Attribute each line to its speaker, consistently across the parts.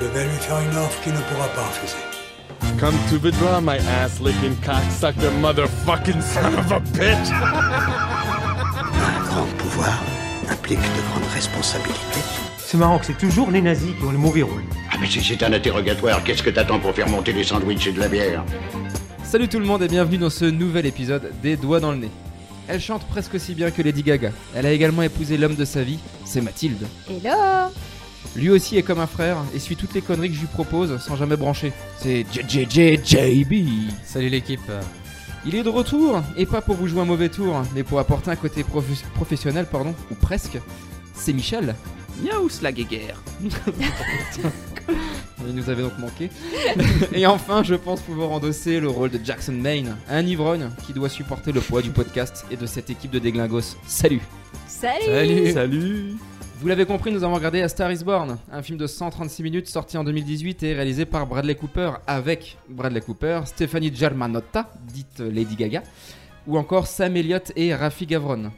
Speaker 1: Je vais lui faire une offre qu'il ne pourra pas refuser.
Speaker 2: Come to the draw, my ass licking cocksucker motherfucking son of a bitch!
Speaker 3: Un grand pouvoir implique de grandes responsabilités.
Speaker 4: C'est marrant que c'est toujours les nazis qui ont le mauvais rôle.
Speaker 5: Ah mais si c'est un interrogatoire, qu'est-ce que t'attends pour faire monter des sandwichs et de la bière
Speaker 6: Salut tout le monde et bienvenue dans ce nouvel épisode des Doigts dans le nez. Elle chante presque aussi bien que Lady Gaga. Elle a également épousé l'homme de sa vie, c'est Mathilde.
Speaker 7: Hello
Speaker 6: Lui aussi est comme un frère et suit toutes les conneries que je lui propose sans jamais brancher. C'est JJJJB.
Speaker 8: Salut l'équipe.
Speaker 6: Il est de retour, et pas pour vous jouer un mauvais tour, mais pour apporter un côté prof- professionnel, pardon, ou presque. C'est Michel. Miaou, la guéguerre. Il nous avait donc manqué. et enfin, je pense pouvoir endosser le rôle de Jackson Maine, un ivrogne qui doit supporter le poids du podcast et de cette équipe de déglingos. Salut
Speaker 7: Salut,
Speaker 8: Salut.
Speaker 2: Salut!
Speaker 6: Vous l'avez compris, nous avons regardé A Star Is Born, un film de 136 minutes sorti en 2018 et réalisé par Bradley Cooper avec Bradley Cooper, Stephanie Germanotta, dite Lady Gaga, ou encore Sam Elliott et Rafi Gavron.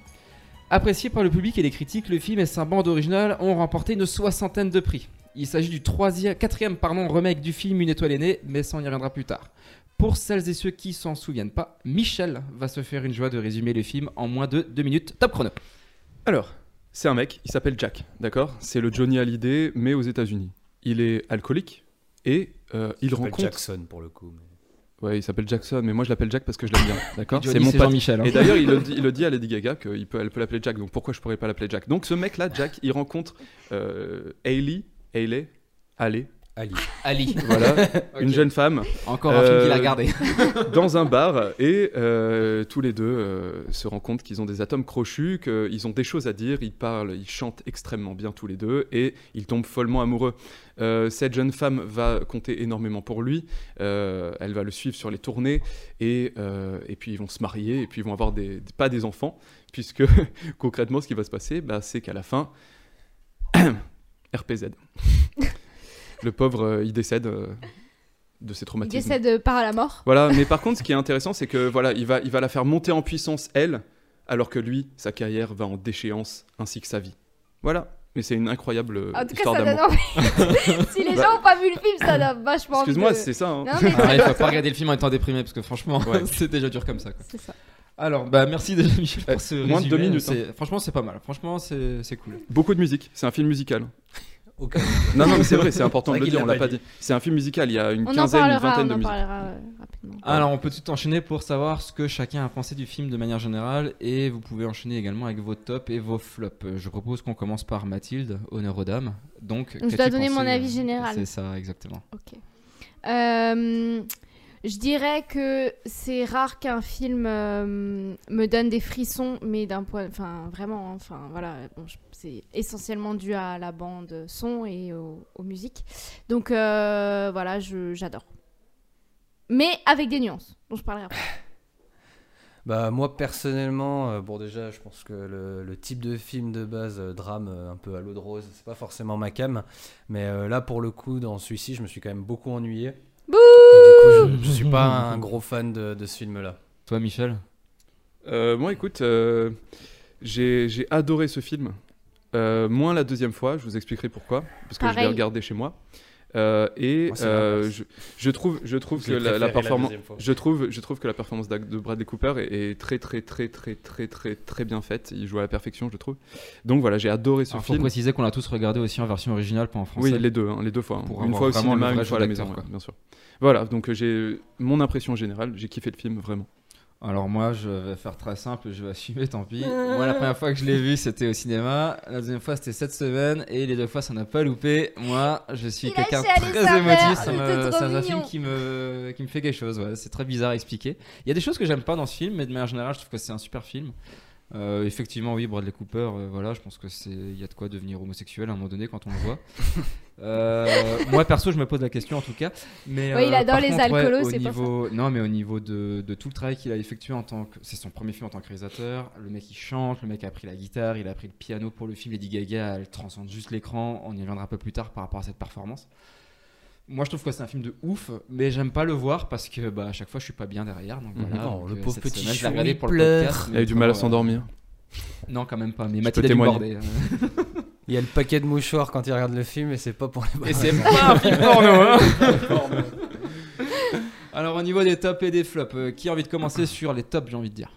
Speaker 6: Apprécié par le public et les critiques, le film et sa bande originale ont remporté une soixantaine de prix. Il s'agit du troisième, quatrième pardon, remake du film Une étoile aînée, mais ça on y reviendra plus tard. Pour celles et ceux qui s'en souviennent pas, Michel va se faire une joie de résumer le film en moins de 2 minutes. Top chrono.
Speaker 2: Alors, c'est un mec, il s'appelle Jack, d'accord C'est le Johnny Hallyday, mais aux États-Unis. Il est alcoolique et euh, il
Speaker 8: Pas
Speaker 2: rencontre.
Speaker 8: Jackson pour le coup.
Speaker 2: Ouais, il s'appelle Jackson, mais moi je l'appelle Jack parce que je l'aime bien, d'accord
Speaker 6: Johnny,
Speaker 2: mon pote.
Speaker 6: Jean-Michel. hein.
Speaker 2: Et d'ailleurs, il, le dit- il le dit à Lady Gaga qu'elle peut l'appeler Jack, donc pourquoi je pourrais pas l'appeler Jack Donc ce mec-là, Jack, il rencontre euh, Hailey, Hailey, Hailey,
Speaker 8: Ali.
Speaker 6: Ali.
Speaker 2: voilà, une jeune femme,
Speaker 6: Encore un film
Speaker 2: Euh,
Speaker 6: qu'il a regardé.
Speaker 2: dans un bar, et euh, tous les deux euh, se rendent compte qu'ils ont des atomes crochus, qu'ils ont des choses à dire, ils parlent, ils chantent extrêmement bien tous les deux, et ils tombent follement amoureux. Euh, cette jeune femme va compter énormément pour lui, euh, elle va le suivre sur les tournées, et, euh, et puis ils vont se marier, et puis ils vont avoir des, des- pas des enfants, puisque concrètement ce qui va se passer, bah, c'est qu'à la fin, RPZ. Le pauvre, euh, il décède euh, de ses
Speaker 7: Il
Speaker 2: traumatismes.
Speaker 7: décède par la mort.
Speaker 2: Voilà, mais par contre, ce qui est intéressant, c'est que voilà, il va, il va la faire monter en puissance, elle, alors que lui, sa carrière va en déchéance, ainsi que sa vie. Voilà. Mais c'est une incroyable euh,
Speaker 7: En tout cas,
Speaker 2: histoire
Speaker 7: ça donne
Speaker 2: d'amour.
Speaker 7: envie. si les gens ont pas vu le film, ça donne vachement envie.
Speaker 2: Excuse-moi,
Speaker 7: de-
Speaker 2: c'est ça. hein.
Speaker 7: Non, mais
Speaker 6: Ah ouais, faut pas regarder le film en étant déprimé parce que franchement,
Speaker 2: Ouais.
Speaker 6: c'est déjà dur comme ça. quoi.
Speaker 7: c'est ça.
Speaker 6: Alors, bah merci déjà Michel
Speaker 2: Eh,
Speaker 6: pour ce
Speaker 2: moins de deux
Speaker 6: résumé.
Speaker 2: minutes,
Speaker 6: C'est- Franchement, c'est pas mal. Franchement, c'est c'est cool.
Speaker 2: Beaucoup de musique. C'est un film musical.
Speaker 8: Ok.
Speaker 2: Non, non, mais c'est vrai, c'est important
Speaker 8: C'est
Speaker 2: de
Speaker 8: vrai
Speaker 2: le
Speaker 8: qu'il
Speaker 2: dire. On l'a pas dit. C'est un film musical. Il y a une
Speaker 7: On en
Speaker 2: quinzaine, une
Speaker 7: parlera,
Speaker 2: vingtaine
Speaker 7: on
Speaker 2: de
Speaker 7: en
Speaker 2: musiques.
Speaker 7: parlera euh, rapidement.
Speaker 6: Alors, on peut tout enchaîner pour savoir ce que chacun a pensé du film de manière générale et vous pouvez enchaîner également avec vos tops et vos flops. Euh, Je propose qu'on commence par Mathilde, honneur aux dames. Donc,
Speaker 7: Je dois
Speaker 6: qu'as-tu
Speaker 7: donner
Speaker 6: pensé,
Speaker 7: mon avis
Speaker 6: euh,
Speaker 7: général.
Speaker 6: C'est ça, exactement.
Speaker 7: Euh, je dirais que c'est rare qu'un film euh, me donne des frissons, mais d'un point, enfin vraiment, hein, enfin voilà, bon, je- c'est essentiellement dû à la bande son et au- aux musiques. Donc euh, voilà, je- j'adore. Mais avec des nuances, dont je parlerai
Speaker 8: Euh,
Speaker 7: après.
Speaker 8: Bah moi personnellement, euh, bon déjà je pense que le, le type de film de base, euh, drame euh, un peu à l'eau de rose, c'est pas forcément ma cam, mais euh, là pour le coup dans celui-ci je me suis quand même beaucoup ennuyé.
Speaker 7: Bouh
Speaker 8: Et du coup, je, je suis pas un gros fan de, de ce film-là.
Speaker 6: Toi, Michel
Speaker 2: Euh, bon, écoute, euh, j'ai j'ai adoré ce film. Euh, moins la deuxième fois, je vous expliquerai pourquoi, parce que je l'ai
Speaker 7: Pareil.
Speaker 2: regardé chez moi. Euh, et
Speaker 8: Moi, c'est
Speaker 2: euh,
Speaker 8: l'inverse.
Speaker 2: je, je trouve, je trouve que
Speaker 8: l'ai
Speaker 2: la,
Speaker 8: préféré la
Speaker 2: performance,
Speaker 8: deuxième fois.
Speaker 2: je trouve, je trouve que la performance d'Ag- de Bradley Cooper est, est très, très, très, très, très, très, très bien faite. Il joue à la perfection, je trouve. Donc voilà, j'ai adoré ce
Speaker 6: Il faut
Speaker 2: film.
Speaker 6: préciser qu'on l'a tous regardé aussi en version originale, pas en français.
Speaker 2: Oui, les deux, hein, les deux fois. hein.
Speaker 6: Pour
Speaker 2: Une
Speaker 6: avoir
Speaker 2: fois au
Speaker 6: vraiment
Speaker 2: cinéma,
Speaker 6: le vrai
Speaker 2: une fois à la
Speaker 6: jeu
Speaker 2: maison,
Speaker 6: d'acteur,
Speaker 2: ouais,
Speaker 6: quoi.
Speaker 2: bien sûr. Voilà, donc euh, j'ai mon impression générale, j'ai kiffé le film vraiment.
Speaker 6: Alors moi, je vais faire très simple, je vais assumer, tant pis. Moi,
Speaker 7: Euh.
Speaker 6: la première fois que je l'ai vu, c'était au cinéma. La deuxième fois, c'était cette semaine. Et les deux fois, ça n'a pas loupé. Moi, je suis
Speaker 7: Il a
Speaker 6: quelqu'un de
Speaker 7: chialé
Speaker 6: très
Speaker 7: sa
Speaker 6: émotif.
Speaker 7: mère,
Speaker 6: Ça
Speaker 7: c'était
Speaker 6: me-
Speaker 7: trop
Speaker 6: C'est un film
Speaker 7: mignon.
Speaker 6: qui me, qui me fait quelque chose. ouais. C'est très bizarre à expliquer. Il y a des choses que j'aime pas dans ce film, mais de manière générale, je trouve que c'est un super film. Euh, effectivement, oui, Bradley Cooper, euh, voilà, je pense que c'est, il y a de quoi devenir homosexuel à un moment donné quand on le voit. Euh, moi perso, je me pose la question en tout cas. Mais
Speaker 7: Ouais, il
Speaker 6: euh,
Speaker 7: adore
Speaker 6: par
Speaker 7: les
Speaker 6: contre, ouais,
Speaker 7: alcoolos,
Speaker 6: au
Speaker 7: c'est pour
Speaker 6: niveau... Non, mais au niveau de, de tout le travail qu'il a effectué en tant que, c'est son premier film en tant que réalisateur. Le mec il chante, le mec a appris la guitare, il a appris le piano pour le film. Lady Gaga, elle transcende juste l'écran. On y reviendra un peu plus tard par rapport à cette performance. Moi, je trouve que c'est un film de ouf, mais j'aime pas le voir parce que bah, à chaque fois, je suis pas bien derrière. Donc
Speaker 2: Mhm.
Speaker 6: voilà,
Speaker 8: Mm. Non,
Speaker 6: Donc,
Speaker 8: le
Speaker 6: euh,
Speaker 8: pauvre
Speaker 6: cette
Speaker 8: petit
Speaker 6: semaine, je l'ai
Speaker 8: chou,
Speaker 6: regardé
Speaker 8: il
Speaker 6: pour le
Speaker 8: pleure.
Speaker 6: podcast, mais
Speaker 2: Elle a eu du mal à
Speaker 6: vraiment, euh,
Speaker 2: s'endormir.
Speaker 6: non, quand même pas. Mais
Speaker 2: peux
Speaker 6: Mathilde a dû hein.
Speaker 2: témoigner.
Speaker 6: border.
Speaker 8: Il y a le paquet de mouchoirs quand il regarde le film et c'est pas pour les bonnes
Speaker 6: Et c'est
Speaker 8: raisons.
Speaker 6: pas Bah. un film porno, hein Alors au niveau des tops et des flops, euh, qui a envie de commencer sur les tops, j'ai envie de dire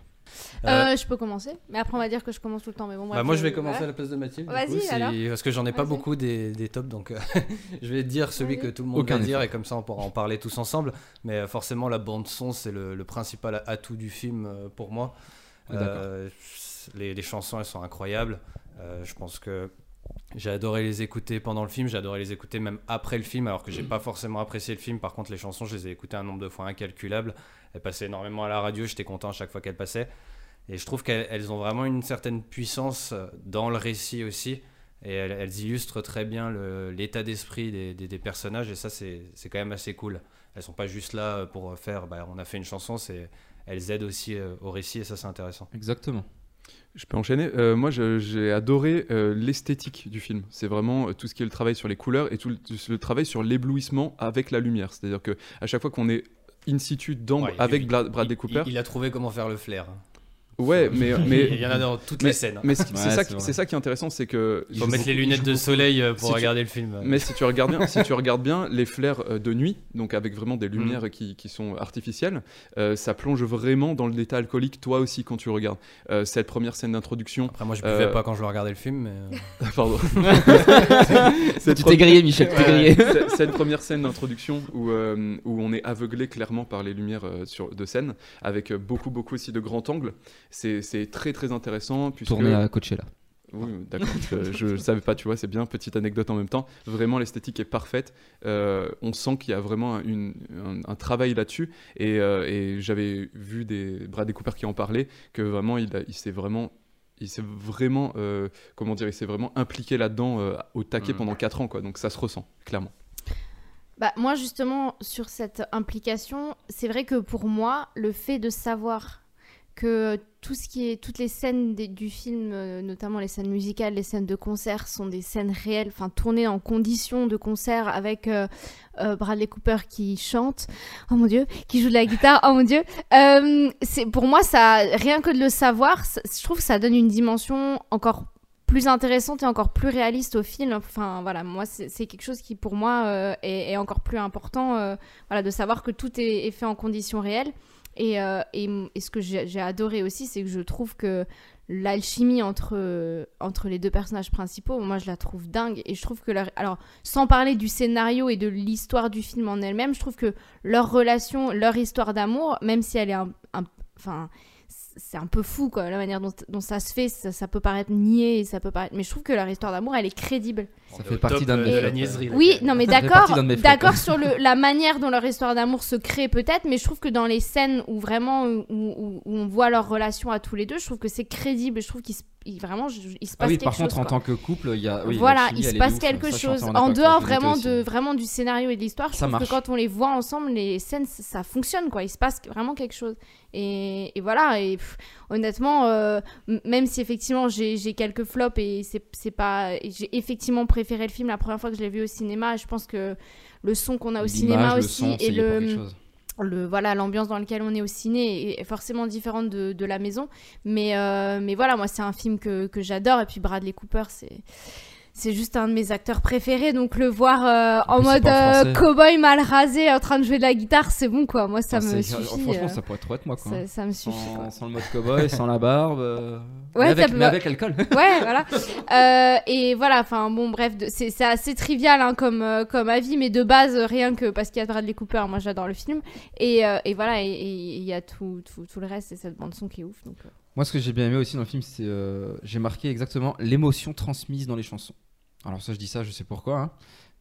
Speaker 8: Euh,
Speaker 7: Euh, je peux commencer, mais après on va dire que je commence tout le temps. Mais bon,
Speaker 8: Bah,
Speaker 7: bref, euh,
Speaker 8: moi, je vais
Speaker 7: voilà.
Speaker 8: commencer à la place de Mathilde. du
Speaker 7: Vas-y,
Speaker 8: coup, si-
Speaker 7: alors.
Speaker 8: Parce que j'en ai pas
Speaker 7: Vas-y.
Speaker 8: beaucoup des, des tops, donc euh, je vais dire celui que
Speaker 7: Vas-y.
Speaker 8: tout le monde
Speaker 6: Aucun
Speaker 8: va dire, et comme ça, on pourra en parler tous ensemble. Mais euh, forcément, la bande-son, c'est le, le principal atout du film euh, pour moi.
Speaker 6: Ouais, d'accord.
Speaker 8: Euh, les, les chansons, elles sont incroyables. Euh, je pense que j'ai adoré les écouter pendant le film, j'ai adoré les écouter même après le film, alors que j'ai pas forcément apprécié le film. Par contre, les chansons, je les ai écoutées un nombre de fois incalculable. Elles passaient énormément à la radio, j'étais content à chaque fois qu'elles passaient. Et je trouve qu'elles elles ont vraiment une certaine puissance euh, dans le récit aussi. Et elles, elles illustrent très bien le- l'état d'esprit des, des- des personnages. Et ça, c'est c'est quand même assez cool. Elles sont pas juste là pour faire, bah, on a fait une chanson, c'est elles aident aussi euh, au récit. Et ça, c'est intéressant.
Speaker 6: Exactement.
Speaker 2: Je peux enchaîner. Euh, moi, je- j'ai adoré euh, l'esthétique du film. C'est vraiment euh, tout ce qui est le travail sur les couleurs et tout le, tout le travail sur l'éblouissement avec la lumière. C'est-à-dire que à chaque fois qu'on est in situ d'ambre
Speaker 8: Ouais,
Speaker 2: avec
Speaker 8: il-
Speaker 2: Bla- Bradley
Speaker 8: il-
Speaker 2: Cooper,
Speaker 8: Il, il a trouvé comment faire le flair.
Speaker 2: ouais, mais
Speaker 8: il
Speaker 2: mais
Speaker 8: y en a dans toutes les scènes.
Speaker 2: mais c'est
Speaker 9: Ouais,
Speaker 2: c'est ça
Speaker 9: c'est
Speaker 2: qui-
Speaker 9: vrai.
Speaker 2: c'est ça qui est intéressant, c'est que
Speaker 8: il faut mettre les lunettes de soleil euh, pour
Speaker 2: Si tu-
Speaker 8: regarder le film.
Speaker 2: Mais si tu regardes bien, si tu regardes bien les flares euh, de nuit, donc avec vraiment
Speaker 6: Mm.
Speaker 2: des lumières qui, qui sont artificielles, euh, ça plonge vraiment dans le détail alcoolique, toi aussi, quand tu regardes. Euh, cette première scène d'introduction.
Speaker 8: Après, moi, je buvais
Speaker 2: Euh,
Speaker 8: pas quand je le regardais le film. Mais...
Speaker 2: Pardon. Cette
Speaker 6: tu t'es grillé, Michel, tu t'es grillé.
Speaker 2: C'est- cette première scène d'introduction où, euh, où on est aveuglé clairement par les lumières euh, sur, de scène, avec euh, beaucoup, beaucoup aussi de grands angles, c'est c'est très, très intéressant. Puisque...
Speaker 6: Tourné à Coachella. Ah
Speaker 2: Oui, d'accord, je, je le savais pas, tu vois, c'est bien, petite anecdote en même temps. Vraiment, l'esthétique est parfaite. Euh, on sent qu'il y a vraiment une- un, un travail là-dessus. Et, euh, et j'avais vu des Bradley Cooper qui en parlaient, que vraiment, il, a- il s'est vraiment. Il s'est vraiment, euh, comment dire, il s'est vraiment impliqué là-dedans euh, au taquet
Speaker 9: Mm.
Speaker 2: pendant 4 ans, quoi. Donc ça se ressent, clairement.
Speaker 7: Bah, moi, justement, sur cette implication, c'est vrai que pour moi, le fait de savoir que tout ce qui est, toutes les scènes des- du film, euh, notamment les scènes musicales, les scènes de concert, sont des scènes réelles, enfin tournées en conditions de concert avec euh, euh, Bradley Cooper qui chante, oh mon dieu, qui joue de la guitare, oh mon dieu. Euh, c'est pour moi, ça, rien que de le savoir, c- je trouve que ça donne une dimension encore plus intéressante et encore plus réaliste au film. Enfin voilà, moi c'est c'est quelque chose qui pour moi euh, est, est encore plus important, euh, voilà, de savoir que tout est, est fait en conditions réelles. Et, euh, et, m- et ce que j'ai j'ai adoré aussi, c'est que je trouve que l'alchimie entre, euh, entre les deux personnages principaux, moi je la trouve dingue. Et je trouve que leur- alors sans parler du scénario et de l'histoire du film en elle-même, je trouve que leur relation, leur histoire d'amour, même si elle est un, un- enfin c'est un peu fou quoi la manière dont, dont ça se fait ça, ça peut paraître niais et ça peut paraître mais je trouve que leur histoire d'amour elle est crédible
Speaker 6: Ça fait partie d'un de mes
Speaker 8: de la
Speaker 6: flops,
Speaker 8: niaiserie. là,
Speaker 7: oui
Speaker 8: quand même.
Speaker 7: non mais
Speaker 6: Ça fait
Speaker 7: d'accord
Speaker 6: partie d'un de mes flops.
Speaker 7: d'accord sur le, la manière dont leur histoire d'amour se crée peut-être mais je trouve que dans les scènes où vraiment où, où- où on voit leur relation à tous les deux je trouve que c'est crédible je trouve qu'il se- il- vraiment je- il se
Speaker 6: Ah
Speaker 7: passe
Speaker 6: oui,
Speaker 7: quelque
Speaker 6: par
Speaker 7: chose
Speaker 6: contre, en
Speaker 7: quoi.
Speaker 6: tant que couple, il y a. oui,
Speaker 7: voilà,
Speaker 6: l'alchimie,
Speaker 7: il se
Speaker 6: elle est
Speaker 7: passe
Speaker 6: ouf,
Speaker 7: quelque
Speaker 6: ça, je suis
Speaker 7: chose
Speaker 6: entièrement
Speaker 7: en
Speaker 6: d'accord
Speaker 7: dehors
Speaker 6: avec Juliette
Speaker 7: vraiment
Speaker 6: aussi.
Speaker 7: de euh, vraiment du scénario et de l'histoire. Je
Speaker 6: Ça
Speaker 7: trouve
Speaker 6: marche.
Speaker 7: que quand on les voit ensemble, les scènes, ça- ça fonctionne quoi. Il se passe vraiment quelque chose. Et, et voilà. Et pff, honnêtement, euh, m- même si effectivement j'ai j'ai quelques flops et c'est c'est pas, et j'ai effectivement préféré le film la première fois que je l'ai vu au cinéma. Je pense que le son qu'on a au
Speaker 6: L'image,
Speaker 7: cinéma
Speaker 6: le
Speaker 7: aussi
Speaker 6: son, c'est-
Speaker 7: et
Speaker 6: il y a pas quelque
Speaker 7: le
Speaker 6: chose.
Speaker 7: le voilà l'ambiance dans laquelle on est au ciné est- est forcément différente de, de la maison mais euh, mais voilà moi c'est un film que, que j'adore et puis Bradley Cooper c'est c'est juste un de mes acteurs préférés donc le voir euh,
Speaker 6: En
Speaker 7: en,
Speaker 6: plus, c'est
Speaker 7: mode
Speaker 6: pas un
Speaker 7: euh,
Speaker 6: Français.
Speaker 7: cowboy mal rasé en train de jouer de la guitare c'est bon quoi moi ça
Speaker 6: Enfin,
Speaker 7: me
Speaker 6: c'est-
Speaker 7: suffit
Speaker 6: Franchement,
Speaker 7: euh,
Speaker 6: ça pourrait trop être moi, quoi.
Speaker 7: ça, ça me suffit quoi.
Speaker 6: Sans, sans le mode cowboy, sans la barbe. euh,
Speaker 7: Ouais,
Speaker 6: mais,
Speaker 7: ça
Speaker 6: avec,
Speaker 7: peut-
Speaker 6: mais avec alcool.
Speaker 7: ouais, voilà. Euh, et voilà, enfin bon, bref, de- c'est c'est assez trivial hein, comme, euh, comme avis, mais de base, euh, rien que parce qu'il y a Bradley Cooper, moi j'adore le film. Et, euh, et voilà, et- et il y a tout, tout, tout le reste et cette bande-son qui est ouf. Donc, euh.
Speaker 6: Moi, ce que j'ai bien aimé aussi dans le film, c'est euh, j'ai marqué exactement l'émotion transmise dans les chansons. Alors ça, je dis ça, je sais pourquoi. hein.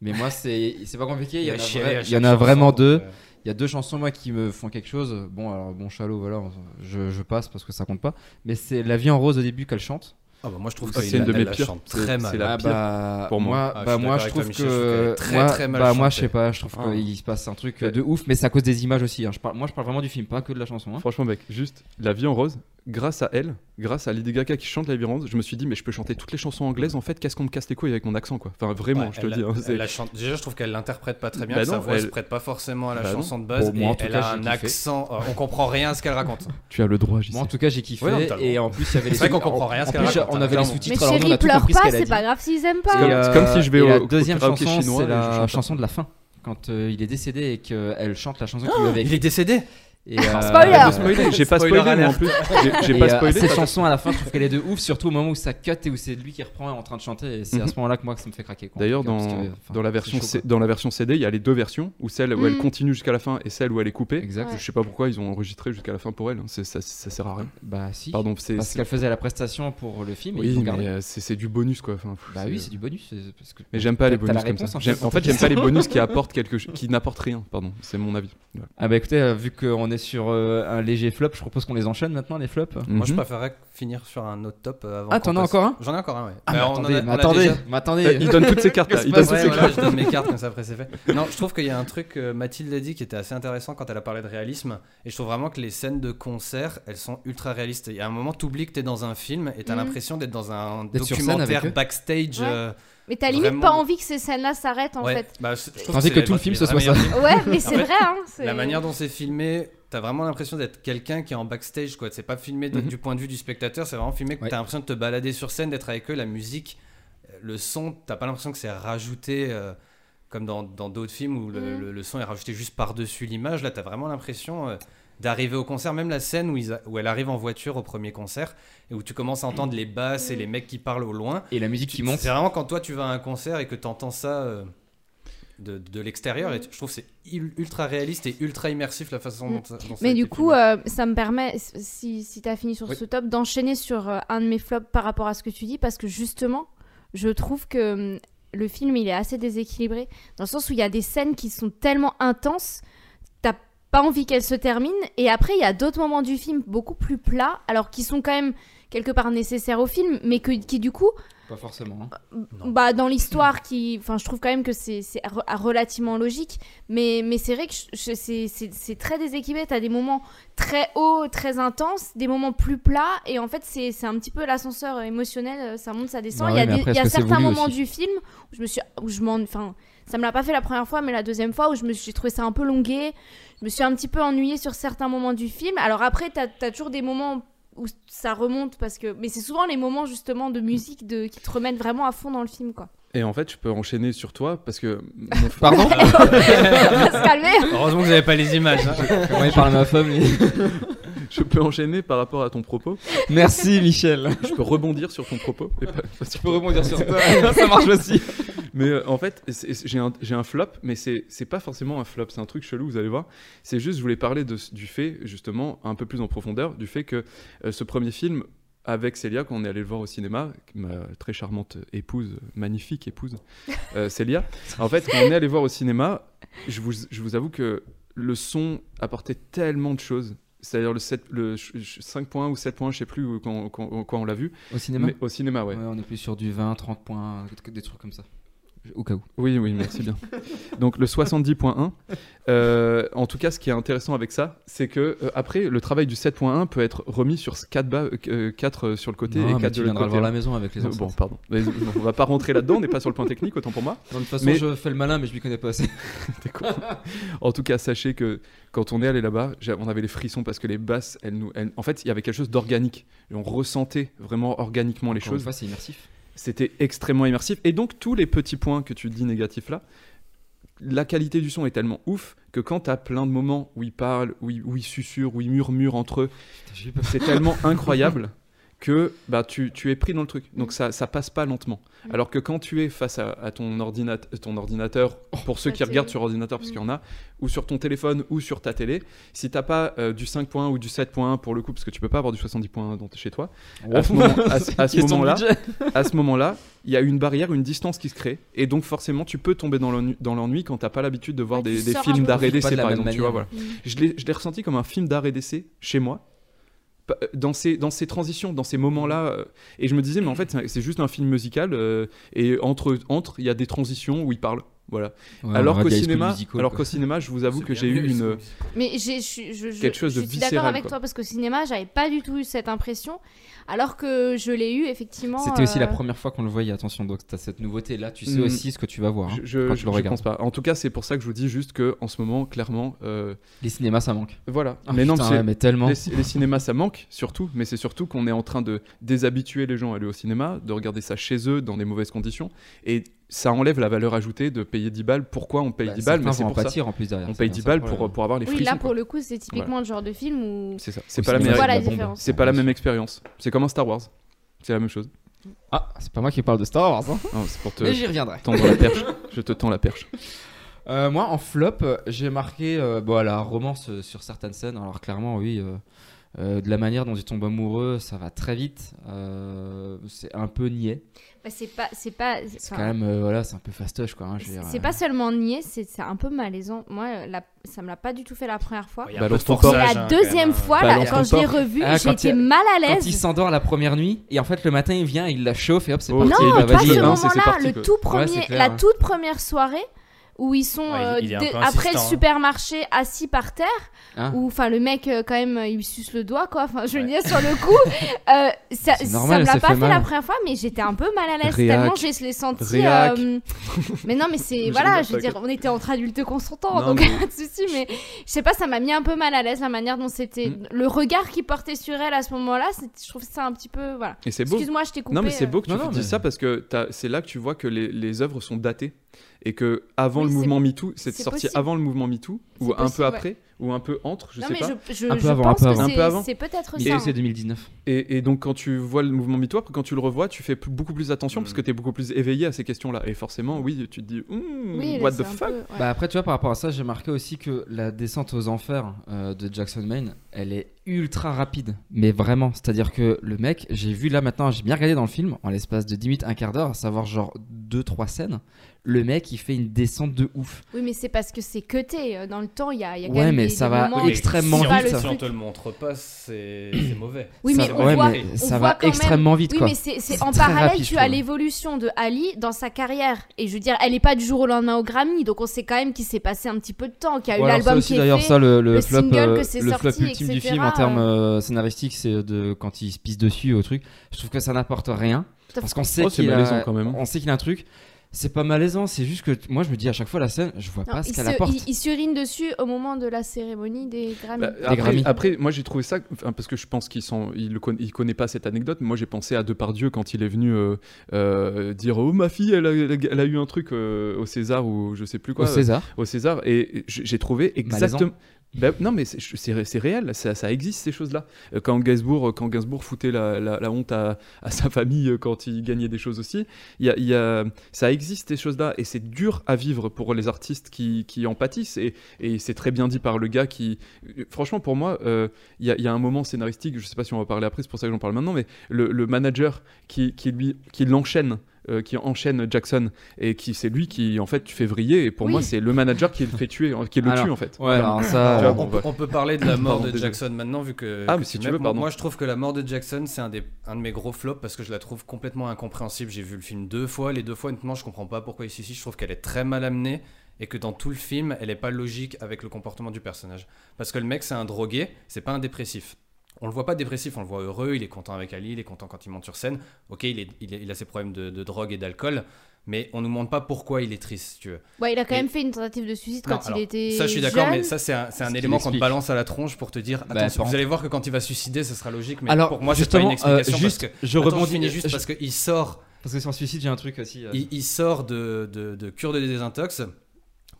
Speaker 6: Mais moi, c'est c'est pas compliqué. Il y, en a
Speaker 8: chialé
Speaker 6: vrai-
Speaker 8: à
Speaker 6: il y
Speaker 8: chaque
Speaker 6: en a
Speaker 8: chanson,
Speaker 6: vraiment
Speaker 8: donc,
Speaker 6: deux.
Speaker 8: euh,
Speaker 6: Il y a deux chansons moi qui me font quelque chose. Bon, alors bon, Shallow, voilà, on- je, je passe parce que ça compte pas. Mais c'est La vie en rose au début qu'elle chante.
Speaker 8: Ah bah moi je trouve
Speaker 2: Ah,
Speaker 8: que
Speaker 2: c'est une de mes pires.
Speaker 8: chante
Speaker 2: C'est-
Speaker 8: très
Speaker 2: c'est
Speaker 8: mal.
Speaker 2: la-
Speaker 6: Ah
Speaker 2: pire
Speaker 6: bah,
Speaker 2: pour moi.
Speaker 8: Ah, je
Speaker 6: bah
Speaker 8: suis
Speaker 6: moi je
Speaker 8: d'accord avec
Speaker 6: trouve
Speaker 8: toi, Michel, je trouve qu'elle
Speaker 6: que
Speaker 8: est très,
Speaker 6: moi,
Speaker 8: très mal
Speaker 6: bah moi je
Speaker 8: chantée.
Speaker 6: sais pas, je trouve
Speaker 8: Ah.
Speaker 6: qu'il se passe un euh, truc de ouf, mais c'est à cause des images aussi. hein. Je parle, moi je parle vraiment du film, pas que de la chanson. hein.
Speaker 2: Franchement, mec, juste la vie en rose, grâce à elle, grâce à Lady Gaga qui chante La Labyrinthe, je me suis dit, mais je peux chanter toutes les chansons anglaises. En fait, qu'est-ce qu'on me casse les couilles avec mon accent, quoi. Enfin, vraiment,
Speaker 8: Ouais,
Speaker 2: je te
Speaker 8: elle
Speaker 2: le dis.
Speaker 8: la-
Speaker 2: hein,
Speaker 8: elle
Speaker 2: c'est-
Speaker 8: la chante- Déjà, je trouve qu'elle l'interprète pas très bien.
Speaker 2: Bah
Speaker 8: que sa
Speaker 2: non,
Speaker 8: voix se
Speaker 2: elle-
Speaker 8: prête pas forcément à la
Speaker 2: Bah non.
Speaker 8: chanson de base.
Speaker 2: Bon, moi, en
Speaker 8: et
Speaker 2: tout
Speaker 8: elle
Speaker 2: cas,
Speaker 8: a
Speaker 2: j'ai
Speaker 8: un
Speaker 2: kiffé.
Speaker 8: accent. euh, on comprend rien à ce qu'elle raconte.
Speaker 2: Tu as le droit, j'y
Speaker 6: Moi, en tout cas, j'ai kiffé.
Speaker 8: Ouais, non, t'as le
Speaker 6: et en plus, il y avait les
Speaker 8: C'est vrai qu'on comprend rien à ce
Speaker 6: en
Speaker 8: qu'elle
Speaker 6: plus,
Speaker 8: raconte,
Speaker 6: on
Speaker 8: hein,
Speaker 6: avait les
Speaker 8: clairement.
Speaker 7: Mais
Speaker 6: sous-titres. alors nous, on
Speaker 7: chérie,
Speaker 6: a tout
Speaker 7: pleure
Speaker 6: compris ce
Speaker 7: pas,
Speaker 6: qu'elle a
Speaker 7: c'est
Speaker 6: dit.
Speaker 7: pas grave s'ils aiment
Speaker 6: Et,
Speaker 2: comme-
Speaker 7: pas.
Speaker 2: c'est comme si je vais
Speaker 6: et
Speaker 2: au-
Speaker 6: la
Speaker 2: au
Speaker 6: deuxième
Speaker 2: karaoké
Speaker 6: chanson,
Speaker 2: chinois
Speaker 6: c'est
Speaker 2: et je chante
Speaker 6: la
Speaker 2: pas.
Speaker 6: chanson de la fin. Quand euh, il est décédé et qu'elle chante la chanson
Speaker 2: Oh
Speaker 6: qu'il lui avait
Speaker 8: Il est
Speaker 6: écrite.
Speaker 8: décédé.
Speaker 6: Et, euh,
Speaker 7: Spoiler
Speaker 2: Arrête de Oh, spoiler, j'ai pas spoilé,
Speaker 8: Spoiler
Speaker 2: moi, en
Speaker 8: alert.
Speaker 2: plus. J'ai- J'ai
Speaker 6: Et,
Speaker 2: pas
Speaker 6: euh,
Speaker 2: spoilé.
Speaker 6: Cette
Speaker 2: ça-
Speaker 6: chanson à la fin, je trouve qu'elle est de ouf, surtout au moment où ça cut et où c'est lui qui reprend en train de chanter. Et c'est à
Speaker 2: Mhm.
Speaker 6: ce moment-là que moi, que ça me fait craquer. quoi, en
Speaker 2: D'ailleurs,
Speaker 6: tout cas,
Speaker 2: dans,
Speaker 6: parce que, enfin,
Speaker 2: dans, la
Speaker 6: c'est
Speaker 2: version
Speaker 6: chaud,
Speaker 2: C-
Speaker 6: quoi.
Speaker 2: dans la version CD, il y a les deux versions, où celle où elle
Speaker 7: Mm.
Speaker 2: continue jusqu'à la fin et celle où elle est coupée.
Speaker 6: Exact.
Speaker 7: Ouais.
Speaker 2: Je sais pas pourquoi ils ont enregistré jusqu'à la fin pour elle. hein. C'est- Ça, ça sert à rien.
Speaker 6: Bah si.
Speaker 2: Pardon, c'est.
Speaker 6: Parce
Speaker 2: c'est-
Speaker 6: qu'elle faisait la prestation pour le film. et ils
Speaker 2: Oui,
Speaker 6: l'ont gardé.
Speaker 2: mais euh, c'est c'est du bonus quoi. Enfin, pff,
Speaker 6: Bah
Speaker 2: c'est- euh,
Speaker 6: oui, c'est du bonus. c'est- Parce que
Speaker 2: Mais j'aime pas les
Speaker 6: T'as la
Speaker 2: bonus comme
Speaker 6: réponse,
Speaker 2: ça.
Speaker 6: en fait,
Speaker 2: J'aime-
Speaker 6: quand
Speaker 2: En fait,
Speaker 6: tu
Speaker 2: j'aime
Speaker 6: dis
Speaker 2: pas les bonus qui apportent quelque chose, qui n'apportent rien. Pardon, c'est mon avis. Voilà.
Speaker 6: Ah bah écoutez, euh, vu qu'on est sur euh, un léger flop, je propose qu'on les enchaîne maintenant, les flops.
Speaker 8: Moi, je
Speaker 2: Mhm.
Speaker 8: préférerais finir sur un autre top euh, avant.
Speaker 6: Ah,
Speaker 8: qu'on
Speaker 6: t'en as
Speaker 8: passe-
Speaker 6: encore un Ah,
Speaker 8: J'en ai encore un, ouais.
Speaker 6: mais
Speaker 8: Alors, on en a-
Speaker 6: attendez,
Speaker 8: on
Speaker 6: mais
Speaker 8: l'a
Speaker 6: attendez,
Speaker 8: déjà-
Speaker 6: mais
Speaker 2: Euh,
Speaker 6: attendez.
Speaker 2: il donne toutes ses cartes. là.
Speaker 6: Qu'est-ce
Speaker 2: Il
Speaker 6: qui
Speaker 2: donne
Speaker 6: se
Speaker 2: toutes
Speaker 8: Ouais,
Speaker 2: ses
Speaker 8: voilà,
Speaker 2: cartes.
Speaker 8: je donne mes cartes comme ça après c'est fait. Non, je trouve qu'il y a un truc euh, Mathilde a dit qui était assez intéressant quand elle a parlé de réalisme et je trouve vraiment que les scènes de concert, elles sont ultra réalistes. Il y a un moment t'oublies que t'es dans un film et t'as
Speaker 7: Mhm.
Speaker 8: l'impression d'être dans un
Speaker 6: D'être sur scène avec eux.
Speaker 8: documentaire backstage.
Speaker 7: Ouais.
Speaker 8: euh,
Speaker 7: Mais t'as limite
Speaker 8: vraiment-
Speaker 7: pas envie que ces scènes-là s'arrêtent en
Speaker 8: ouais.
Speaker 7: fait.
Speaker 8: Bah, je- je trouve
Speaker 6: Tandis
Speaker 8: c'est
Speaker 6: que tout le
Speaker 8: la-
Speaker 6: film,
Speaker 8: la
Speaker 6: ce soit
Speaker 8: meilleure
Speaker 6: ça.
Speaker 8: film.
Speaker 7: Ouais, mais
Speaker 8: En
Speaker 6: Ah
Speaker 7: c'est
Speaker 8: fait,
Speaker 7: vrai. Hein,
Speaker 8: La
Speaker 7: c'est-
Speaker 8: manière dont c'est filmé, t'as vraiment l'impression d'être quelqu'un qui est en backstage, quoi. C'est pas filmé de-
Speaker 2: Mhm.
Speaker 8: du point de vue du spectateur, c'est vraiment filmé que
Speaker 6: Ouais.
Speaker 8: t'as l'impression de te balader sur scène, d'être avec eux, la musique, euh, le son, t'as pas l'impression que c'est rajouté euh, comme dans dans d'autres films où le,
Speaker 7: Mhm.
Speaker 8: le- le son est rajouté juste par-dessus l'image. Là, t'as vraiment l'impression euh, d'arriver au concert, même la scène où, ils a- où elle arrive en voiture au premier concert et où tu commences à entendre les basses et les
Speaker 7: Mhm.
Speaker 8: mecs qui parlent au loin.
Speaker 6: Et la musique qui monte.
Speaker 8: C'est vraiment quand toi tu vas à un concert et que tu entends ça euh, de, de l'extérieur, et tu- je trouve que c'est il- ultra réaliste et ultra immersif la façon
Speaker 7: Mm.
Speaker 8: dont, ça- dont ça a
Speaker 7: Mais
Speaker 8: été
Speaker 7: du coup,
Speaker 8: filmé.
Speaker 7: euh, ça me permet, si, si tu as fini sur
Speaker 8: Oui.
Speaker 7: ce top, d'enchaîner sur euh, un de mes flops par rapport à ce que tu dis, parce que justement, je trouve que hum, le film, il est assez déséquilibré, dans le sens où il y a des scènes qui sont tellement intenses, t'as pas envie qu'elles se terminent, et après, il y a d'autres moments du film beaucoup plus plats, alors qui sont quand même quelque part nécessaires au film, mais que, qui du coup,
Speaker 6: Pas forcément. hein.
Speaker 8: Non.
Speaker 7: bah, dans l'histoire, qui, enfin, je trouve quand même que c'est c'est re- ah, relativement logique, mais, mais c'est vrai que je- je- c'est- c'est c'est très déséquilibré. T'as des moments très hauts, très intenses, des moments plus plats, et en fait, c'est c'est un petit peu l'ascenseur euh, émotionnel, ça monte, ça descend.
Speaker 6: Bah
Speaker 7: il y a,
Speaker 6: ouais, mais
Speaker 7: des-
Speaker 6: après,
Speaker 7: il y a
Speaker 6: est-ce que c'est
Speaker 7: certains
Speaker 6: voulu
Speaker 7: moments
Speaker 6: aussi
Speaker 7: du film où je me suis, où je m'en, enfin, ça me l'a pas fait la première fois, mais la deuxième fois où je me suis j'ai trouvé ça un peu longué. Je me suis un petit peu ennuyée sur certains moments du film. Alors après, t'as as toujours des moments où ça remonte parce que mais c'est souvent les moments justement de musique de qui te remènent vraiment à fond dans le film quoi.
Speaker 2: Et en fait, je peux enchaîner sur toi parce que mon
Speaker 6: Pardon
Speaker 7: On va se calmer.
Speaker 8: Heureusement que vous n'avez pas les images. hein.
Speaker 6: Comment il parle à ma femme lui
Speaker 2: je peux enchaîner par rapport à ton propos.
Speaker 6: Merci Michel.
Speaker 2: Je peux rebondir sur ton propos. et pas- pas sur
Speaker 6: Tu peux rebondir sur ça. ça marche aussi.
Speaker 2: Mais euh, en fait, c'est- c'est- j'ai un, j'ai un flop, mais c'est c'est pas forcément un flop, c'est un truc chelou, vous allez voir. C'est juste, je voulais parler de, ce- du fait, justement, un peu plus en profondeur, du fait que euh, ce premier film, avec Célia, quand on est allé le voir au cinéma, ma très charmante épouse, magnifique épouse, euh, Célia, en fait, quand on est allé voir au cinéma, je vous, je vous avoue que le son apportait tellement de choses. C'est-à-dire le, 7, le 5 points ou 7 points, je sais plus où- quand, quand- quand on l'a vu.
Speaker 6: Au cinéma
Speaker 2: mais au cinéma, ouais.
Speaker 6: Ouais, on est plus sur du 20, 30 points, des trucs comme ça. Au cas où.
Speaker 2: Oui, oui, merci bien. Donc le 70.1. euh, en tout cas, ce qui est intéressant avec ça, c'est que euh, après, le travail du 7.1 peut être remis sur euh, 4, sur le côté et
Speaker 6: non, mais
Speaker 2: 4
Speaker 6: tu
Speaker 2: de l'autre
Speaker 6: viendras le
Speaker 2: côté.
Speaker 6: voir à la maison avec les
Speaker 2: Euh, bon,
Speaker 6: enfants.
Speaker 2: pardon. Mais, euh, on va pas rentrer là-dedans, on n'est pas sur le point technique, autant pour moi.
Speaker 6: de toute façon,
Speaker 2: Mais-
Speaker 6: je fais le malin, mais je lui connais pas assez.
Speaker 2: T'es con. en tout cas, sachez que quand on est allé là-bas, j'a- on avait les frissons parce que les basses, elles nous, elles- en fait, il y avait quelque chose d'organique. Et On ressentait vraiment organiquement les
Speaker 6: Encore une
Speaker 2: choses.
Speaker 6: fois, c'est immersif.
Speaker 2: C'était extrêmement immersif. Et donc, tous les petits points que tu dis négatifs là, la qualité du son est tellement ouf que quand t'as plein de moments où ils parlent, où ils, où ils susurrent, où ils murmurent entre eux, c'est tellement incroyable que bah, tu, tu es pris dans le truc. Donc ça, ça passe pas lentement.
Speaker 7: Mm.
Speaker 2: Alors que quand tu es face à, à ton, ordinate- ton ordinateur, pour ceux qui
Speaker 7: la
Speaker 2: regardent
Speaker 7: télé.
Speaker 2: sur ordinateur, parce
Speaker 7: Mm.
Speaker 2: qu'il y en a, ou sur ton téléphone, ou sur ta télé, si t'as pas euh, du 5 points ou du 7 points pour le coup, parce que tu peux pas avoir du 70 points dans- chez toi, à ce moment- à ce- à ce moment-là, à ce moment-là, il y a une barrière, une distance qui se crée, et donc forcément, tu peux tomber dans l'ennui- dans l'ennui quand t'as pas l'habitude de voir
Speaker 7: Ouais,
Speaker 2: des,
Speaker 7: tu
Speaker 2: des
Speaker 7: sors un
Speaker 2: films
Speaker 7: peu.
Speaker 2: d'arrêt
Speaker 6: Pas de
Speaker 2: d'essai,
Speaker 6: la
Speaker 2: par
Speaker 6: même
Speaker 2: exemple. Tu vois,
Speaker 6: manière.
Speaker 2: voilà.
Speaker 7: Mm.
Speaker 2: Je l'ai je l'ai ressenti comme un film d'arrêt d'essai chez moi, Pa- euh, dans ces, dans ces transitions, dans ces moments-là. euh, Et je me disais, mais en fait, c'est- c'est juste un film musical, euh, et entre entre, il y a des transitions où il parle. Voilà.
Speaker 6: Ouais,
Speaker 2: alors
Speaker 6: un
Speaker 2: qu'au
Speaker 6: High School
Speaker 2: cinéma,
Speaker 6: Musical,
Speaker 2: alors
Speaker 6: quoi.
Speaker 2: qu'au cinéma, je vous avoue que j'ai eu une
Speaker 7: Mais j'ai- je suis- je- je-
Speaker 2: Quelque chose
Speaker 7: je
Speaker 2: de
Speaker 7: suis d'accord
Speaker 2: viscéral,
Speaker 7: avec
Speaker 2: quoi.
Speaker 7: toi parce qu'au cinéma, j'avais pas du tout eu cette impression, alors que je l'ai eu effectivement.
Speaker 6: C'était aussi la
Speaker 7: euh,
Speaker 6: première fois qu'on le voyait, attention, donc t'as cette nouveauté là, tu sais
Speaker 2: Mm.
Speaker 6: aussi ce que tu vas voir hein,
Speaker 2: je, je,
Speaker 6: quand
Speaker 2: je-
Speaker 6: tu le
Speaker 2: je
Speaker 6: regardes.
Speaker 2: pense pas. En tout cas, c'est pour ça que je vous dis juste que en ce moment, clairement, euh,
Speaker 6: Les cinémas ça manque.
Speaker 2: voilà.
Speaker 6: Ah,
Speaker 2: mais non,
Speaker 6: putain,
Speaker 2: c'est-
Speaker 6: ouais, mais tellement.
Speaker 2: les, les cinémas, ça manque surtout, mais c'est surtout qu'on est en train de déshabituer les gens à aller au cinéma, de regarder ça chez eux dans des mauvaises conditions, et ça enlève la valeur ajoutée de payer 10 balles. Pourquoi on paye
Speaker 6: Bah,
Speaker 2: 10 balles
Speaker 6: certains
Speaker 2: Mais c'est
Speaker 6: vont en
Speaker 2: pour ça.
Speaker 6: pâtir en plus derrière.
Speaker 2: On
Speaker 6: c'est
Speaker 2: paye
Speaker 6: bien
Speaker 2: 10
Speaker 6: ça le
Speaker 2: balles
Speaker 6: problème.
Speaker 2: pour, pour avoir les
Speaker 7: Oui,
Speaker 2: frissons.
Speaker 7: là
Speaker 2: quoi.
Speaker 7: pour le coup, c'est typiquement le genre de film où.
Speaker 2: C'est ça. C'est
Speaker 6: Au
Speaker 2: pas la
Speaker 6: cinéma,
Speaker 2: même.
Speaker 7: c'est Voilà. la
Speaker 6: de bombe.
Speaker 7: différence.
Speaker 2: C'est pas la même expérience. C'est comme un Star Wars. C'est la même chose.
Speaker 6: Ah, c'est pas moi qui parle de Star Wars. hein.
Speaker 2: Non, c'est pour te
Speaker 6: Mais j'y reviendrai.
Speaker 2: tendre la perche. Je te tends la perche.
Speaker 6: Euh, moi, en flop, euh, j'ai marqué euh, bon, la romance euh, sur certaines scènes. Alors, clairement, oui, euh, euh, de la manière dont ils tombent amoureux, ça va très vite. Euh, c'est un peu niais.
Speaker 7: Bah, c'est pas, c'est pas.
Speaker 6: C'est
Speaker 7: enfin,
Speaker 6: quand même, euh, voilà, c'est un peu fastoche, quoi. hein, je veux
Speaker 7: c'est-
Speaker 6: dire,
Speaker 7: c'est
Speaker 6: euh,
Speaker 7: pas seulement nier, c'est c'est un peu malaisant. Moi, euh, la- ça me l'a pas du tout fait la première fois.
Speaker 8: Il y a un
Speaker 2: Balance
Speaker 8: peu de
Speaker 2: ton
Speaker 7: Et
Speaker 2: porc.
Speaker 8: forçage,
Speaker 7: la
Speaker 8: hein,
Speaker 7: deuxième
Speaker 8: quand même, hein.
Speaker 7: fois,
Speaker 6: Bah,
Speaker 2: Balance
Speaker 7: là,
Speaker 2: ton
Speaker 7: quand je l'ai
Speaker 2: porc.
Speaker 7: revu,
Speaker 6: Ah, quand il y
Speaker 7: j'étais
Speaker 6: a-
Speaker 7: mal à
Speaker 6: Quand il
Speaker 7: l'aise.
Speaker 6: s'endort la première nuit, et en fait, le matin, il vient, il la chauffe, et hop, c'est
Speaker 2: Oh,
Speaker 6: parti.
Speaker 7: Non,
Speaker 2: Et
Speaker 6: il va,
Speaker 2: bah,
Speaker 7: pas
Speaker 6: vas-y.
Speaker 7: ce
Speaker 2: hein, c'est- c'est
Speaker 7: moment-là,
Speaker 2: parti,
Speaker 7: le
Speaker 2: quoi.
Speaker 7: tout
Speaker 6: Ouais,
Speaker 7: premier,
Speaker 6: c'est clair,
Speaker 7: la
Speaker 6: hein.
Speaker 7: toute première soirée où ils sont
Speaker 8: Ouais, il-
Speaker 7: euh,
Speaker 8: il est un
Speaker 7: dé-
Speaker 8: peu
Speaker 7: après le
Speaker 8: insistant, hein.
Speaker 7: supermarché assis par terre
Speaker 6: Hein.
Speaker 7: où enfin le mec euh, quand même euh, il suce le doigt quoi enfin je niais sur le coup Euh, ça,
Speaker 6: C'est
Speaker 7: ça
Speaker 6: normal,
Speaker 7: me
Speaker 6: elle
Speaker 7: l'a
Speaker 6: s'est
Speaker 7: pas
Speaker 6: fait
Speaker 7: fait
Speaker 6: mal.
Speaker 7: la première fois mais j'étais un peu mal à l'aise
Speaker 2: Réac.
Speaker 7: tellement je l'ai senti
Speaker 2: Réac.
Speaker 7: euh, mais non mais c'est
Speaker 2: J'aime
Speaker 7: voilà
Speaker 2: bien
Speaker 7: je veux
Speaker 2: ça,
Speaker 7: dire on était entre adultes consentants
Speaker 2: Non,
Speaker 7: donc
Speaker 2: mais-
Speaker 7: pas de souci mais je sais pas ça m'a mis un peu mal à l'aise la manière dont c'était
Speaker 2: Hmm.
Speaker 6: Mm.
Speaker 7: le regard qu'il portait sur elle à ce moment-là c'est- je trouve ça un petit peu voilà
Speaker 2: Et c'est beau.
Speaker 7: excuse-moi je t'ai coupé
Speaker 2: Non mais c'est
Speaker 7: euh.
Speaker 2: beau que tu
Speaker 6: Non, non,
Speaker 2: dises
Speaker 6: mais-
Speaker 2: ça parce que t'as- c'est là que tu vois que les, les œuvres sont datées et que avant
Speaker 7: Oui,
Speaker 2: le
Speaker 7: c'est-
Speaker 2: mouvement MeToo, c'est
Speaker 7: c'est
Speaker 2: sorti
Speaker 7: possible.
Speaker 2: avant le mouvement MeToo ou
Speaker 7: C'est
Speaker 2: un peu
Speaker 7: possible,
Speaker 2: après ou un peu entre, je
Speaker 7: non,
Speaker 2: sais
Speaker 7: mais
Speaker 2: pas.
Speaker 7: Je, je,
Speaker 6: Un peu
Speaker 7: je
Speaker 6: avant, un
Speaker 7: pense
Speaker 6: peu avant.
Speaker 2: Un
Speaker 7: que
Speaker 2: peu
Speaker 7: c'est-
Speaker 2: avant.
Speaker 7: c'est peut-être
Speaker 6: Mais
Speaker 7: ça. hein.
Speaker 6: c'est 2019.
Speaker 2: Et, et donc quand tu vois le mouvement MeToo, après quand tu le revois, tu fais p- beaucoup plus attention
Speaker 6: Mm.
Speaker 2: parce que t'es beaucoup plus éveillé à ces questions-là. Et forcément, oui, tu te dis, Hmm,
Speaker 7: Oui,
Speaker 2: what
Speaker 7: c'est
Speaker 2: the
Speaker 7: un
Speaker 2: fuck.
Speaker 7: peu- ouais.
Speaker 6: Bah après tu vois par rapport à ça j'ai marqué aussi que la descente aux enfers euh, de Jackson Maine elle est ultra rapide mais vraiment c'est à dire que le mec j'ai vu là maintenant j'ai bien regardé dans le film en l'espace de 10 minutes un quart d'heure à savoir genre 2-3 scènes le mec il fait une descente de ouf
Speaker 7: Oui, mais c'est parce que c'est cuté. euh, Dans le temps, il y a, il y a quand
Speaker 6: Ouais,
Speaker 7: même
Speaker 6: mais
Speaker 7: des,
Speaker 6: ça
Speaker 7: des
Speaker 6: va
Speaker 7: moments-
Speaker 8: Mais
Speaker 6: extrêmement
Speaker 8: si on-
Speaker 7: vite.
Speaker 8: Si on te le montre pas, c'est c'est mauvais.
Speaker 7: Oui,
Speaker 6: ça,
Speaker 7: mais on
Speaker 6: ouais,
Speaker 7: voit-
Speaker 6: mais
Speaker 7: on
Speaker 6: ça
Speaker 7: voit
Speaker 6: va
Speaker 7: quand même-
Speaker 6: extrêmement vite
Speaker 7: Oui,
Speaker 6: quoi
Speaker 7: mais c'est c'est-
Speaker 6: C'est
Speaker 7: en
Speaker 6: très
Speaker 7: parallèle,
Speaker 6: rapide, je
Speaker 7: tu as
Speaker 6: trouve.
Speaker 7: l'évolution de Ali dans sa carrière. Et je veux dire, elle n'est pas du jour au lendemain au Grammy, donc on sait quand même qu'il s'est passé un petit peu de temps, qu'il y a
Speaker 6: Ou
Speaker 7: eu
Speaker 6: alors ça
Speaker 7: l'album
Speaker 6: aussi
Speaker 7: qui est
Speaker 6: d'ailleurs
Speaker 7: fait.
Speaker 6: ça le, le
Speaker 7: le
Speaker 6: flop
Speaker 7: single
Speaker 6: euh,
Speaker 7: que c'est
Speaker 6: le flop
Speaker 7: sorti,
Speaker 6: ultime du
Speaker 7: etc.,
Speaker 6: film en termes
Speaker 7: euh.
Speaker 6: euh, scénaristiques c'est de quand il se pisse dessus au truc je trouve que ça n'apporte rien
Speaker 7: Tout à
Speaker 6: Parce
Speaker 7: fait.
Speaker 6: qu'on sait
Speaker 2: Oh, c'est
Speaker 6: qu'il
Speaker 2: malaisant
Speaker 6: a,
Speaker 2: quand même.
Speaker 6: on sait qu'il a un truc. C'est pas malaisant, c'est juste que t- moi je me dis à chaque fois la scène, je vois
Speaker 7: Non,
Speaker 6: pas ce
Speaker 7: il
Speaker 6: qu'elle
Speaker 7: se-
Speaker 6: apporte.
Speaker 7: il- Il surine dessus au moment de la cérémonie des Grammy.
Speaker 2: Bah, après,
Speaker 6: Grammys.
Speaker 2: après, moi j'ai trouvé ça enfin, parce que je pense qu'il s'en- il le conna- il connaît pas cette anecdote. mais Moi j'ai pensé à Depardieu quand il est venu euh, euh, dire oh ma fille elle a, elle a- elle a eu un truc euh, au César ou je sais plus quoi
Speaker 6: Au César.
Speaker 2: au César et j- j'ai trouvé
Speaker 6: Malaisant.
Speaker 2: exactement. Bah, non mais c'est- c'est ré- c'est réel, ça, ça existe ces choses-là. Euh, Quand Gainsbourg, quand Gainsbourg foutait la, la- la honte à, à sa famille euh, quand il gagnait des choses aussi, il y a- il y a- ça existe ces choses-là et c'est dur à vivre pour les artistes qui, qui en pâtissent et, et c'est très bien dit par le gars qui... Franchement pour moi, euh, il y, a- il y a un moment scénaristique, je sais pas si on va parler après, c'est pour ça que j'en parle maintenant, mais le, le manager qui, qui lui qui l'enchaîne. euh, qui enchaîne Jackson et qui c'est lui qui en fait fait vriller et pour
Speaker 7: Oui.
Speaker 2: moi c'est le manager qui le fait tuer hein, qui le
Speaker 6: Alors,
Speaker 2: tue en fait
Speaker 6: Ouais, alors ça.
Speaker 2: Tu
Speaker 6: euh,
Speaker 2: vois, bon,
Speaker 8: Ah, on, peut,
Speaker 2: bah.
Speaker 8: on peut parler de la mort
Speaker 2: Pardon,
Speaker 8: de
Speaker 2: désolé.
Speaker 8: Jackson maintenant, vu que.
Speaker 2: Ah,
Speaker 8: que
Speaker 2: mais si tu
Speaker 8: m'aimes.
Speaker 2: veux, pardon.
Speaker 8: Moi, je trouve que la mort de Jackson, c'est un, des- un de mes gros flops parce que je la trouve complètement incompréhensible. J'ai vu le film deux fois. Les deux fois, honnêtement, je comprends pas pourquoi ici, si je trouve qu'elle est très mal amenée et que dans tout le film, elle est pas logique avec le comportement du personnage. Parce que le mec, c'est un drogué, c'est pas un dépressif. On le voit pas dépressif, on le voit heureux, il est content avec Ali, il est content quand il monte sur scène. Ok, il, est- il est- il a ses problèmes de, de drogue et d'alcool, mais on nous montre pas pourquoi il est triste, si tu veux.
Speaker 7: Ouais, il a quand
Speaker 8: Et-
Speaker 7: même fait une tentative de suicide
Speaker 8: Non,
Speaker 7: quand
Speaker 8: alors,
Speaker 7: il était.
Speaker 8: Ça, je suis d'accord, mais
Speaker 7: jeune.
Speaker 8: ça, c'est un, c'est un
Speaker 6: qu'il
Speaker 8: élément qu'on te
Speaker 6: explique.
Speaker 8: balance à la tronche pour te dire.
Speaker 6: Bah,
Speaker 8: Attends,
Speaker 6: par
Speaker 8: vous allez voir que quand il va se suicider, ça sera logique, mais
Speaker 6: alors
Speaker 8: pour moi, c'est pas
Speaker 6: justement,
Speaker 8: une explication.
Speaker 6: euh, juste,
Speaker 8: parce que,
Speaker 6: je
Speaker 8: Attends,
Speaker 6: rebondis
Speaker 8: finis juste
Speaker 6: je-
Speaker 8: parce qu'il sort,
Speaker 6: parce que sur le suicide j'ai un truc aussi. euh,
Speaker 8: il, il sort de, de, de cure de désintox.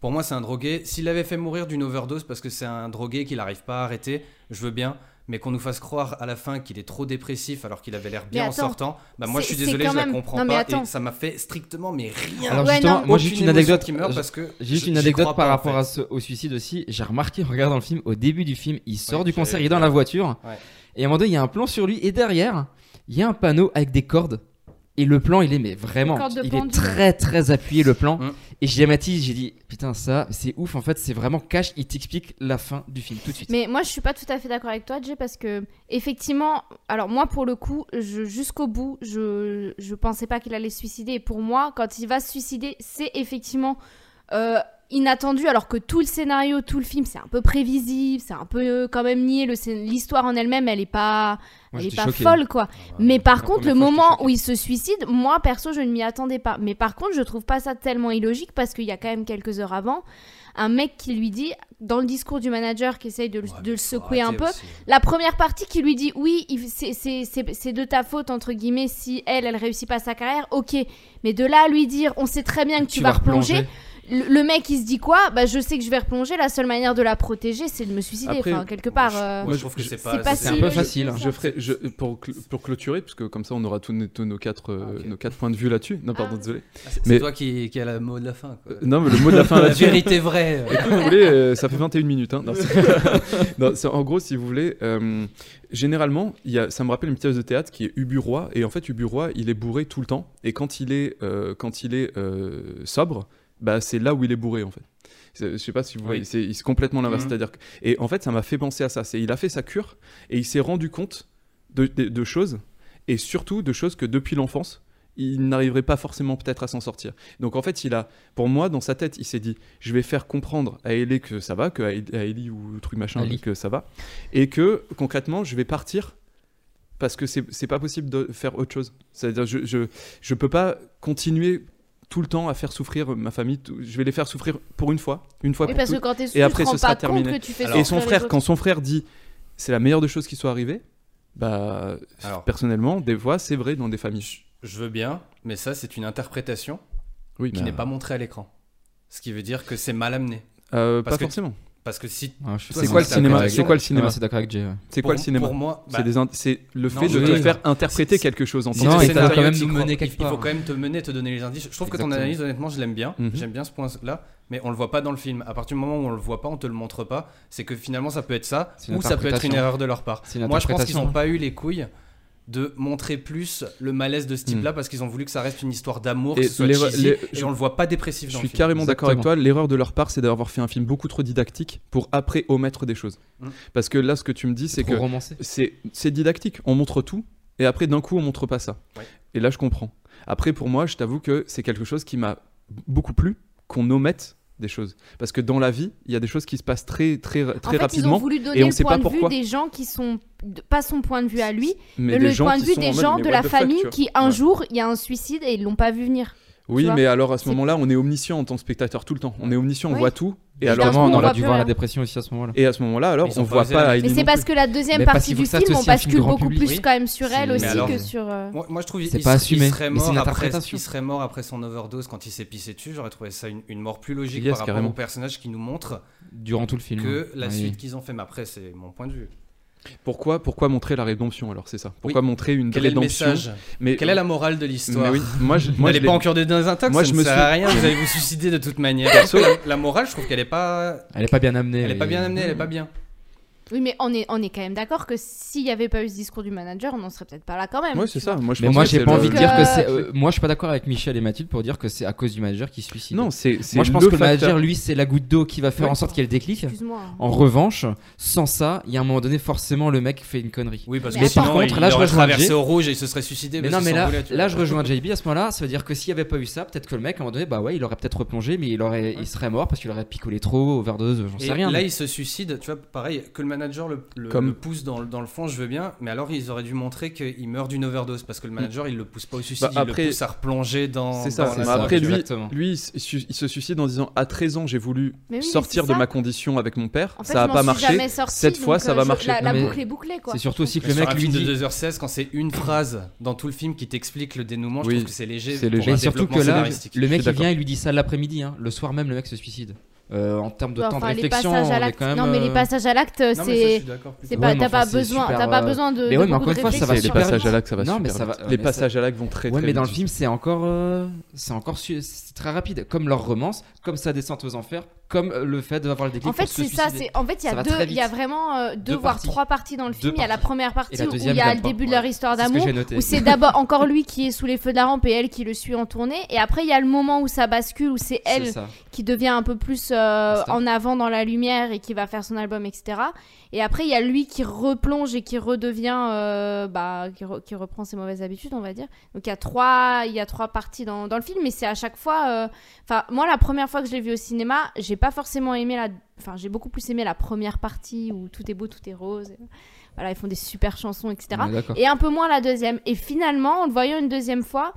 Speaker 8: Pour moi, c'est un drogué. S'il avait fait mourir d'une overdose parce que c'est un drogué qu'il n'arrive pas à arrêter, je veux bien. Mais qu'on nous fasse croire à la fin qu'il est trop dépressif alors qu'il avait l'air bien
Speaker 7: Mais
Speaker 8: en
Speaker 7: attends,
Speaker 8: sortant, bah moi je
Speaker 7: c'est-
Speaker 8: suis
Speaker 7: c'est
Speaker 8: désolé,
Speaker 7: quand
Speaker 8: je la
Speaker 7: même-
Speaker 8: comprends
Speaker 7: non, mais
Speaker 8: pas
Speaker 7: attends.
Speaker 8: et ça m'a fait strictement mais rien.
Speaker 6: Alors
Speaker 7: Ouais,
Speaker 6: justement,
Speaker 7: non.
Speaker 6: Ah, moi j'ai juste
Speaker 8: Aucune
Speaker 6: une
Speaker 8: émotion
Speaker 6: anecdote.
Speaker 8: qui meurt
Speaker 6: je-
Speaker 8: parce que
Speaker 6: J'ai juste
Speaker 8: je-
Speaker 6: une
Speaker 8: j'y
Speaker 6: anecdote
Speaker 8: crois
Speaker 6: par
Speaker 8: pas, en
Speaker 6: rapport
Speaker 8: fait.
Speaker 6: à ce- au suicide aussi. J'ai remarqué en regardant le film, au début du film, il sort
Speaker 8: Ouais,
Speaker 6: du
Speaker 8: j'avais
Speaker 6: concert, il
Speaker 8: vu,
Speaker 6: est dans la voiture.
Speaker 8: Ouais.
Speaker 6: Et à un moment donné, il y a un plan sur lui. Et derrière, il y a un panneau avec des cordes. Et le plan, il est, mais vraiment,
Speaker 7: Cordes de
Speaker 6: il est
Speaker 7: pendu.
Speaker 6: très très appuyé le plan.
Speaker 8: Hum.
Speaker 6: Et j'ai dit à Mathis, j'ai dit, putain, ça, c'est ouf. En fait, c'est vraiment cash. Il t'explique la fin du film tout de suite.
Speaker 7: Mais moi, je suis pas tout à fait d'accord avec toi, Jay, parce que effectivement, alors moi, pour le coup, je- jusqu'au bout, je je pensais pas qu'il allait se suicider. Et pour moi, quand il va se suicider, c'est effectivement euh, inattendu, alors que tout le scénario, tout le film, c'est un peu prévisible, c'est un peu euh, quand même nié. le scén- L'histoire en elle-même, elle est pas,
Speaker 6: Moi,
Speaker 7: elle est
Speaker 6: j'étais
Speaker 7: pas
Speaker 6: choqué.
Speaker 7: folle, quoi. Mais par
Speaker 6: la
Speaker 7: contre, le
Speaker 6: première fois, j'étais
Speaker 7: moment
Speaker 6: choqué.
Speaker 7: où il se suicide, moi perso, je ne m'y attendais pas. Mais par contre, je trouve pas ça tellement illogique parce qu'il y a quand même quelques heures avant, un mec qui lui dit, dans le discours du manager qui essaye de le,
Speaker 8: Ouais,
Speaker 7: de le
Speaker 8: mais
Speaker 2: bah,
Speaker 8: faut
Speaker 7: secouer un
Speaker 8: arrêter
Speaker 7: peu,
Speaker 8: aussi.
Speaker 7: la première partie qui lui dit oui, il- c'est- c'est c'est- c'est de ta faute, entre guillemets, si elle, elle réussit pas sa carrière, ok. Mais de là à lui dire, on sait très bien que tu, vas replonger, le, le mec il se dit quoi Bah je sais que je vais replonger, la seule manière de la protéger c'est de me suicider,
Speaker 2: Après,
Speaker 7: enfin quelque part. euh,
Speaker 8: Moi, je trouve que c'est
Speaker 7: c'est pas
Speaker 8: pas
Speaker 7: si euh,
Speaker 8: c'est
Speaker 6: un peu
Speaker 7: logique
Speaker 6: facile.
Speaker 7: que ça.
Speaker 2: hein. Je ferai, je, pour, cl- pour clôturer, parce que comme ça on aura tous nos, tous nos quatre, euh,
Speaker 8: Ah, ok.
Speaker 2: nos quatre points de vue là-dessus. Non, pardon,
Speaker 7: Ah.
Speaker 2: désolé.
Speaker 8: C'est
Speaker 2: Mais-
Speaker 8: toi qui, qui a le mot de la fin. Quoi.
Speaker 2: Euh, non, mais le mot de la fin
Speaker 8: la
Speaker 2: là-dessus.
Speaker 8: vérité vraie.
Speaker 2: Écoute, vous voulez, euh, ça fait 21 minutes. hein. Non, c'est- Non, c'est- en gros, si vous voulez, euh, généralement, il y a, ça me rappelle une pièce de théâtre qui est Ubu Roy. Et en fait, Ubu Roy, il est bourré tout le temps. Et quand il est, euh, quand il est euh, sobre, bah, c'est là où il est bourré, en fait. C'est- Je sais pas si vous voyez, c'est il- c'est complètement l'inverse.
Speaker 8: Mhm.
Speaker 2: C'est-à-dire que- et en fait, ça m'a fait penser à ça. C'est il a fait sa cure et il s'est rendu compte de, de- de choses et surtout de choses que depuis l'enfance, il n'arriverait pas forcément peut-être à s'en sortir. Donc en fait, il a, pour moi, dans sa tête, il s'est dit, je vais faire comprendre à Ellie que ça va, que à El- à Ellie ou truc machin
Speaker 6: Ali.
Speaker 2: que ça va, et que concrètement, je vais partir parce que c'est c'est pas possible de faire autre chose. C'est-à-dire, je, je je peux pas continuer tout le temps à faire souffrir ma famille. tout- Je vais les faire souffrir pour une fois, une fois
Speaker 7: Oui,
Speaker 2: pour
Speaker 7: parce
Speaker 2: toutes.
Speaker 7: que quand t'es sous,
Speaker 2: Et
Speaker 7: tu te
Speaker 2: après,
Speaker 7: rends
Speaker 2: ce sera
Speaker 7: pas compte
Speaker 2: terminé.
Speaker 7: que tu fais
Speaker 8: Alors-
Speaker 2: Et son
Speaker 7: souffrir les
Speaker 2: frère,
Speaker 7: autres.
Speaker 2: quand son frère dit c'est la meilleure des choses qui soit arrivée, bah
Speaker 8: Alors.
Speaker 2: personnellement, des fois c'est vrai dans des familles.
Speaker 8: Je, je veux bien, mais ça, c'est une interprétation
Speaker 2: Oui,
Speaker 8: qui
Speaker 2: bah,
Speaker 8: n'est pas montrée à l'écran. Ce qui veut dire que c'est mal amené.
Speaker 2: euh,
Speaker 8: parce
Speaker 2: pas
Speaker 8: que-
Speaker 2: forcément.
Speaker 8: Parce que si.
Speaker 6: Ah,
Speaker 2: C'est quoi le cinéma C'est quoi le cinéma
Speaker 6: C'est d'accord avec Jay. ouais.
Speaker 2: C'est
Speaker 8: pour-
Speaker 2: quoi le cinéma
Speaker 8: Pour moi, bah,
Speaker 2: C'est des in- c'est le
Speaker 8: non,
Speaker 2: fait de
Speaker 6: je-
Speaker 2: te
Speaker 6: oui.
Speaker 2: faire interpréter
Speaker 8: C'est-
Speaker 2: quelque chose en
Speaker 8: si
Speaker 6: Non,
Speaker 2: fait.
Speaker 8: le
Speaker 6: et ça doit
Speaker 8: scénario
Speaker 6: quand même
Speaker 8: t'y
Speaker 6: nous
Speaker 8: croit-
Speaker 6: mener
Speaker 8: il-
Speaker 6: quelque
Speaker 8: Il faut
Speaker 6: part.
Speaker 8: quand même te mener, te donner les indices. Je trouve que ton
Speaker 6: Exactement.
Speaker 8: analyse, honnêtement, je l'aime bien.
Speaker 2: Mhm.
Speaker 8: J'aime bien ce point-là, mais on le voit pas dans le film. À partir du moment où on le voit pas, on te le montre pas. C'est que finalement, ça peut être ça,
Speaker 6: C'est une
Speaker 8: ou ça peut être une
Speaker 6: interprétation.
Speaker 8: erreur de leur part.
Speaker 6: C'est une
Speaker 8: Moi, je pense qu'ils
Speaker 6: interprétation.
Speaker 8: n'ont pas eu les couilles de montrer plus le malaise de ce type-là
Speaker 6: Mhm.
Speaker 8: parce qu'ils ont voulu que ça reste une histoire d'amour, que
Speaker 2: Et
Speaker 8: ce soit
Speaker 2: les-
Speaker 8: cheesy,
Speaker 2: les-
Speaker 8: et on le voit pas dépressif
Speaker 2: Je
Speaker 8: dans
Speaker 2: suis
Speaker 8: le film.
Speaker 2: carrément d'accord avec
Speaker 6: Exactement.
Speaker 2: toi. L'erreur de leur part, c'est d'avoir fait un film beaucoup trop didactique pour après omettre des choses.
Speaker 8: Mm.
Speaker 2: Parce que là, ce que tu me dis, c'est
Speaker 6: C'est
Speaker 2: que
Speaker 6: trop romancé.
Speaker 2: c'est c'est didactique. On montre tout et après, d'un coup, on montre pas ça.
Speaker 8: Ouais.
Speaker 2: Et là, je comprends. Après, pour moi, je t'avoue que c'est quelque chose qui m'a beaucoup plu qu'on omette des choses. Parce que dans la vie, il y a des choses qui se passent très, très,
Speaker 7: En
Speaker 2: très
Speaker 7: fait, ils ont
Speaker 2: rapidement.
Speaker 7: voulu donner
Speaker 2: et on
Speaker 7: le
Speaker 2: sait
Speaker 7: point
Speaker 2: pas
Speaker 7: de vue
Speaker 2: pourquoi.
Speaker 7: des gens qui sont de- pas son point de vue à lui,
Speaker 2: mais
Speaker 7: mais
Speaker 2: des
Speaker 7: le
Speaker 2: gens
Speaker 7: point de
Speaker 2: qui
Speaker 7: vue
Speaker 2: sont
Speaker 7: des
Speaker 2: en mode,
Speaker 7: gens
Speaker 2: mais
Speaker 7: de
Speaker 2: what
Speaker 7: la
Speaker 2: the fuck,
Speaker 7: famille
Speaker 2: tu vois.
Speaker 7: qui un
Speaker 2: Ouais.
Speaker 7: jour il y a un suicide et ils l'ont pas vu venir.
Speaker 2: Oui,
Speaker 7: vois.
Speaker 2: mais alors à ce
Speaker 7: C'est-
Speaker 2: moment-là, on est omniscient en tant que spectateur tout le temps. On est omniscient, on
Speaker 7: Oui.
Speaker 2: voit tout. Et,
Speaker 7: Et
Speaker 2: alors,
Speaker 7: d'un coup,
Speaker 6: Justement, on
Speaker 7: on
Speaker 6: aurait
Speaker 7: voit
Speaker 6: dû
Speaker 7: plus
Speaker 6: voir la
Speaker 7: rien.
Speaker 6: dépression aussi à ce moment-là.
Speaker 2: et à ce moment-là, alors,
Speaker 8: Ils
Speaker 2: on
Speaker 8: ont
Speaker 2: voit
Speaker 8: posé
Speaker 2: pas
Speaker 8: la-
Speaker 2: à
Speaker 7: Mais
Speaker 2: Ellie
Speaker 7: c'est
Speaker 2: non
Speaker 7: parce
Speaker 2: plus.
Speaker 7: que la deuxième
Speaker 6: Mais parce
Speaker 7: partie
Speaker 6: qu'il faut
Speaker 7: du
Speaker 6: que ça
Speaker 7: film,
Speaker 6: soit
Speaker 7: on
Speaker 6: aussi un film
Speaker 7: bascule
Speaker 6: grand
Speaker 7: beaucoup
Speaker 6: public.
Speaker 7: plus
Speaker 8: Oui.
Speaker 7: quand même sur
Speaker 6: C'est-
Speaker 7: elle
Speaker 8: mais
Speaker 7: aussi
Speaker 8: alors-
Speaker 7: que sur. euh,
Speaker 8: Moi, moi, je trouve il,
Speaker 6: C'est
Speaker 8: il
Speaker 6: pas
Speaker 8: se-
Speaker 6: assumé,
Speaker 8: il serait
Speaker 6: mais c'est
Speaker 8: mort
Speaker 6: une
Speaker 8: après,
Speaker 6: interprétation.
Speaker 8: il serait mort après son overdose quand il s'est pissé dessus. J'aurais trouvé ça une, une mort plus logique
Speaker 2: Yes,
Speaker 8: par rapport
Speaker 2: carrément.
Speaker 8: au personnage qui nous montre
Speaker 6: Durant tout le film. hein. Ah
Speaker 8: que la
Speaker 6: Oui.
Speaker 8: suite qu'ils ont fait. Mais après, c'est mon point de vue.
Speaker 2: Pourquoi, pourquoi montrer la rédemption alors C'est ça. Pourquoi montrer une
Speaker 8: Quel est le
Speaker 2: rédemption
Speaker 8: message
Speaker 2: Mais
Speaker 8: Quelle est la morale de
Speaker 2: mais
Speaker 8: l'histoire
Speaker 2: oui, moi, je, moi, je
Speaker 8: N'allez
Speaker 2: l'ai-
Speaker 8: pas en cure des désintox,
Speaker 2: Moi,
Speaker 8: ça
Speaker 2: je
Speaker 8: ne
Speaker 2: me
Speaker 8: sert
Speaker 2: suis-
Speaker 8: à rien, vous allez vous suicider de toute manière. la, la morale, je trouve qu'elle est pas,
Speaker 6: Elle est pas bien amenée.
Speaker 8: elle est pas bien amenée, elle est
Speaker 6: bien
Speaker 8: pas bien.
Speaker 7: Oui, mais on est, on est quand même d'accord que s'il n'y avait pas eu ce discours du manager, on n'en serait peut-être pas là quand même.
Speaker 2: Ouais,
Speaker 7: tu
Speaker 2: c'est ça.
Speaker 7: vois.
Speaker 2: Moi, je
Speaker 6: Mais
Speaker 2: pense
Speaker 6: moi
Speaker 2: que
Speaker 6: j'ai
Speaker 2: c'est
Speaker 6: pas
Speaker 2: le-
Speaker 6: envie de
Speaker 7: le-
Speaker 6: dire que
Speaker 7: Euh,
Speaker 6: c'est. euh, moi je suis pas d'accord avec Michel et Mathilde pour dire que c'est à cause du manager qui se suicide.
Speaker 2: Non, c'est. c'est
Speaker 6: moi je pense que le
Speaker 2: facteur.
Speaker 6: manager lui c'est la goutte d'eau qui va faire
Speaker 2: Ouais.
Speaker 6: en sorte qu'il y ait le déclic.
Speaker 7: Excuse-moi.
Speaker 6: En revanche, sans ça, il y a un moment donné forcément le mec fait une connerie.
Speaker 8: Oui, parce
Speaker 7: Mais
Speaker 8: que
Speaker 7: par
Speaker 8: sinon,
Speaker 6: contre,
Speaker 8: il
Speaker 6: là, je
Speaker 8: aurait
Speaker 6: rejoins
Speaker 8: traversé
Speaker 6: Jay.
Speaker 8: au rouge et il se serait suicidé.
Speaker 6: Mais non,
Speaker 8: parce
Speaker 6: mais
Speaker 8: qu'il
Speaker 6: là,
Speaker 8: s'envolait, tu
Speaker 6: là
Speaker 8: vois.
Speaker 6: je rejoins JB à ce moment-là. Ça veut dire que s'il n'y avait pas eu ça, peut-être que le mec, à un moment donné, bah ouais, il aurait peut-être replongé, mais il, aurait, il serait mort parce qu'il aurait picolé trop, overdose, j'en
Speaker 8: Et
Speaker 6: sais rien.
Speaker 8: là,
Speaker 6: mais-
Speaker 8: il se suicide, tu vois, pareil, que le manager le, le-
Speaker 2: Comme-
Speaker 8: le pousse dans, le- dans le fond, je veux bien, mais alors ils auraient dû montrer qu'il meurt d'une overdose, parce que le manager, il le pousse pas au suicide,
Speaker 2: Bah,
Speaker 8: il
Speaker 2: après-
Speaker 8: le pousse à replonger dans...
Speaker 2: C'est ça,
Speaker 8: dans
Speaker 2: c'est
Speaker 8: la
Speaker 2: mais
Speaker 8: drogue,
Speaker 2: après,
Speaker 8: tu vois.
Speaker 2: lui-
Speaker 6: Exactement.
Speaker 2: Lui, il se su- il se suicide en disant À 13 ans, j'ai voulu
Speaker 7: Mais oui, mais
Speaker 2: sortir
Speaker 7: c'est
Speaker 2: de
Speaker 7: ça.
Speaker 2: ma condition avec mon père.
Speaker 7: En fait,
Speaker 2: ça
Speaker 7: je
Speaker 2: n'a
Speaker 7: m'en
Speaker 2: pas
Speaker 7: suis
Speaker 2: marché.
Speaker 7: jamais sortie,
Speaker 2: Cette fois,
Speaker 7: donc,
Speaker 2: ça
Speaker 7: euh,
Speaker 2: va
Speaker 7: je-
Speaker 2: marcher.
Speaker 7: La, la
Speaker 6: Non, mais
Speaker 7: boucle est bouclée, quoi.
Speaker 6: C'est surtout aussi que
Speaker 8: Le
Speaker 6: le
Speaker 8: mec
Speaker 6: mec lui
Speaker 8: film
Speaker 6: dit.
Speaker 8: de 2h16, quand c'est une phrase dans tout le film qui t'explique le dénouement,
Speaker 2: Oui,
Speaker 8: je trouve que c'est léger.
Speaker 2: c'est
Speaker 8: pour
Speaker 2: léger.
Speaker 8: un
Speaker 6: Mais surtout
Speaker 8: développement
Speaker 6: que là,
Speaker 8: scénaristique.
Speaker 7: Euh,
Speaker 6: le mec
Speaker 2: Je suis
Speaker 6: il vient, il lui dit ça l'après-midi. hein. Le soir même, le mec se suicide. Euh, en termes de
Speaker 7: Ouais,
Speaker 6: temps de
Speaker 7: enfin, les
Speaker 6: réflexion,
Speaker 7: passages à
Speaker 6: on est
Speaker 7: l'acte.
Speaker 6: quand même,
Speaker 7: Non, mais les
Speaker 6: euh,
Speaker 7: passages à l'acte,
Speaker 8: Non, mais ça, je suis
Speaker 7: c'est.
Speaker 8: d'accord plutôt.
Speaker 7: c'est
Speaker 6: Ouais,
Speaker 7: pas,
Speaker 6: mais
Speaker 7: t'as
Speaker 6: enfin,
Speaker 7: pas
Speaker 6: c'est
Speaker 7: besoin,
Speaker 6: super,
Speaker 7: t'as pas
Speaker 6: euh,
Speaker 7: besoin de.
Speaker 6: mais ouais,
Speaker 7: de
Speaker 6: mais
Speaker 7: beaucoup de
Speaker 6: encore une fois, ça va
Speaker 2: C'est les
Speaker 7: réflexion.
Speaker 6: super
Speaker 2: passages
Speaker 6: vite.
Speaker 2: à l'acte, ça va
Speaker 6: Non, mais
Speaker 2: super
Speaker 6: ça
Speaker 2: vite.
Speaker 6: va-
Speaker 2: Les
Speaker 6: mais ça-
Speaker 2: passages à l'acte vont très très
Speaker 6: Ouais, mais
Speaker 2: vite
Speaker 6: dans le
Speaker 2: aussi.
Speaker 6: film, c'est encore, euh, c'est encore su- c'est très rapide, comme leur romance, comme sa descente aux enfers, comme euh, le fait d'avoir le déclic.
Speaker 7: En fait,
Speaker 6: pour se
Speaker 7: c'est ça.
Speaker 6: suicider.
Speaker 7: c'est- En fait, il y
Speaker 6: Ça va
Speaker 7: a deux,
Speaker 6: très
Speaker 7: il y a
Speaker 6: vite.
Speaker 7: vraiment euh, deux,
Speaker 6: Deux
Speaker 7: voire
Speaker 6: parties.
Speaker 7: trois parties dans le
Speaker 6: Deux
Speaker 7: film. Il y a la première partie où il
Speaker 6: deuxième,
Speaker 7: y a
Speaker 6: j'aime
Speaker 7: le
Speaker 6: pas.
Speaker 7: début de
Speaker 6: Ouais.
Speaker 7: leur histoire
Speaker 6: C'est ce que
Speaker 7: d'amour,
Speaker 6: j'ai noté.
Speaker 7: où c'est d'abord encore lui qui est sous les feux de la rampe et elle qui le suit en tournée. Et après, il y a le moment où ça bascule, où c'est
Speaker 6: C'est
Speaker 7: elle
Speaker 6: ça.
Speaker 7: qui devient un peu plus euh,
Speaker 6: Insta.
Speaker 7: en avant dans la lumière et qui va faire son album, etc. Et après, il y a lui qui replonge et qui redevient, euh, bah, qui, re- qui reprend ses mauvaises habitudes, on va dire. Donc il y a trois, il y a trois parties dans, dans le film, mais c'est à chaque fois. euh, Enfin, moi, la première fois que je l'ai vu au cinéma, j'ai pas forcément aimé la. Enfin, j'ai beaucoup plus aimé la première partie où tout est beau, tout est rose. et Voilà, ils font des super chansons, etc
Speaker 6: On est d'accord.
Speaker 7: et un peu moins la deuxième. Et finalement, en le voyant une deuxième fois,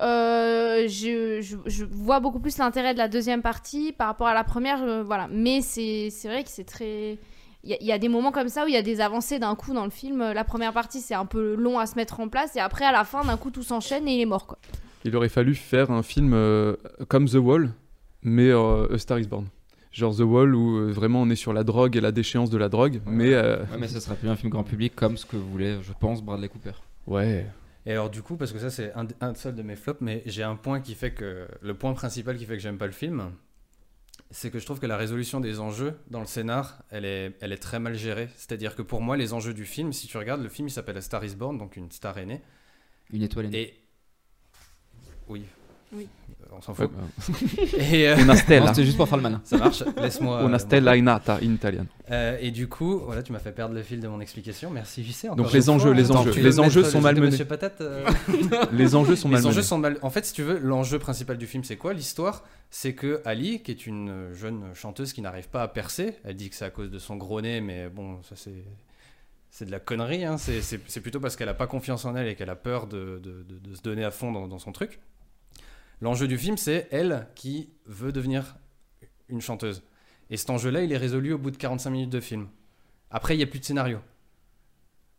Speaker 7: euh, je, je- je vois beaucoup plus l'intérêt de la deuxième partie par rapport à la première. euh, voilà. Mais c'est c'est vrai que c'est très. Il y, a- il y a des moments comme ça où il y a des avancées d'un coup dans le film. La première partie, c'est un peu long à se mettre en place. Et après, à la fin, d'un coup, tout s'enchaîne et il est mort. Quoi.
Speaker 2: Il aurait fallu faire un film euh, comme The Wall, mais euh, A Star is Born. Genre The Wall où euh, vraiment on est sur la drogue et la déchéance de la drogue, mais euh,
Speaker 6: Ouais, mais ce sera plus un film grand public comme ce que voulait, je pense, Bradley Cooper.
Speaker 2: ouais.
Speaker 8: Et alors du coup, parce que ça c'est un, un seul de mes flops, mais j'ai un point qui fait que le point principal qui fait que j'aime pas le film, c'est que je trouve que la résolution des enjeux dans le scénar, elle est, elle est très mal gérée. C'est-à-dire que pour moi, les enjeux du film, si tu regardes, le film il s'appelle A Star Is Born, donc une star aînée.
Speaker 6: Une étoile et demie.
Speaker 8: Et oui,
Speaker 7: Oui.
Speaker 8: on s'en
Speaker 2: Ouais,
Speaker 8: fout.
Speaker 2: bah,
Speaker 8: Et euh,
Speaker 2: Una
Speaker 6: Non,
Speaker 2: stella.
Speaker 6: c'était juste pour faire le malin.
Speaker 8: ça marche. Laisse-moi. euh,
Speaker 2: Una
Speaker 8: mon-
Speaker 2: stella innata in italiano.
Speaker 8: Euh, et du coup, voilà, tu m'as fait perdre le fil de mon explication. Merci JC. encore
Speaker 2: Donc,
Speaker 8: une
Speaker 2: les
Speaker 8: fois.
Speaker 2: enjeux, les
Speaker 8: Attends,
Speaker 2: enjeux.
Speaker 8: tu veux
Speaker 2: Les
Speaker 8: mettre
Speaker 2: enjeux
Speaker 8: le
Speaker 2: sont
Speaker 8: truc de
Speaker 2: malmenés.
Speaker 8: Monsieur Patate. euh,
Speaker 2: Les enjeux sont
Speaker 8: les
Speaker 2: mal
Speaker 8: enjeux sont mal. En fait, si tu veux, l'enjeu principal du film, c'est quoi L'histoire, c'est que Ali, qui est une jeune chanteuse qui n'arrive pas à percer, elle dit que c'est à cause de son gros nez, mais bon, ça c'est. C'est de la connerie, hein. c'est c'est- c'est plutôt parce qu'elle n'a pas confiance en elle et qu'elle a peur de, de- de- de se donner à fond dans, dans son truc. L'enjeu du film, c'est elle qui veut devenir une chanteuse. Et cet enjeu-là, il est résolu au bout de 45 minutes de film. Après, il n'y a plus de scénario.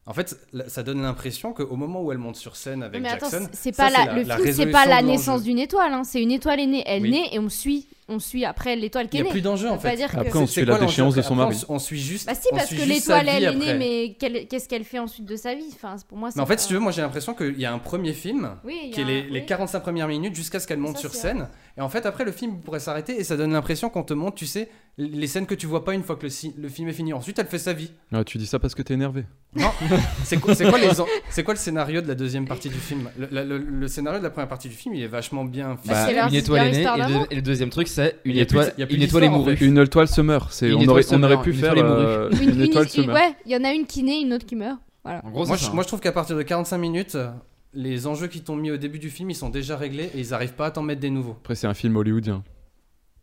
Speaker 8: En fait, là, ça donne l'impression qu'au moment où elle monte sur scène avec
Speaker 7: Mais attends,
Speaker 8: Jackson,
Speaker 7: c'est- c'est
Speaker 8: ça,
Speaker 7: pas la, le film, c'est pas
Speaker 8: résolution
Speaker 7: la
Speaker 8: de
Speaker 7: naissance
Speaker 8: l'enjeu.
Speaker 7: d'une étoile. hein. C'est une étoile est née. Elle
Speaker 8: Oui.
Speaker 7: naît et on suit, on suit après l'étoile qui
Speaker 8: Il
Speaker 7: est
Speaker 8: n'y a
Speaker 7: née.
Speaker 8: plus d'enjeu
Speaker 7: Ça
Speaker 8: en
Speaker 7: veut pas
Speaker 8: fait.
Speaker 7: dire
Speaker 2: Après,
Speaker 7: que-
Speaker 2: on
Speaker 8: C'est
Speaker 2: suit
Speaker 8: quoi
Speaker 2: la déchéance
Speaker 8: l'enjeu
Speaker 2: de son
Speaker 8: Après, on
Speaker 2: mari.
Speaker 8: su- On, suit juste.
Speaker 7: Bah si,
Speaker 8: on
Speaker 7: parce
Speaker 8: suit
Speaker 7: que
Speaker 8: juste sa
Speaker 7: l'étoile, elle
Speaker 8: vie
Speaker 7: est née,
Speaker 8: après.
Speaker 7: mais quelle- qu'est-ce qu'elle fait ensuite de sa vie enfin, Pour moi, c'est
Speaker 8: Mais en fait,
Speaker 7: pas-
Speaker 8: si tu veux, moi j'ai l'impression qu'il y a un premier film
Speaker 7: Oui, il y
Speaker 8: qui est
Speaker 7: a
Speaker 8: les,
Speaker 7: un-
Speaker 8: les
Speaker 7: oui.
Speaker 8: 45 premières minutes jusqu'à ce qu'elle monte
Speaker 7: Ça,
Speaker 8: sur
Speaker 7: c'est
Speaker 8: scène. Et en fait, après, le film pourrait s'arrêter et ça donne l'impression qu'on te montre, tu sais, les scènes que tu vois pas une fois que le, si- le film est fini. Ensuite, elle fait sa vie.
Speaker 2: Ah, tu dis ça parce que t'es énervé.
Speaker 8: C'est quoi, c'est quoi les en- c'est quoi le scénario de la deuxième partie du film le, la- le- le scénario de la première partie du film, il est vachement bien fait.
Speaker 7: Bah, c'est leur-
Speaker 6: une étoile est née,
Speaker 7: leur
Speaker 6: et,
Speaker 7: histoire
Speaker 6: le-
Speaker 7: d'amour.
Speaker 6: et le deuxième truc, c'est
Speaker 8: Il
Speaker 6: une
Speaker 8: y a plus de-
Speaker 6: étoile,
Speaker 8: il y a plus
Speaker 6: une étoile est
Speaker 8: d'histoire, en
Speaker 6: mourue.
Speaker 8: fait.
Speaker 2: Une étoile se meurt. C'est
Speaker 6: Une
Speaker 2: on
Speaker 6: étoile
Speaker 2: aurait,
Speaker 6: se
Speaker 2: on aurait
Speaker 6: meurt,
Speaker 2: pu
Speaker 6: une
Speaker 2: faire
Speaker 6: étoile est mourue.
Speaker 2: euh,
Speaker 7: Une,
Speaker 2: une
Speaker 7: une-
Speaker 2: étoile se
Speaker 7: une-
Speaker 2: meurt.
Speaker 7: ouais, il y en a une qui naît, une autre qui meurt. Voilà.
Speaker 6: En gros,
Speaker 8: moi,
Speaker 6: c'est
Speaker 8: je,
Speaker 6: ça,
Speaker 8: moi, je trouve qu'à partir de 45 minutes, euh, les enjeux qui t'ont mis au début du film, ils sont déjà réglés et ils arrivent pas à t'en mettre des nouveaux.
Speaker 2: Après, c'est un film hollywoodien,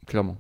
Speaker 2: clairement.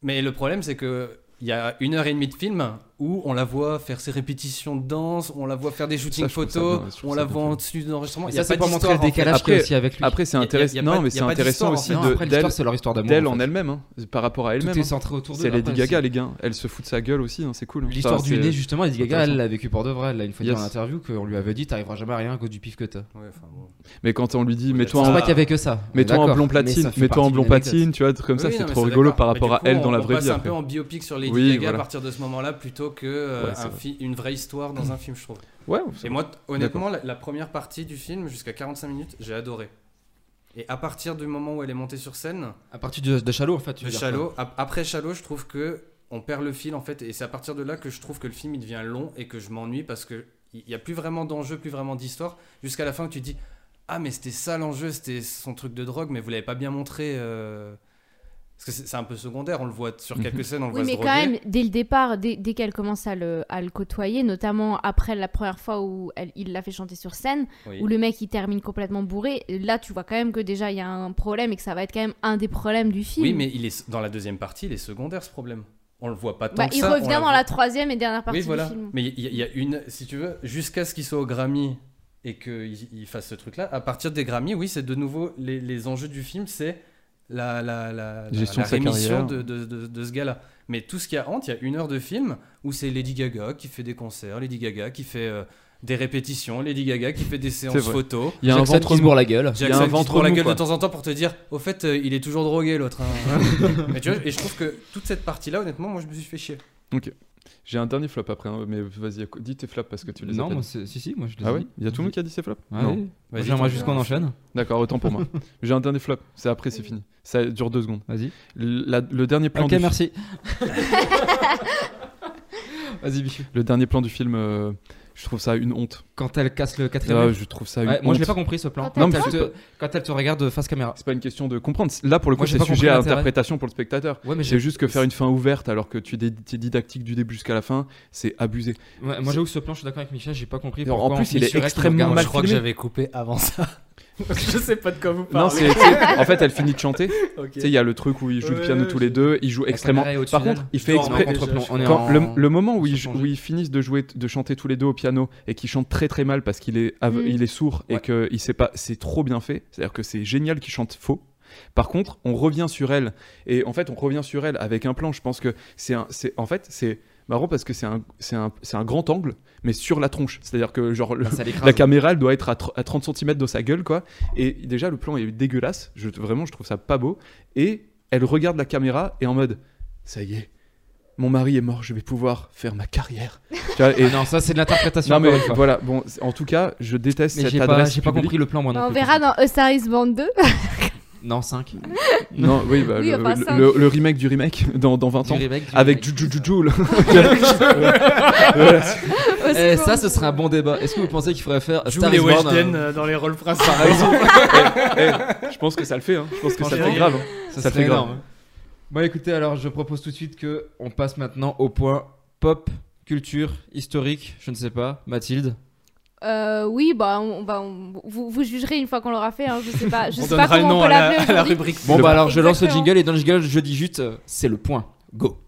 Speaker 8: Mais le problème, c'est que il y a une heure et demie de film où on la voit faire ses répétitions de danse, on la voit faire des shootings
Speaker 2: je trouve ça
Speaker 8: photos,
Speaker 2: bien, je trouve
Speaker 8: on
Speaker 2: ça
Speaker 8: la
Speaker 2: bien
Speaker 8: voit
Speaker 2: fait.
Speaker 8: en dessus d'enregistrement.
Speaker 6: Et
Speaker 8: Il y
Speaker 6: ça,
Speaker 8: a
Speaker 6: c'est
Speaker 8: pas
Speaker 6: pour montrer
Speaker 8: d'histoire,
Speaker 6: le
Speaker 8: en fait.
Speaker 6: décalage qu'il y a
Speaker 2: Après-
Speaker 6: aussi avec lui.
Speaker 2: Après, c'est
Speaker 8: y a- y a
Speaker 2: intéressant.
Speaker 8: pas-
Speaker 2: Non, mais
Speaker 8: y a
Speaker 2: c'est
Speaker 8: pas
Speaker 2: intéressant aussi
Speaker 8: d'histoire,
Speaker 6: Non,
Speaker 8: en fait.
Speaker 2: de-
Speaker 6: après,
Speaker 2: d'elle
Speaker 6: l'histoire, c'est leur histoire d'amour.
Speaker 2: d'elle
Speaker 6: en
Speaker 2: en
Speaker 6: fait.
Speaker 2: elle-même, hein, par rapport à
Speaker 6: Tout
Speaker 2: elle-même.
Speaker 6: est
Speaker 2: hein.
Speaker 6: centré autour d'eux.
Speaker 2: C'est
Speaker 6: après,
Speaker 2: Lady Gaga, les gars. Elle se fout de sa gueule aussi, hein, c'est cool. hein.
Speaker 6: L'histoire
Speaker 2: Enfin,
Speaker 6: du
Speaker 2: c'est-
Speaker 6: nez, justement, Lady Gaga, elle
Speaker 2: intéressant.
Speaker 6: l'a vécu pour de vrai. Elle l'a une fois dit
Speaker 2: Yes.
Speaker 6: en interview qu'on lui avait dit T'arriveras jamais à rien à cause du pif que t'as.
Speaker 8: Ouais, enfin, bon.
Speaker 2: Mais quand on lui dit,
Speaker 8: Oui,
Speaker 2: mets-toi
Speaker 8: elle
Speaker 6: Je
Speaker 8: se
Speaker 6: pense
Speaker 2: en,
Speaker 6: pas qu'il y avait que ça. On est
Speaker 2: mets-toi en
Speaker 6: d'accord.
Speaker 2: blond
Speaker 6: Mais ça
Speaker 2: patine,
Speaker 6: fait
Speaker 2: mets-toi en
Speaker 6: partie
Speaker 2: blond
Speaker 6: d'une anecdote.
Speaker 2: patine, tu vois, comme ça,
Speaker 8: Oui, non,
Speaker 2: c'est
Speaker 8: mais
Speaker 2: trop rigolo
Speaker 8: d'accord.
Speaker 2: par
Speaker 8: Mais
Speaker 2: rapport
Speaker 8: du
Speaker 2: à
Speaker 8: coup,
Speaker 2: elle
Speaker 8: on-
Speaker 2: dans la
Speaker 8: on
Speaker 2: vraie
Speaker 8: passe
Speaker 2: vie.
Speaker 8: un
Speaker 2: après.
Speaker 8: peu en biopic sur Lady
Speaker 2: Oui,
Speaker 8: Gaga
Speaker 2: voilà.
Speaker 8: à partir de ce moment-là plutôt que euh,
Speaker 2: Ouais, c'est
Speaker 8: un
Speaker 2: vrai.
Speaker 8: fi- une vraie histoire dans un film, je trouve.
Speaker 2: Ouais,
Speaker 8: Et moi, t- honnêtement, la, la première partie du film, jusqu'à 45 minutes, j'ai adoré. Et à partir du moment où elle est montée sur scène,
Speaker 6: À partir de, de Shallow, en fait. tu
Speaker 8: le
Speaker 6: veux dire, quoi.
Speaker 8: Shallow, ap- après Shallow, je trouve que on perd le fil en fait, et c'est à partir de là que je trouve que le film il devient long et que je m'ennuie parce que il y a plus vraiment d'enjeu, plus vraiment d'histoire, jusqu'à la fin où tu te dis ah mais c'était ça l'enjeu, c'était son truc de drogue, mais vous l'avez pas bien montré. euh, Parce que c'est c'est un peu secondaire, on le voit sur quelques scènes, on le
Speaker 7: Oui,
Speaker 8: voit se
Speaker 7: mais quand
Speaker 8: droguer.
Speaker 7: même, dès le départ, dès, dès qu'elle commence à le, à le côtoyer, notamment après la première fois où elle- il l'a fait chanter sur scène,
Speaker 8: Oui.
Speaker 7: où le mec il termine complètement bourré, là tu vois quand même que déjà il y a un problème et que ça va être quand même un des problèmes du film.
Speaker 8: Oui, mais il est dans la deuxième partie, il est secondaire ce problème. On le voit pas tant
Speaker 7: Bah,
Speaker 8: que
Speaker 7: il
Speaker 8: ça, on
Speaker 7: revient dans
Speaker 8: voit-
Speaker 7: la troisième et dernière partie
Speaker 8: Oui, voilà.
Speaker 7: du film.
Speaker 8: Mais il y, il y a une, si tu veux, jusqu'à ce qu'il soit au Grammy et qu'il fasse ce truc-là, à partir des Grammy, oui, c'est de nouveau les, les enjeux du film, c'est la, la, la, la-
Speaker 2: Gestion
Speaker 8: la
Speaker 2: de sa carrière.
Speaker 8: rémission de, de- de- de ce gars-là. Mais tout ce qu'il y a honte, il y a une heure de film où c'est Lady Gaga qui fait des concerts, Lady Gaga qui fait euh, des répétitions, Lady Gaga qui fait des séances
Speaker 2: vrai.
Speaker 8: photos.
Speaker 2: Il y a un
Speaker 6: Jackson
Speaker 2: ventre
Speaker 6: qui se bourre la gueule.
Speaker 2: y a un
Speaker 8: Jackson qui se
Speaker 2: ventre
Speaker 8: prend la
Speaker 2: mou,
Speaker 8: gueule
Speaker 2: quoi.
Speaker 8: de temps en temps pour te dire, au fait, euh, il est toujours drogué l'autre. hein. Mais tu vois, et je trouve que toute cette partie-là, honnêtement, moi je me suis fait chier.
Speaker 2: J'ai un dernier flop après, hein, mais vas-y, dis tes flops parce que tu les as.
Speaker 6: non,
Speaker 2: pas
Speaker 6: moi,
Speaker 2: dit.
Speaker 6: c'est- si, si, moi je les
Speaker 2: Ah
Speaker 6: ai
Speaker 2: oui
Speaker 6: dit.
Speaker 2: Il y a tout le monde qui a dit ses flops
Speaker 6: Ouais,
Speaker 2: Non.
Speaker 6: oui.
Speaker 8: Vas-y,
Speaker 6: J'aimerais
Speaker 8: t'en-
Speaker 6: juste qu'on enchaîne.
Speaker 2: D'accord, autant pour moi. J'ai un dernier flop, c'est après, c'est fini. Ça dure deux secondes.
Speaker 6: Vas-y.
Speaker 2: L- la- le, dernier plan
Speaker 6: Ok,
Speaker 2: du fi-
Speaker 6: merci. Vas-y, Bichou.
Speaker 2: le dernier plan du film, euh, je trouve ça une honte.
Speaker 6: Quand elle casse le quatrième.
Speaker 2: Ah,
Speaker 6: mur.
Speaker 2: je trouve ça une
Speaker 6: Ouais, moi, je l'ai
Speaker 2: honte.
Speaker 6: pas compris ce plan.
Speaker 7: Quand elle
Speaker 2: Non, mais
Speaker 6: Quand
Speaker 2: c'est
Speaker 6: elle te- quand elle te regarde de face caméra.
Speaker 2: C'est pas une question de comprendre. Là, pour le coup,
Speaker 6: Moi, j'ai
Speaker 2: c'est
Speaker 6: pas compris
Speaker 2: sujet à
Speaker 6: l'intérêt.
Speaker 2: interprétation pour le spectateur.
Speaker 6: Ouais, mais
Speaker 2: C'est
Speaker 6: j'ai-
Speaker 2: juste que faire une fin ouverte alors que tu es didactique du début jusqu'à la fin, c'est abusé.
Speaker 6: Ouais, moi j'avoue que ce plan, je suis d'accord avec Michel, j'ai pas compris.
Speaker 2: Non, en
Speaker 6: pourquoi
Speaker 2: plus,
Speaker 6: on finit
Speaker 2: il est
Speaker 6: sur elle qui
Speaker 2: extrêmement
Speaker 6: regarde.
Speaker 2: mal
Speaker 8: je crois que
Speaker 2: filmé.
Speaker 8: j'avais coupé avant ça. je sais pas de quoi vous
Speaker 2: Non, c'est, c'est- en fait, elle finit de chanter. Tu sais, il y a le truc où ils jouent le
Speaker 8: Ouais,
Speaker 2: piano
Speaker 8: ouais,
Speaker 2: tous
Speaker 8: je-
Speaker 2: les deux, ils jouent
Speaker 6: La
Speaker 2: extrêmement.
Speaker 6: caméra est au-dessus
Speaker 2: Par contre,
Speaker 6: d'elle.
Speaker 2: il fait
Speaker 8: Non,
Speaker 2: exprès.
Speaker 8: non,
Speaker 6: contre-plan,
Speaker 8: je-
Speaker 6: on est
Speaker 2: Quand
Speaker 6: en-
Speaker 2: le, le moment où
Speaker 6: en
Speaker 2: ils,
Speaker 6: changeant.
Speaker 2: où ils finissent de jouer, de chanter tous les deux au piano et qu'ils chantent très très mal parce qu'il est, ave-
Speaker 7: Mm.
Speaker 2: il est sourd et
Speaker 6: Ouais.
Speaker 2: que il sait pas, c'est trop bien fait. C'est-à-dire que c'est génial qu'ils chantent faux. Par contre, on revient sur elle et en fait, on revient sur elle avec un plan. Je pense que c'est un, c'est en fait c'est marrant parce que c'est un, c'est un, c'est un grand angle, mais sur la tronche. C'est-à-dire que genre le-
Speaker 6: Ah, ça l'écrase.
Speaker 2: la caméra, elle doit être à, tr- à 30 cm de sa gueule, quoi. Et déjà, le plan est dégueulasse. Je, vraiment, je trouve ça pas beau. Et elle regarde la caméra et en mode, ça y est, mon mari est mort, je vais pouvoir faire ma carrière. Tu vois, et-
Speaker 6: Ah non, ça c'est de l'interprétation.
Speaker 2: non, mais
Speaker 6: encore une fois.
Speaker 2: voilà. Bon, c'est- en tout cas, je déteste
Speaker 6: Mais
Speaker 2: cette
Speaker 6: j'ai pas,
Speaker 2: adresse.
Speaker 6: j'ai pas
Speaker 2: publique.
Speaker 6: compris le plan, moi non
Speaker 7: Bah, on
Speaker 6: plus.
Speaker 7: verra dans A Star Is Born 2.
Speaker 6: Non, 5.
Speaker 2: Non, oui, bah,
Speaker 7: Oui,
Speaker 2: le,
Speaker 7: enfin,
Speaker 2: le-
Speaker 7: ça.
Speaker 2: le- le remake du remake dans, dans 20 ans. Avec
Speaker 6: du
Speaker 2: Jujujuju. là.
Speaker 6: Eh, ça, ce serait un bon débat. Est-ce que vous pensez qu'il faudrait faire
Speaker 8: Joue
Speaker 6: Star
Speaker 8: les
Speaker 6: is Born,
Speaker 8: Weshden
Speaker 6: euh,
Speaker 8: euh, dans les rôles principaux.
Speaker 2: Eh, je pense que ça le fait. hein. Je pense que ça
Speaker 6: Franchement,
Speaker 2: fait grave. hein.
Speaker 6: Ça,
Speaker 2: Ça
Speaker 6: serait
Speaker 2: fait grave.
Speaker 6: énorme. Bon, écoutez, alors je propose tout de suite que on passe maintenant au point pop, culture, historique, je ne sais pas, Mathilde.
Speaker 7: Euh, oui, bah, on, on va- on- vous, vous jugerez une fois qu'on l'aura fait. hein, je sais pas, je
Speaker 8: On
Speaker 7: sais pas
Speaker 8: donnera le
Speaker 7: comment on
Speaker 8: nom
Speaker 7: peut
Speaker 8: à la,
Speaker 7: l'appeler
Speaker 8: à la
Speaker 7: aujourd'hui. Mm,
Speaker 8: rubrique.
Speaker 6: Bon, bah alors je lance le
Speaker 7: Exactement.
Speaker 6: jingle et dans le jingle, je dis juste, euh, c'est le point. Go.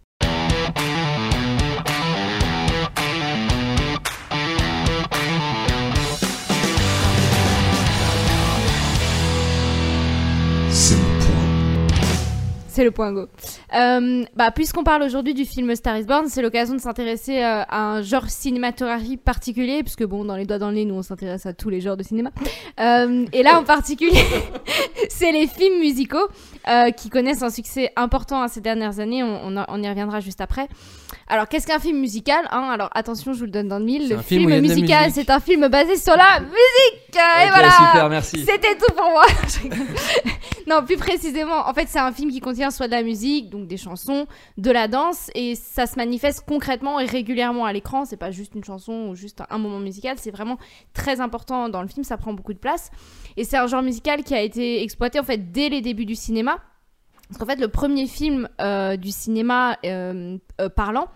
Speaker 7: C'est le point go. Euh, bah, Puisqu'on parle aujourd'hui du film Star is Born, c'est l'occasion de s'intéresser euh, à un genre cinématographique particulier, puisque bon, dans les doigts dans le nez, nous on s'intéresse à tous les genres de cinéma. Euh, et là en particulier, c'est les films musicaux euh, qui connaissent un succès important hein, ces dernières années. On, on en- on y reviendra juste après. Alors qu'est-ce qu'un film musical hein Alors attention, je vous le donne dans le mille.
Speaker 8: C'est
Speaker 7: Le
Speaker 8: un film où
Speaker 7: film
Speaker 8: il y a de la
Speaker 7: musical,
Speaker 8: musique.
Speaker 7: c'est un film basé sur la musique. et
Speaker 6: Ok,
Speaker 7: voilà.
Speaker 6: Super, merci.
Speaker 7: C'était tout pour moi. Je rigole. non, plus précisément, en fait, c'est un film qui contient soit de la musique, donc des chansons, de la danse, et ça se manifeste concrètement et régulièrement à l'écran. C'est pas juste une chanson ou juste un moment musical, c'est vraiment très important dans le film, ça prend beaucoup de place. Et c'est un genre musical qui a été exploité en fait dès les débuts du cinéma. Parce qu'en fait, le premier film euh, du cinéma euh, euh, parlant,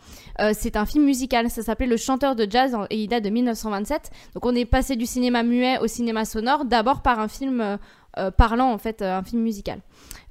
Speaker 7: euh, c'est un film musical. Ça s'appelait Le chanteur de jazz en- et il date de 1927. Donc on est passé du cinéma muet au cinéma sonore, d'abord par un film euh, euh, parlant, en fait, euh, un film musical.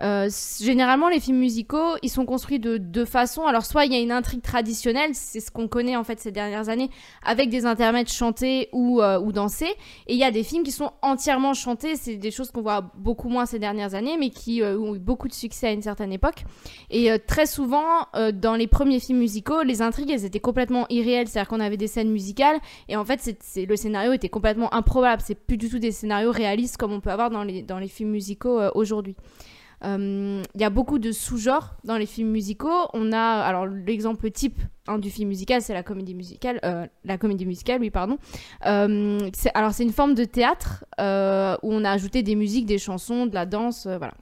Speaker 7: Euh, s- généralement, les films musicaux, ils sont construits de deux façons. Alors, soit il y a une intrigue traditionnelle, c'est ce qu'on connaît en fait ces dernières années, avec des intermèdes chantés ou, euh, ou dansés. Et il y a des films qui sont entièrement chantés. C'est des choses qu'on voit beaucoup moins ces dernières années, mais qui euh, ont eu beaucoup de succès à une certaine époque. Et euh, très souvent, euh, dans les premiers films musicaux, les intrigues, elles étaient complètement irréelles. C'est-à-dire qu'on avait des scènes musicales, et en fait, c'est- c'est- le scénario était complètement improbable. C'est plus du tout des scénarios réalistes comme on peut avoir dans les, dans les films musicaux euh, aujourd'hui. Euh, Il y a beaucoup de sous-genres dans les films musicaux. On a alors l'exemple type hein, du film musical, c'est la comédie musicale, euh, la comédie musicale, oui pardon. Euh, c'est- alors c'est une forme de théâtre euh, où on a ajouté des musiques, des chansons, de la danse, euh, voilà.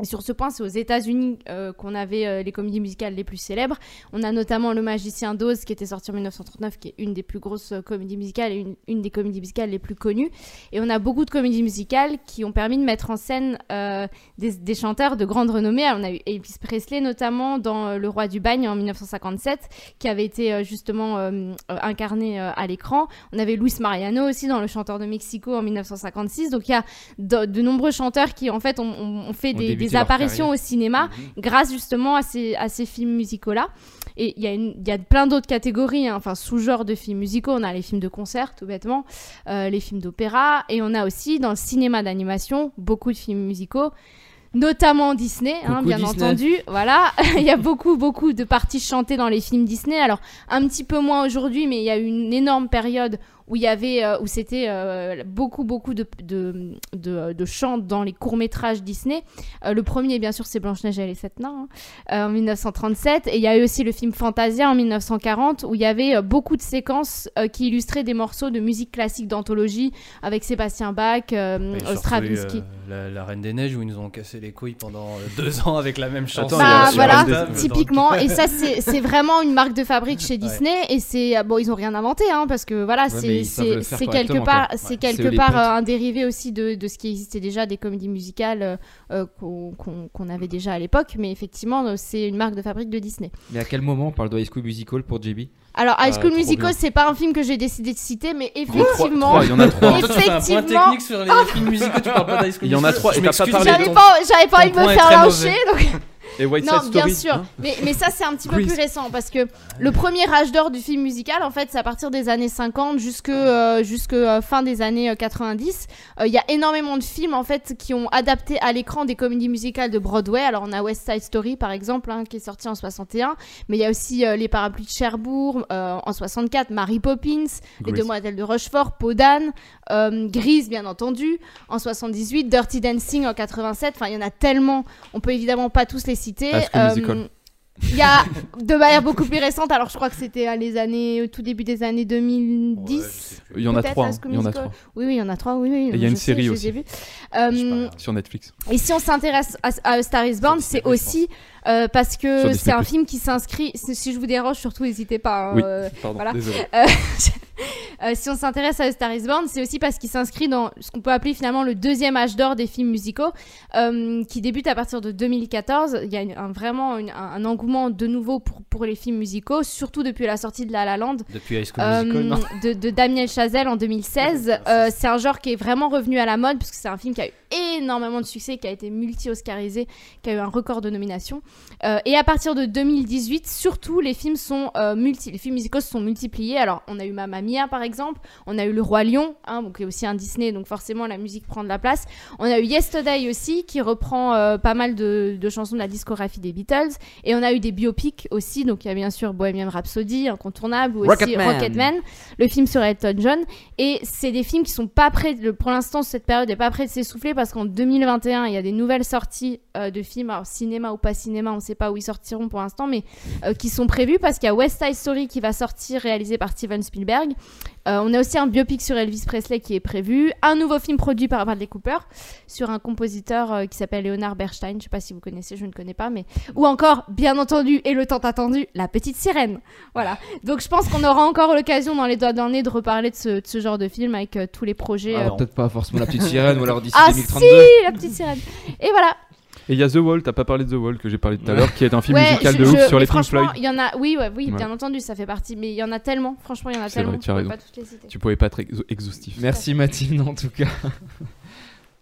Speaker 7: Et sur ce point, c'est aux États-Unis euh, qu'on avait euh, les comédies musicales les plus célèbres. On a notamment Le Magicien d'Oz qui était sorti en 1939, qui est une des plus grosses euh, comédies musicales et une, une des comédies musicales les plus connues. Et on a beaucoup de comédies musicales qui ont permis de mettre en scène euh, des, des chanteurs de grande renommée. Alors, on a eu Elvis Presley notamment dans euh, Le Roi du Bagne en 1957, qui avait été euh, justement euh, euh, incarné euh, à l'écran. On avait Luis Mariano aussi dans Le Chanteur de Mexico en 1956. Donc il y a de, de nombreux chanteurs qui en fait ont, ont- ont fait
Speaker 6: Ont
Speaker 7: des,
Speaker 6: débuté
Speaker 7: des
Speaker 6: leur Mm-hmm.
Speaker 7: apparitions au cinéma grâce justement à ces, à ces films musicaux-là. Et il y, a une- il y a plein d'autres catégories, hein, enfin sous-genres de films musicaux. On a les films de concert, tout bêtement, euh, les films d'opéra, et on a aussi dans le cinéma d'animation beaucoup de films musicaux, notamment Disney, hein,
Speaker 6: Coucou
Speaker 7: bien
Speaker 6: Disney.
Speaker 7: entendu. Voilà, il y a beaucoup, beaucoup de parties chantées dans les films Disney. Alors un petit peu moins aujourd'hui, mais il y a eu une énorme période où où il y avait euh, où c'était euh, beaucoup beaucoup de de, de, de chants dans les courts métrages Disney. Euh, le premier bien sûr c'est Blanche Neige et les sept nains hein, euh, en 1937 et il y a eu aussi le film Fantasia en 1940 où il y avait euh, beaucoup de séquences euh, qui illustraient des morceaux de musique classique d'anthologie avec Sébastien Bach, euh,
Speaker 8: Ils ont
Speaker 7: Stravinsky.
Speaker 8: retrouvé, euh, la, la Reine des Neiges où ils nous ont cassé les couilles pendant euh, deux ans avec la même chanson.
Speaker 2: il y a
Speaker 7: Bah,
Speaker 2: aussi
Speaker 7: voilà,
Speaker 2: Brandon, mais
Speaker 7: typiquement. Et ça, c'est c'est vraiment une marque de fabrique chez Disney. Et c'est ah, bon, ils ont rien inventé, hein, parce que voilà,
Speaker 6: mais
Speaker 7: c'est
Speaker 6: ils savent le
Speaker 7: c'est
Speaker 6: faire
Speaker 7: c'est quelque
Speaker 6: correctement,
Speaker 7: part,
Speaker 6: quoi.
Speaker 7: c'est
Speaker 6: Ouais. C'est eux
Speaker 7: quelque
Speaker 6: les
Speaker 7: part
Speaker 6: peintres.
Speaker 7: euh, un dérivé aussi de, de ce qui existait déjà des comédies musicales euh, euh, qu'on qu'on- qu'on avait déjà à l'époque. Mais effectivement, euh, c'est une marque de fabrique de Disney.
Speaker 6: Mais à quel moment on parle de High School Musical pour JB
Speaker 7: Alors, High
Speaker 6: Ah,
Speaker 7: School
Speaker 6: trop
Speaker 7: Musical,
Speaker 6: bien.
Speaker 7: c'est pas un film que j'ai décidé de citer, mais
Speaker 2: Trois- trois,
Speaker 7: effectivement,
Speaker 2: Il y en a trois.
Speaker 8: Toi, tu fais un point
Speaker 7: Effectivement.
Speaker 8: technique sur les films musicaux, tu parles pas d'High School
Speaker 2: Il y en a
Speaker 8: Musical.
Speaker 2: trois,
Speaker 8: Je
Speaker 2: et t'as pas
Speaker 8: m'excuse,
Speaker 2: parlé
Speaker 8: j'avais
Speaker 7: j'avais
Speaker 2: ton-
Speaker 7: pas, j'avais pas
Speaker 8: ton
Speaker 7: envie de
Speaker 8: point
Speaker 7: me
Speaker 8: est
Speaker 7: faire
Speaker 8: très
Speaker 7: lyncher, donc
Speaker 2: Et White
Speaker 7: non,
Speaker 2: Side
Speaker 7: bien
Speaker 2: Story.
Speaker 7: sûr.
Speaker 2: hein.
Speaker 7: Mais, mais ça, c'est un petit peu
Speaker 2: Quiz.
Speaker 7: plus récent parce que le premier âge d'or du film musical, en fait, c'est à partir des années 50 jusque, euh, jusque euh, fin des années euh, 90. Euh, Il y a énormément de films, en fait, qui ont adapté à l'écran des comédies musicales de Broadway. Alors, on a West Side Story, par exemple, hein, qui est sorti en 61. Mais il y a aussi euh, Les Parapluies de Cherbourg euh, en 64, Mary Poppins, Les
Speaker 2: Grease.
Speaker 7: Demoiselles de Rochefort, Podane, euh, Grise, bien entendu, en 78, Dirty Dancing en 87. Enfin, il y en a tellement. On peut évidemment pas tous les citer. euh,
Speaker 2: High School Musical.
Speaker 7: Il y a de manière beaucoup plus récente, alors je crois que c'était à les années, au tout début des années 2010.
Speaker 2: Il y en a
Speaker 7: Peut-être
Speaker 2: trois.
Speaker 7: High
Speaker 2: hein.
Speaker 7: School
Speaker 2: Il y en a
Speaker 7: Musical.
Speaker 2: trois
Speaker 7: oui, oui, il y en a trois. Oui, oui,
Speaker 2: Et il y a
Speaker 7: je
Speaker 2: une série
Speaker 7: sais, je
Speaker 2: aussi.
Speaker 7: les ai vus. Euh,
Speaker 8: Je sais pas.
Speaker 2: sur Netflix.
Speaker 7: et si on s'intéresse à, à A Star is Born,
Speaker 8: Sur Disney+,
Speaker 7: c'est
Speaker 8: je
Speaker 7: aussi euh, parce
Speaker 2: Sur
Speaker 7: que
Speaker 2: Disney+.
Speaker 7: c'est un film qui s'inscrit. Si si je vous dérange, surtout n'hésitez pas. hein,
Speaker 2: Oui.
Speaker 7: euh,
Speaker 2: Pardon,
Speaker 7: voilà.
Speaker 2: désolé.
Speaker 7: Euh, si on s'intéresse à A Star is Born, c'est aussi parce qu'il s'inscrit dans ce qu'on peut appeler finalement le deuxième âge d'or des films musicaux, euh, qui débute à partir de 2014. Il y a une- un- vraiment une- un, un engouement de nouveau pour, pour les films musicaux, surtout depuis la sortie de La La Land.
Speaker 8: Depuis High School
Speaker 7: euh,
Speaker 8: Musical, non
Speaker 7: de, de Damien Chazelle en 2016. Euh, c'est un genre qui est vraiment revenu à la mode parce que c'est un film qui a eu énormément de succès, qui a été multi-oscarisé, qui a eu un record de nominations. Euh, et à partir de 2018, surtout, les films sont euh, multi, les films musicaux se sont multipliés. Alors, on a eu Mamma Mia par exemple, on a eu Le Roi Lion, hein, donc qui est aussi un Disney, donc forcément la musique prend de la place. On a eu Yesterday aussi, qui reprend euh, pas mal de, de chansons de la discographie des Beatles. Et on a eu des biopics aussi, donc il y a bien sûr Bohemian Rhapsody, incontournable, ou aussi
Speaker 6: Rocketman.
Speaker 7: Rocketman, le film sur Elton John. Et c'est des films qui sont pas prêts, de- pour l'instant, cette période n'est pas près de s'essouffler parce qu'en 2021, il y a des nouvelles sorties euh, de films, alors cinéma ou pas cinéma, on ne sait pas où ils sortiront pour l'instant, mais euh, qui sont prévues parce qu'il y a West Side Story qui va sortir, réalisé par Steven Spielberg. Euh, on a aussi un biopic sur Elvis Presley qui est prévu, un nouveau film produit par Bradley Cooper sur un compositeur euh, qui s'appelle Leonard Bernstein, je sais pas si vous connaissez, je ne connais pas, mais ou encore, bien entendu, et le temps attendu, La Petite Sirène. Voilà. Donc je pense qu'on aura encore l'occasion dans les doigts d'un nez de reparler de ce, de ce genre de film avec euh, tous les projets.
Speaker 2: Ah
Speaker 8: Ah
Speaker 7: euh,
Speaker 6: Alors, Peut-être pas forcément la petite sirène ou alors d'ici
Speaker 7: Ah,
Speaker 6: 2032.
Speaker 7: si, La Petite Sirène. Et voilà.
Speaker 2: Et il y a The Wall, t'as pas parlé de The Wall que j'ai parlé tout à l'heure, qui est un film
Speaker 7: Ouais,
Speaker 2: musical
Speaker 7: je-
Speaker 2: de ouf
Speaker 7: je-
Speaker 2: sur les Pink
Speaker 7: franchement,
Speaker 2: Floyd.
Speaker 7: il y en a. Oui, ouais, oui,
Speaker 2: Ouais.
Speaker 7: bien entendu, ça fait partie, mais il y en a tellement. Franchement, il y en a
Speaker 2: C'est vrai,
Speaker 7: tellement.
Speaker 2: tu as
Speaker 7: on peut
Speaker 2: raison.
Speaker 7: pas toutes les citer.
Speaker 2: Tu pouvais pas être ex- exhaustif.
Speaker 6: Merci Mathilde en tout cas.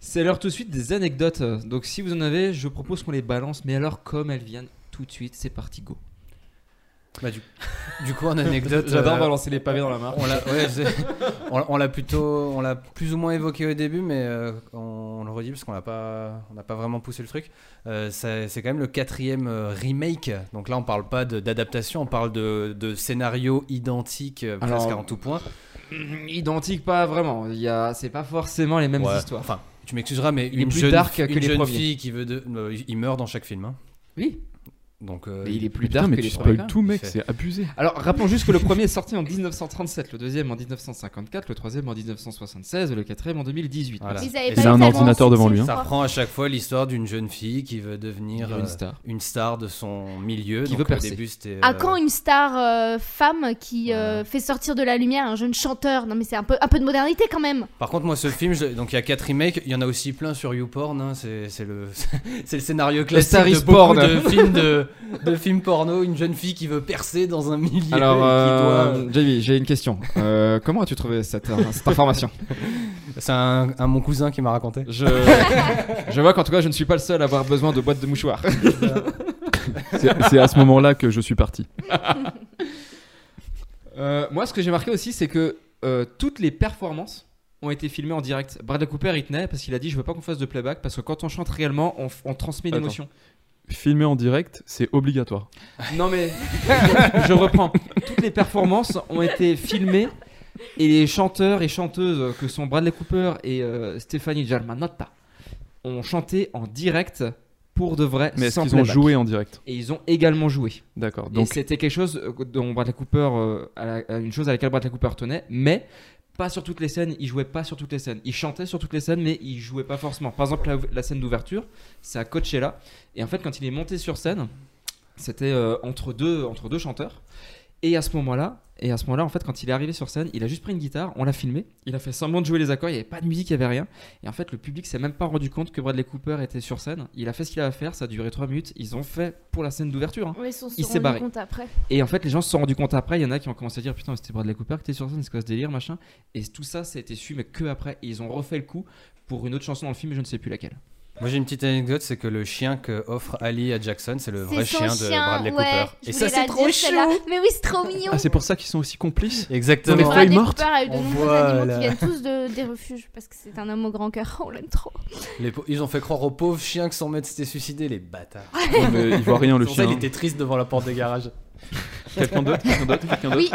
Speaker 6: C'est l'heure tout de suite des anecdotes. Donc si vous en avez, je propose qu'on les balance. Mais alors comme elles viennent tout de suite, c'est parti go.
Speaker 8: Bah, du, du coup, en anecdote. euh,
Speaker 6: balancer les pavés dans la mare.
Speaker 8: On l'a, ouais, c'est- on l'a- on l'a plutôt, on l'a plus ou moins évoqué au début, mais euh, on, on le redit parce qu'on n'a pas, on n'a pas vraiment poussé le truc. Euh, ça- c'est quand même le quatrième euh, remake. Donc là, on parle pas de- d'adaptation, on parle de, de scénario identique euh,
Speaker 6: Alors,
Speaker 8: presque en tout point.
Speaker 6: Identique, pas vraiment. Il y a, c'est pas forcément les mêmes
Speaker 8: Mhm. Ouais.
Speaker 6: histoires.
Speaker 8: Enfin, tu m'excuseras, mais
Speaker 6: est
Speaker 8: une
Speaker 6: plus
Speaker 8: jeune,
Speaker 6: dark
Speaker 8: fi-
Speaker 6: que
Speaker 8: une
Speaker 6: les
Speaker 8: jeune
Speaker 6: premiers.
Speaker 8: fille qui veut, de, euh, il meurt dans chaque film. hein.
Speaker 6: Oui.
Speaker 8: Donc, euh,
Speaker 6: Mais il est plus
Speaker 2: Mais putain,
Speaker 6: dark
Speaker 2: mais
Speaker 6: que
Speaker 2: tu
Speaker 6: les premiers.
Speaker 2: spoil tout, mec,
Speaker 8: Il fait-
Speaker 2: c'est abusé.
Speaker 6: Alors, rappelons juste que le premier est sorti en 1937, le deuxième en 1954, le troisième en 1976 et le quatrième en 2018.
Speaker 8: Voilà.
Speaker 7: Ils avaient
Speaker 8: Et
Speaker 7: pas
Speaker 8: il a
Speaker 7: eu
Speaker 8: un
Speaker 7: tellement
Speaker 2: ordinateur
Speaker 7: de
Speaker 2: devant lui, hein.
Speaker 7: succès, je
Speaker 8: ça
Speaker 7: crois.
Speaker 8: reprend à chaque fois l'histoire d'une jeune fille qui veut devenir
Speaker 6: Une
Speaker 8: euh,
Speaker 6: star.
Speaker 8: une star de son milieu.
Speaker 6: Qui
Speaker 8: Donc,
Speaker 6: veut
Speaker 8: au
Speaker 6: percer.
Speaker 8: début, c'était,
Speaker 7: À Ah,
Speaker 8: euh,
Speaker 7: quand une star euh, femme qui euh, fait sortir de la lumière un jeune chanteur Non mais c'est un peu, un peu de modernité quand même
Speaker 8: Par contre, moi, ce film, je- donc il y a 4 remakes, il y en a aussi plein sur YouPorn. hein, c'est c'est le, c'est le scénario classique
Speaker 6: Star
Speaker 8: de
Speaker 6: is
Speaker 8: beaucoup
Speaker 6: Born.
Speaker 8: de films de, de films porno. Une jeune fille qui veut percer dans un milieu. et
Speaker 6: Alors,
Speaker 8: qui
Speaker 6: euh,
Speaker 8: doit-
Speaker 6: Jamie, j'ai une question. Euh, comment as-tu trouvé cette, euh, cette information
Speaker 8: c'est un, un- mon cousin qui m'a raconté.
Speaker 6: je... je vois qu'en tout cas, je ne suis pas le seul à avoir besoin de boîtes de mouchoirs.
Speaker 2: C'est c'est à ce moment-là que je suis parti.
Speaker 6: Euh, moi, ce que j'ai marqué aussi, c'est que euh, toutes les performances ont été filmées en direct. Bradley Cooper, il tenait parce qu'il a dit Je veux pas qu'on fasse de playback parce que quand on chante réellement, on, f- on transmet une
Speaker 2: Attends.
Speaker 6: émotion.
Speaker 2: Filmer en direct, c'est obligatoire.
Speaker 6: Non mais je reprends. Toutes les performances ont été filmées Et les chanteurs et chanteuses que sont Bradley Cooper et euh, Stéphanie Germanotta ont chanté en direct pour de vrai.
Speaker 2: Mais est-ce
Speaker 6: sans
Speaker 2: qu'ils ont
Speaker 6: playback.
Speaker 2: joué en direct
Speaker 6: Et ils ont également joué.
Speaker 2: D'accord.
Speaker 6: Donc
Speaker 2: Donc
Speaker 6: c'était quelque chose euh, dont Bradley Cooper, euh, à la- à une chose à laquelle Bradley Cooper tenait, mais pas sur toutes les scènes. Il jouait pas sur toutes les scènes. Il chantait sur toutes les scènes, mais il jouait pas forcément. Par exemple, la, la scène d'ouverture, c'est à Coachella, et en fait, quand il est monté sur scène, c'était euh, entre deux entre deux chanteurs. Et à ce moment-là, et à ce moment-là, en fait, quand il est arrivé sur scène, il a juste pris une guitare, on l'a filmé, il a fait semblant de jouer les accords, il n'y avait pas de musique, il n'y avait rien. Et en fait, le public s'est même pas rendu compte que Bradley Cooper était sur scène. Il a fait ce qu'il avait à faire, ça a duré 3 minutes. Ils ont fait pour la scène d'ouverture. hein.
Speaker 7: Ouais, ils se sont
Speaker 6: Il s'est
Speaker 7: rendus
Speaker 6: barré.
Speaker 7: compte après.
Speaker 6: Et en fait, les gens se sont rendus compte après. Il y en a qui ont commencé à dire Putain, mais c'était Bradley Cooper qui était sur scène, c'est quoi ce délire, machin. Et tout ça, ça a été su, mais que après. Et ils ont refait le coup pour une autre chanson dans le film, mais je ne sais plus laquelle.
Speaker 8: Moi j'ai une petite anecdote, c'est que le chien que offre Ali à Jackson, c'est le vrai
Speaker 7: son
Speaker 8: chien, de Bradley
Speaker 7: ouais,
Speaker 8: Cooper.
Speaker 7: je
Speaker 8: Et ça
Speaker 7: voulais
Speaker 8: c'est
Speaker 7: la
Speaker 8: trop
Speaker 7: dire, celle-là.
Speaker 8: chaud.
Speaker 7: Mais oui, c'est trop mignon.
Speaker 2: ah, c'est pour ça qu'ils sont aussi complices.
Speaker 8: Exactement.
Speaker 2: Non, mais
Speaker 7: Bradley
Speaker 2: feuille morte.
Speaker 7: Cooper a eu de
Speaker 8: On
Speaker 7: nombreux
Speaker 8: voit,
Speaker 7: animaux
Speaker 8: là.
Speaker 7: qui viennent tous de, des refuges parce que c'est un homme au grand cœur. On l'aime trop.
Speaker 8: Les pau- Ils ont fait croire au pauvre chien que son maître s'était suicidé, les bâtards.
Speaker 2: Ouais, mais il voit rien le
Speaker 8: C'est pour ça,
Speaker 2: chien. hein.
Speaker 8: il était triste devant la porte des garages.
Speaker 2: Quelqu'un d'autre Quelqu'un d'autre Quelqu'un d'autre
Speaker 7: Oui.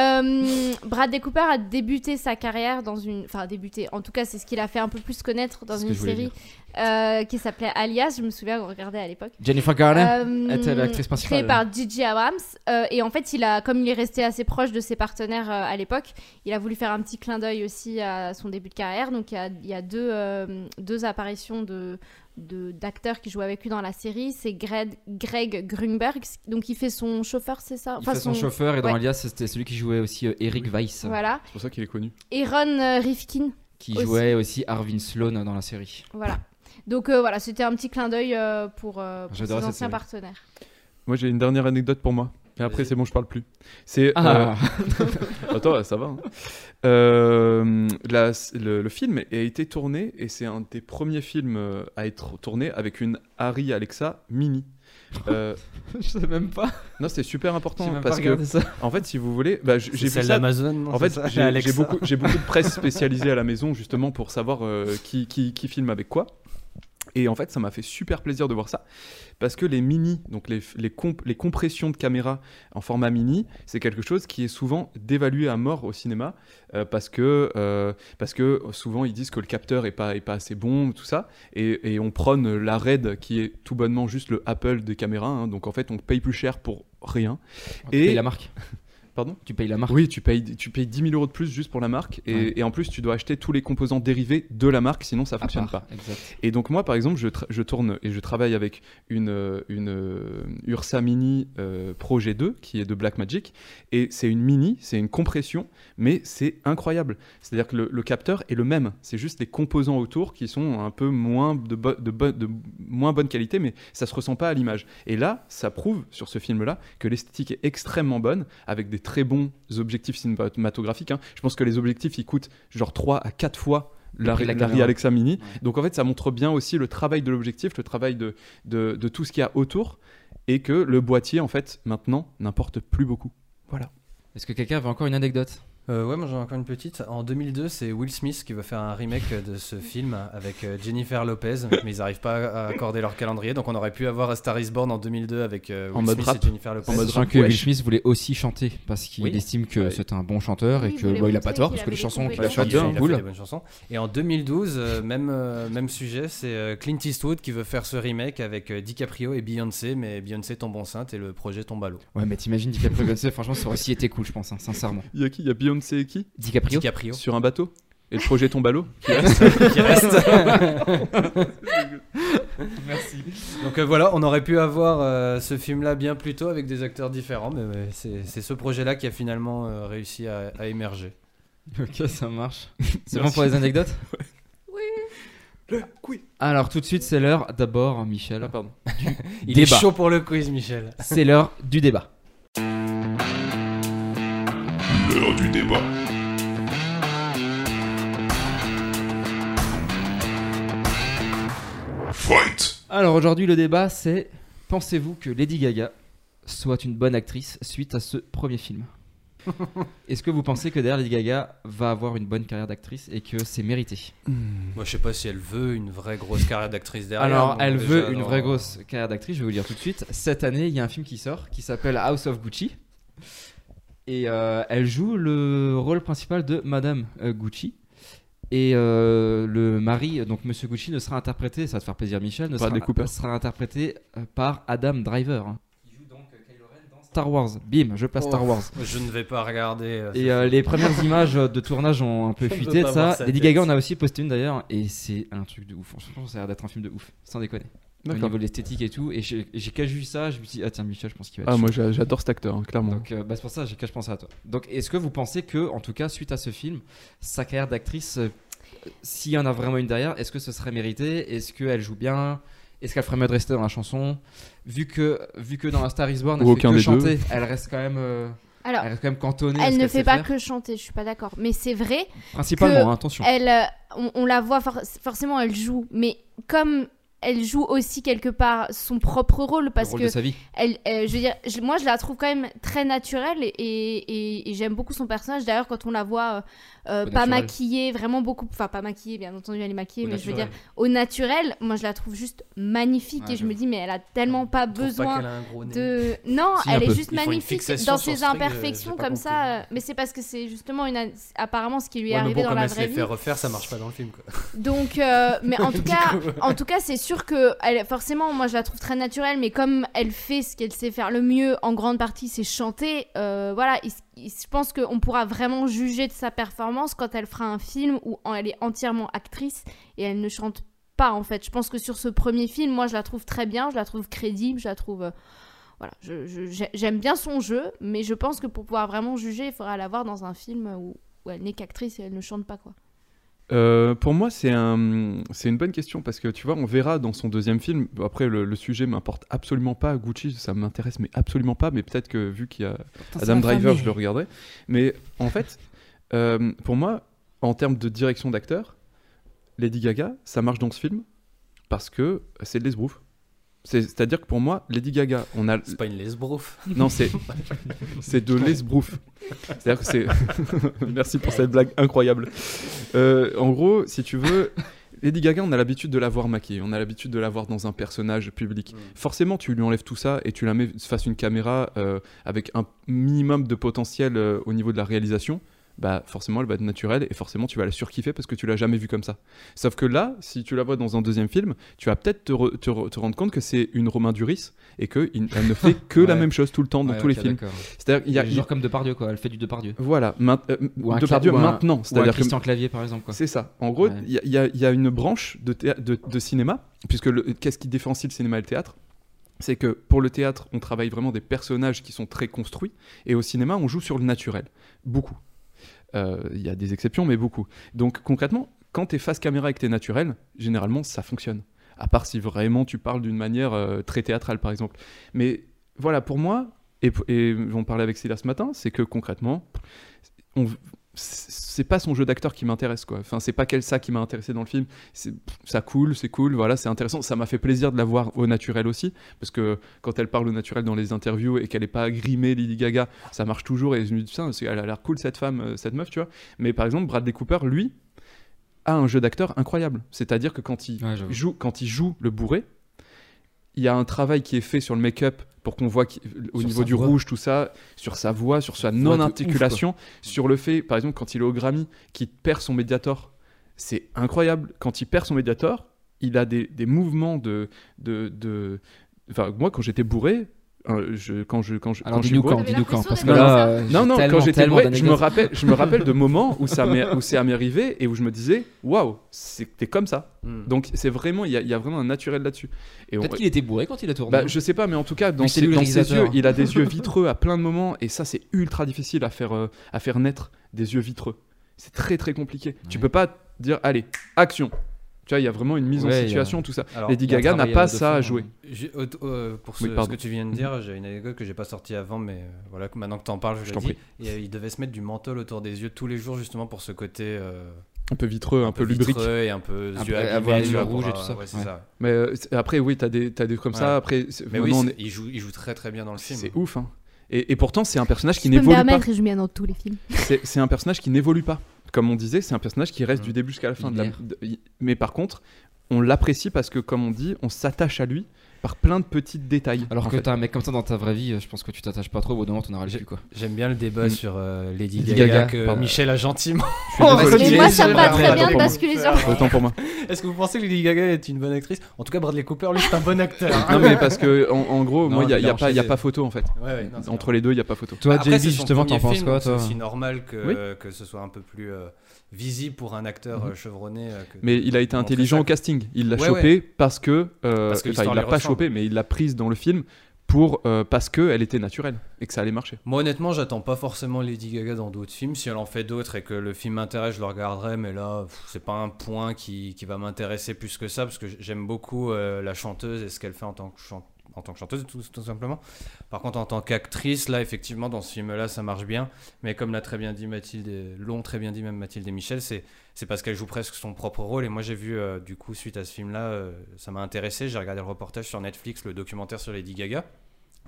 Speaker 7: Euh, Bradley Cooper a débuté sa carrière dans une. Enfin, débuté. En tout cas, c'est ce qu'il a fait un peu plus connaître dans
Speaker 2: C'est ce
Speaker 7: une
Speaker 2: que je voulais
Speaker 7: série euh, qui s'appelait Alias. Je me souviens, on regardait à l'époque.
Speaker 6: Jennifer Garner
Speaker 7: Euh,
Speaker 6: était l'actrice principale.
Speaker 7: Créé par Gigi Abrams. Euh, et en fait, il a, comme il est resté assez proche de ses partenaires euh, à l'époque, il a voulu faire un petit clin d'œil aussi à son début de carrière. Donc, il y a, il y a deux, euh, deux apparitions de de- d'acteurs qui jouent avec lui dans la série. C'est Greg, Greg Grunberg. Donc, il fait son chauffeur, c'est ça
Speaker 6: Il fait son chauffeur, et dans
Speaker 7: ouais.
Speaker 6: Alias, c'était celui qui jouait aussi euh, Eric Weiss,
Speaker 7: Voilà.
Speaker 2: C'est pour ça qu'il est connu.
Speaker 7: Et Ron euh, Rifkin.
Speaker 6: qui
Speaker 7: aussi.
Speaker 6: jouait aussi Arvin Sloan dans la série.
Speaker 7: Voilà. Donc euh, voilà, c'était un petit clin d'œil euh, pour, euh, pour ses
Speaker 6: J'adorais cette
Speaker 7: anciens
Speaker 6: série.
Speaker 7: partenaires.
Speaker 2: Moi, j'ai une dernière anecdote pour moi. Et après,
Speaker 6: Vas-y.
Speaker 2: c'est bon, je parle plus. C'est. euh,
Speaker 6: Ah,
Speaker 2: Attends, ça va. hein. Euh, la- le, le film a été tourné et c'est un des premiers films euh, à être tourné avec une Harry Alexa mini. Euh,
Speaker 6: je sais même pas.
Speaker 2: non, c'est super
Speaker 6: J'ai
Speaker 2: important
Speaker 6: même pas
Speaker 2: parce que,
Speaker 6: regardé ça.
Speaker 2: en fait, si vous voulez, bah, j- j'ai
Speaker 8: C'est
Speaker 2: vu
Speaker 8: celle
Speaker 2: ça.
Speaker 8: d'Amazon. non,
Speaker 2: En
Speaker 8: c'est
Speaker 2: fait,
Speaker 8: ça
Speaker 2: j'ai-
Speaker 8: Alexa.
Speaker 2: j'ai beaucoup, j'ai beaucoup de presse spécialisée à la maison justement pour savoir euh, qui, qui, qui filme avec quoi. Et en fait, ça m'a fait super plaisir de voir ça parce que les mini, donc les, les, comp- les compressions de caméra en format mini, c'est quelque chose qui est souvent dévalué à mort au cinéma euh, parce, que, euh, parce que souvent ils disent que le capteur est pas, est pas assez bon, tout ça. Et, et on prône la RED qui est tout bonnement juste le Apple des caméras. hein. donc en fait, on paye plus cher pour rien.
Speaker 6: Tu
Speaker 2: Et-
Speaker 6: payes la marque.
Speaker 2: Pardon
Speaker 6: Tu payes la marque.
Speaker 2: oui, tu payes, tu payes 10 000 euros de plus juste pour la marque. Et,
Speaker 6: Ouais. Ah
Speaker 2: et en plus, tu dois acheter tous les composants dérivés de la marque, sinon ça
Speaker 6: à
Speaker 2: fonctionne
Speaker 6: part.
Speaker 2: pas.
Speaker 6: Exact.
Speaker 2: Et donc, moi, par exemple, je, tra- je tourne et je travaille avec une, euh, une euh, Ursa Mini euh, Pro G2 qui est de Blackmagic. Et c'est une mini, c'est une compression, mais c'est incroyable. C'est-à-dire que le, le capteur est le même. C'est juste les composants autour qui sont un peu moins de, bo- de, bo- de moins bonne qualité, mais ça se ressent pas à l'image. Et là, ça prouve sur ce film-là que l'esthétique est extrêmement bonne, avec des très bons objectifs cinématographiques. hein. Je pense que les objectifs, ils coûtent genre 3 à 4 fois la,
Speaker 6: prix de la
Speaker 2: la
Speaker 6: caméra.
Speaker 2: Alexa Mini.
Speaker 6: Ouais.
Speaker 2: Donc en fait, ça montre bien aussi le travail de l'objectif, le travail de, de, de tout ce qu'il y a autour, et que le boîtier, en fait, maintenant, n'importe plus beaucoup.
Speaker 6: Est-ce que quelqu'un avait encore une anecdote
Speaker 8: Euh, ouais, moi j'en ai encore une petite. En 2002, c'est Will Smith qui veut faire un remake de ce film avec euh, Jennifer Lopez, mais ils n'arrivent pas à accorder leur calendrier. Donc on aurait pu avoir A Star Is Born en 2002 avec euh, Will
Speaker 2: En mode
Speaker 8: Smith
Speaker 2: rap.
Speaker 8: et Jennifer Lopez.
Speaker 2: En mode
Speaker 6: Sachant
Speaker 2: rap,
Speaker 6: que
Speaker 2: wesh.
Speaker 6: Will Smith voulait aussi chanter parce qu'il
Speaker 8: Oui.
Speaker 6: estime que
Speaker 2: Ouais.
Speaker 6: c'est un bon chanteur
Speaker 7: Oui,
Speaker 6: et
Speaker 7: il
Speaker 6: que
Speaker 7: voulait
Speaker 6: bah, il a
Speaker 7: montrer
Speaker 6: pas tort
Speaker 7: qu'il
Speaker 6: parce que les
Speaker 7: avait des
Speaker 6: chansons qu'il a
Speaker 7: compétences.
Speaker 8: Il a fait-
Speaker 2: chante
Speaker 8: il
Speaker 2: bien,
Speaker 8: a
Speaker 2: hein,
Speaker 8: fait
Speaker 2: cool.
Speaker 8: des bonnes chansons. Et en 2012, euh, même, euh, même sujet, c'est euh, Clint Eastwood qui veut faire ce remake avec euh, DiCaprio et Beyoncé, mais Beyoncé tombe enceinte et le projet tombe à l'eau.
Speaker 6: Ouais, mais t'imagines DiCaprio Beyoncé, franchement, ça aurait aussi été cool, je pense, hein, sincèrement.
Speaker 2: Il y a qui Il y a Beyoncé et qui
Speaker 6: DiCaprio
Speaker 8: DiCaprio
Speaker 2: Sur un bateau Et le projet tombe à l'eau
Speaker 8: qui reste. Merci. Donc euh, voilà, on aurait pu avoir euh, ce film-là bien plus tôt avec des acteurs différents, mais euh, c'est c'est ce projet-là qui a finalement euh, réussi à, à émerger.
Speaker 6: Ok, ça marche. C'est bon
Speaker 2: Merci.
Speaker 6: pour les anecdotes
Speaker 7: Oui.
Speaker 6: Alors, tout de suite, c'est l'heure, d'abord, hein, Michel,
Speaker 2: Ah, pardon.
Speaker 8: Il
Speaker 6: Débat.
Speaker 8: est chaud pour le quiz, Michel.
Speaker 6: c'est l'heure du débat.
Speaker 5: L'heure du débat. Fight
Speaker 6: Alors, aujourd'hui, le débat, c'est pensez-vous que Lady Gaga soit une bonne actrice suite à ce premier film Est-ce que vous pensez que derrière Lady Gaga va avoir une bonne carrière d'actrice et que c'est mérité
Speaker 8: Moi, je sais pas si elle veut une vraie grosse carrière d'actrice derrière.
Speaker 6: Alors,
Speaker 8: donc
Speaker 6: elle
Speaker 8: déjà,
Speaker 6: veut une
Speaker 8: dans-
Speaker 6: vraie grosse carrière d'actrice, je vais vous le dire tout de suite. Cette année, il y a un film qui sort qui s'appelle House of Gucci. Et euh, elle joue le rôle principal de Madame euh, Gucci. Et euh, le mari, donc Monsieur Gucci, ne sera interprété, ça va te faire plaisir Michel, ne
Speaker 2: Par
Speaker 6: sera,
Speaker 2: des Cooper.
Speaker 6: sera interprété euh, par Adam Driver. Il joue donc euh, Kylo Ren dans Star Wars. Bim, je place Star
Speaker 8: Oh.
Speaker 6: Wars.
Speaker 8: Je ne vais pas regarder. euh,
Speaker 6: Et euh, les premières images de tournage ont un peu
Speaker 8: Je ne
Speaker 6: fuité
Speaker 8: veux
Speaker 6: de
Speaker 8: pas voir
Speaker 6: ça.
Speaker 8: sa
Speaker 6: Lady
Speaker 8: tête.
Speaker 6: Gaga en a aussi posté une d'ailleurs, et c'est un truc de ouf. Franchement, ça a l'air d'être un film de ouf, sans déconner. Au
Speaker 2: D'accord.
Speaker 6: niveau de l'esthétique et tout. Et j'ai j'ai qu'à vu ça, je me suis dit, ah tiens, Michel, je pense qu'il va être
Speaker 2: Ah,
Speaker 6: chaud.
Speaker 2: moi j'a- j'adore cet acteur, hein, clairement.
Speaker 6: Donc euh, bah, c'est pour ça j'ai- que je pensais à toi. Donc est-ce que vous pensez que, en tout cas, suite à ce film, sa carrière d'actrice, euh, s'il y en a vraiment une derrière, est-ce que ce serait mérité Est-ce qu'elle joue bien Est-ce qu'elle ferait mieux de rester dans la chanson Vu que, vu que dans la Star Is Born, elle
Speaker 2: Ou
Speaker 6: fait
Speaker 2: aucun
Speaker 6: que
Speaker 2: des
Speaker 6: chanter, elle reste quand même, euh,
Speaker 7: Alors,
Speaker 6: elle reste quand même cantonnée. à ce
Speaker 7: elle ne
Speaker 6: qu'elle
Speaker 7: fait
Speaker 6: sait
Speaker 7: pas
Speaker 6: faire.
Speaker 7: que chanter, je suis pas d'accord. Mais c'est vrai,
Speaker 6: Principalement,
Speaker 7: que
Speaker 6: hein, attention.
Speaker 7: elle, euh, on, on la voit for- forcément, elle joue, mais comme elle joue aussi quelque part son propre rôle,
Speaker 6: le
Speaker 7: parce
Speaker 6: rôle
Speaker 7: que
Speaker 6: de sa vie.
Speaker 7: elle, euh, je veux dire, je- moi je la trouve quand même très naturelle et, et- et- et j'aime beaucoup son personnage. D'ailleurs, quand on la voit euh, euh,
Speaker 6: Au
Speaker 7: pas
Speaker 6: naturel.
Speaker 7: maquillée, vraiment beaucoup, enfin pas maquillée, bien entendu, elle est maquillée,
Speaker 6: Au
Speaker 7: mais je veux
Speaker 6: naturel.
Speaker 7: dire au naturel, moi je la trouve juste magnifique
Speaker 6: Ouais,
Speaker 7: et je
Speaker 6: je-
Speaker 7: me dis mais elle a tellement pas
Speaker 8: je trouve pas
Speaker 7: besoin
Speaker 8: qu'elle a un gros nez.
Speaker 7: de non,
Speaker 2: Si, un
Speaker 7: elle
Speaker 2: peu.
Speaker 7: est juste
Speaker 8: Ils font une
Speaker 7: magnifique
Speaker 8: fixation
Speaker 7: dans
Speaker 8: sur
Speaker 7: ses
Speaker 8: ce truc, euh,
Speaker 7: imperfections
Speaker 8: j'ai pas
Speaker 7: comme
Speaker 8: compris.
Speaker 7: ça. euh, Mais c'est parce que c'est justement une an- apparemment ce qui lui est
Speaker 8: Ouais, mais
Speaker 7: arrivé
Speaker 8: bon,
Speaker 7: dans
Speaker 8: comme
Speaker 7: la
Speaker 8: elle se
Speaker 7: vraie
Speaker 8: les
Speaker 7: vie.
Speaker 8: fait refaire, ça marche pas dans le film. Quoi.
Speaker 7: Donc, euh, mais en tout
Speaker 8: Du
Speaker 7: cas,
Speaker 8: coup.
Speaker 7: en tout cas, c'est sûr que elle, forcément, moi, je la trouve très naturelle. Mais comme elle fait ce qu'elle sait faire le mieux, en grande partie, c'est chanter. euh, voilà, il- il- je pense qu'on pourra vraiment juger de sa performance quand elle fera un film où en- elle est entièrement actrice et elle ne chante pas. En fait, je pense que sur ce premier film, moi, je la trouve très bien, je la trouve crédible, je la trouve. euh, voilà, je- je- j'ai- j'aime bien son jeu, mais je pense que pour pouvoir vraiment juger, il faudra la voir dans un film où, où elle n'est qu'actrice et elle ne chante pas quoi.
Speaker 2: Euh, pour moi, c'est un, c'est une bonne question parce que tu vois, on verra dans son deuxième film. Bon, Après, le, le sujet m'importe absolument pas. Gucci, ça m'intéresse, mais absolument pas. Mais peut-être que vu qu'il y
Speaker 8: Ah,
Speaker 2: a Adam Driver, je le regarderai. Mais en fait, euh, pour moi, en termes de direction d'acteur, Lady Gaga, ça marche dans ce film parce que c'est de l'esbrouf. C'est- C'est-à-dire que pour moi, Lady Gaga, on a
Speaker 8: C'est pas une lesbrouf.
Speaker 2: non, c'est c'est de l'esbrouf. C'est-à-dire que c'est. Merci pour cette blague incroyable. Euh, en gros, si tu veux, Lady Gaga, on a l'habitude de la voir maquillée, on a l'habitude de la voir dans un personnage public. Forcément, tu lui enlèves tout ça et tu la mets face à une caméra euh, avec un minimum de potentiel euh, au niveau de la réalisation. Bah forcément elle va être naturelle et forcément tu vas la surkiffer parce que tu l'as jamais vue comme ça. Sauf que là, si tu la vois dans un deuxième film, tu vas peut-être te, re- te re- te rendre compte que c'est une Romain Duris et qu'elle ne fait que la
Speaker 6: Ouais.
Speaker 2: même chose tout le temps dans tous les films. C'est-à-dire qu'il
Speaker 6: Il
Speaker 2: y a,
Speaker 6: genre comme Depardieu quoi, elle fait du Depardieu.
Speaker 2: voilà, maint- euh,
Speaker 6: Ou un
Speaker 2: Depardieu
Speaker 6: cla- ou un-
Speaker 2: maintenant,
Speaker 6: Ou un
Speaker 2: c'est-à-dire que
Speaker 6: Christian Clavier par exemple quoi.
Speaker 2: c'est ça. En gros,
Speaker 6: Ouais.
Speaker 2: il y a- il y, a- il y a une branche de, théâ- de, de cinéma, puisque le- qu'est-ce qui différencie le cinéma et le théâtre C'est que pour le théâtre, on travaille vraiment des personnages qui sont très construits, et au cinéma, on joue sur le naturel. Beaucoup. Euh, Il y a des exceptions, mais beaucoup. Donc concrètement, quand t'es face caméra et que t'es naturel, généralement, ça fonctionne. À part si vraiment tu parles d'une manière euh, très théâtrale, par exemple. Mais voilà, pour moi, et, et on parlait avec Célia ce matin, c'est que concrètement, on, c'est pas son jeu d'acteur qui m'intéresse quoi. Enfin, c'est pas quel ça qui m'a intéressé dans le film. C'est pff, ça coule, c'est cool, voilà, c'est intéressant. Ça m'a fait plaisir de la voir au naturel aussi, parce que quand elle parle au naturel dans les interviews et qu'elle est pas grimée, Lily Gaga, ça marche toujours. Et je me dis putain, c'est- elle a l'air cool cette femme, euh, cette meuf, tu vois. Mais par exemple, Bradley Cooper, lui, a un jeu d'acteur incroyable. C'est-à-dire que quand il
Speaker 6: Ouais, j'avoue.
Speaker 2: joue, quand il joue le bourré, il y a un travail qui est fait sur le make-up pour qu'on voit qu'il- au
Speaker 6: Sur
Speaker 2: niveau
Speaker 6: sa
Speaker 2: du
Speaker 6: voix.
Speaker 2: rouge, tout ça, sur sa voix, sur sa
Speaker 6: de ouf, quoi.
Speaker 2: non-articulation, sur le fait, par exemple, quand il est au Grammy, qu'il perd son médiator, c'est incroyable. Quand il perd son médiator, il a des, des mouvements de, de, de- Enfin, moi, quand j'étais bourré, hein, je, quand je... Quand je
Speaker 6: Alors
Speaker 2: quand je suis
Speaker 6: dis-nous
Speaker 2: bourré-
Speaker 6: quand, dis-nous quand, parce que
Speaker 2: Non,
Speaker 6: là, euh,
Speaker 2: non,
Speaker 6: j'ai
Speaker 2: non,
Speaker 6: tellement,
Speaker 2: quand j'étais
Speaker 6: tellement
Speaker 2: bourré, je me,
Speaker 6: d'anecdotes.
Speaker 2: rappelle, je me rappelle de moments où ça m'est où c'est à m'est arrivé et où je me disais, waouh, c'était comme ça.
Speaker 8: Mm.
Speaker 2: Donc, c'est vraiment, il y, a- il y a vraiment un naturel là-dessus. Et on-
Speaker 6: Peut-être qu'il était bourré quand il a tourné.
Speaker 2: bah, je sais pas, mais en tout cas, dans,
Speaker 6: Mais c'est
Speaker 2: ses,
Speaker 6: lui le
Speaker 2: dans ses
Speaker 6: réalisateur.
Speaker 2: yeux, il a des yeux vitreux à plein de moments, et ça, c'est ultra difficile à faire, euh, à faire naître des yeux vitreux. C'est très très compliqué. Tu
Speaker 6: Ouais.
Speaker 2: peux pas dire, allez, action. Tu vois, il y a vraiment une mise
Speaker 6: Ouais, il y
Speaker 2: en
Speaker 6: a-
Speaker 2: situation, tout ça.
Speaker 8: Alors,
Speaker 2: Lady
Speaker 6: il y a un
Speaker 2: Gaga n'a
Speaker 6: travail
Speaker 2: pas
Speaker 6: de
Speaker 2: ça
Speaker 6: fond,
Speaker 2: à
Speaker 6: hein.
Speaker 2: jouer.
Speaker 8: J'ai- euh, euh, pour ce,
Speaker 2: Oui, pardon.
Speaker 8: ce que tu viens de dire, j'ai une anecdote que j'ai pas sortie avant, mais euh, voilà, que maintenant que t'en parles, je,
Speaker 2: Je
Speaker 8: le
Speaker 2: t'en
Speaker 8: dis.
Speaker 2: prie.
Speaker 8: Et, euh, il devait se mettre du menthol autour des yeux tous les jours, justement pour ce côté euh,
Speaker 2: Un peu vitreux, un, peu, lubrique.
Speaker 8: vitreux et un peu
Speaker 6: Un
Speaker 8: yeux
Speaker 6: peu-
Speaker 8: abîmés,
Speaker 6: avoir les
Speaker 8: tu
Speaker 6: yeux
Speaker 8: vois,
Speaker 6: rouges
Speaker 8: pour,
Speaker 6: et tout
Speaker 8: euh,
Speaker 6: ça.
Speaker 8: ouais, c'est
Speaker 6: Ouais.
Speaker 8: ça.
Speaker 2: Mais euh, c'est- après, oui, t'as des, t'as des comme
Speaker 8: Ouais.
Speaker 2: ça. Après, c'est-
Speaker 8: Mais oui,
Speaker 2: maintenant, on
Speaker 8: c'est-
Speaker 2: est-
Speaker 8: il, joue, il joue très très bien dans le film.
Speaker 2: c'est ouf. hein. Et, et pourtant, c'est un personnage qui
Speaker 7: Je peux me
Speaker 2: n'évolue pas.
Speaker 7: permettre, et je mets dans tous les films.
Speaker 2: C'est c'est un personnage qui n'évolue pas. Comme on disait, c'est un personnage qui reste
Speaker 8: Mm.
Speaker 2: du début jusqu'à la fin. De la-
Speaker 6: Linéaire.
Speaker 2: de- il- mais par contre, on l'apprécie parce que, comme on dit, on s'attache à lui par plein de petits détails.
Speaker 6: Alors
Speaker 2: en
Speaker 6: que
Speaker 2: fait.
Speaker 6: t'as un mec comme ça dans ta vraie vie, euh, je pense que tu t'attaches pas trop, au bout d'un moment, t'en auras le
Speaker 8: J'ai-
Speaker 6: cul, quoi.
Speaker 8: J'aime bien le débat
Speaker 2: Mm.
Speaker 8: sur euh, Lady
Speaker 6: Lady
Speaker 8: Gaga,
Speaker 6: Gaga,
Speaker 8: que
Speaker 6: pardon.
Speaker 8: Michel a gentiment.
Speaker 2: Oh,
Speaker 8: Parce
Speaker 2: désolé.
Speaker 8: qu'il
Speaker 7: Et
Speaker 8: est
Speaker 7: moi, ça me va
Speaker 8: Michel,
Speaker 7: très bien
Speaker 2: pardon.
Speaker 7: de basculer sur.
Speaker 2: Autant pour moi.
Speaker 8: Est-ce que vous pensez que Lady Gaga est une bonne actrice En tout cas, Bradley Cooper, lui, c'est un bon acteur.
Speaker 2: Non
Speaker 8: hein.
Speaker 2: mais parce que en, en gros,
Speaker 8: Ah Non,
Speaker 2: moi, il n'y a,
Speaker 8: je
Speaker 2: y a
Speaker 8: mélange
Speaker 2: pas, y a
Speaker 8: les
Speaker 2: pas
Speaker 8: deux.
Speaker 2: photo en fait.
Speaker 8: Ouais, ouais, non, c'est
Speaker 2: Entre les deux, il n'y a pas photo.
Speaker 6: Toi,
Speaker 8: Après,
Speaker 6: Jay-Z,
Speaker 8: c'est son
Speaker 6: justement, t'en
Speaker 8: premier
Speaker 6: penses
Speaker 8: film,
Speaker 6: quoi,
Speaker 8: donc
Speaker 6: toi
Speaker 8: C'est aussi normal que,
Speaker 2: Oui.
Speaker 8: que ce soit un peu plus euh, visible pour un acteur
Speaker 6: Mhm.
Speaker 8: euh, chevronné. euh, que-
Speaker 2: Mais il a été
Speaker 8: Montrer
Speaker 2: intelligent
Speaker 8: ça.
Speaker 2: au casting. Il l'a
Speaker 8: Ouais,
Speaker 2: chopé parce que, euh,
Speaker 8: Parce que
Speaker 2: enfin,
Speaker 8: l'histoire
Speaker 2: il l'a
Speaker 8: lui
Speaker 2: pas
Speaker 8: ressemble.
Speaker 2: chopé, mais il l'a prise dans le film pour euh, parce que elle était naturelle et que ça allait marcher.
Speaker 8: Moi, honnêtement, j'attends pas forcément Lady Gaga dans d'autres films. Si elle en fait d'autres et que le film m'intéresse, je le regarderai. Mais là, pff, c'est pas un point qui, qui va m'intéresser plus que ça parce que j'aime beaucoup euh, la chanteuse et ce qu'elle fait en tant que chanteuse. En tant que chanteuse, tout, tout simplement. Par contre, en tant qu'actrice, là, effectivement, dans ce film-là, ça marche bien. Mais comme l'a très bien dit Mathilde, et- l'ont très bien dit même Mathilde et Michel, c'est c'est parce qu'elle joue presque son propre rôle. Et moi, j'ai vu, euh, du coup, suite à ce film-là, euh, ça m'a intéressé. J'ai regardé le reportage sur Netflix, le documentaire sur Lady Gaga.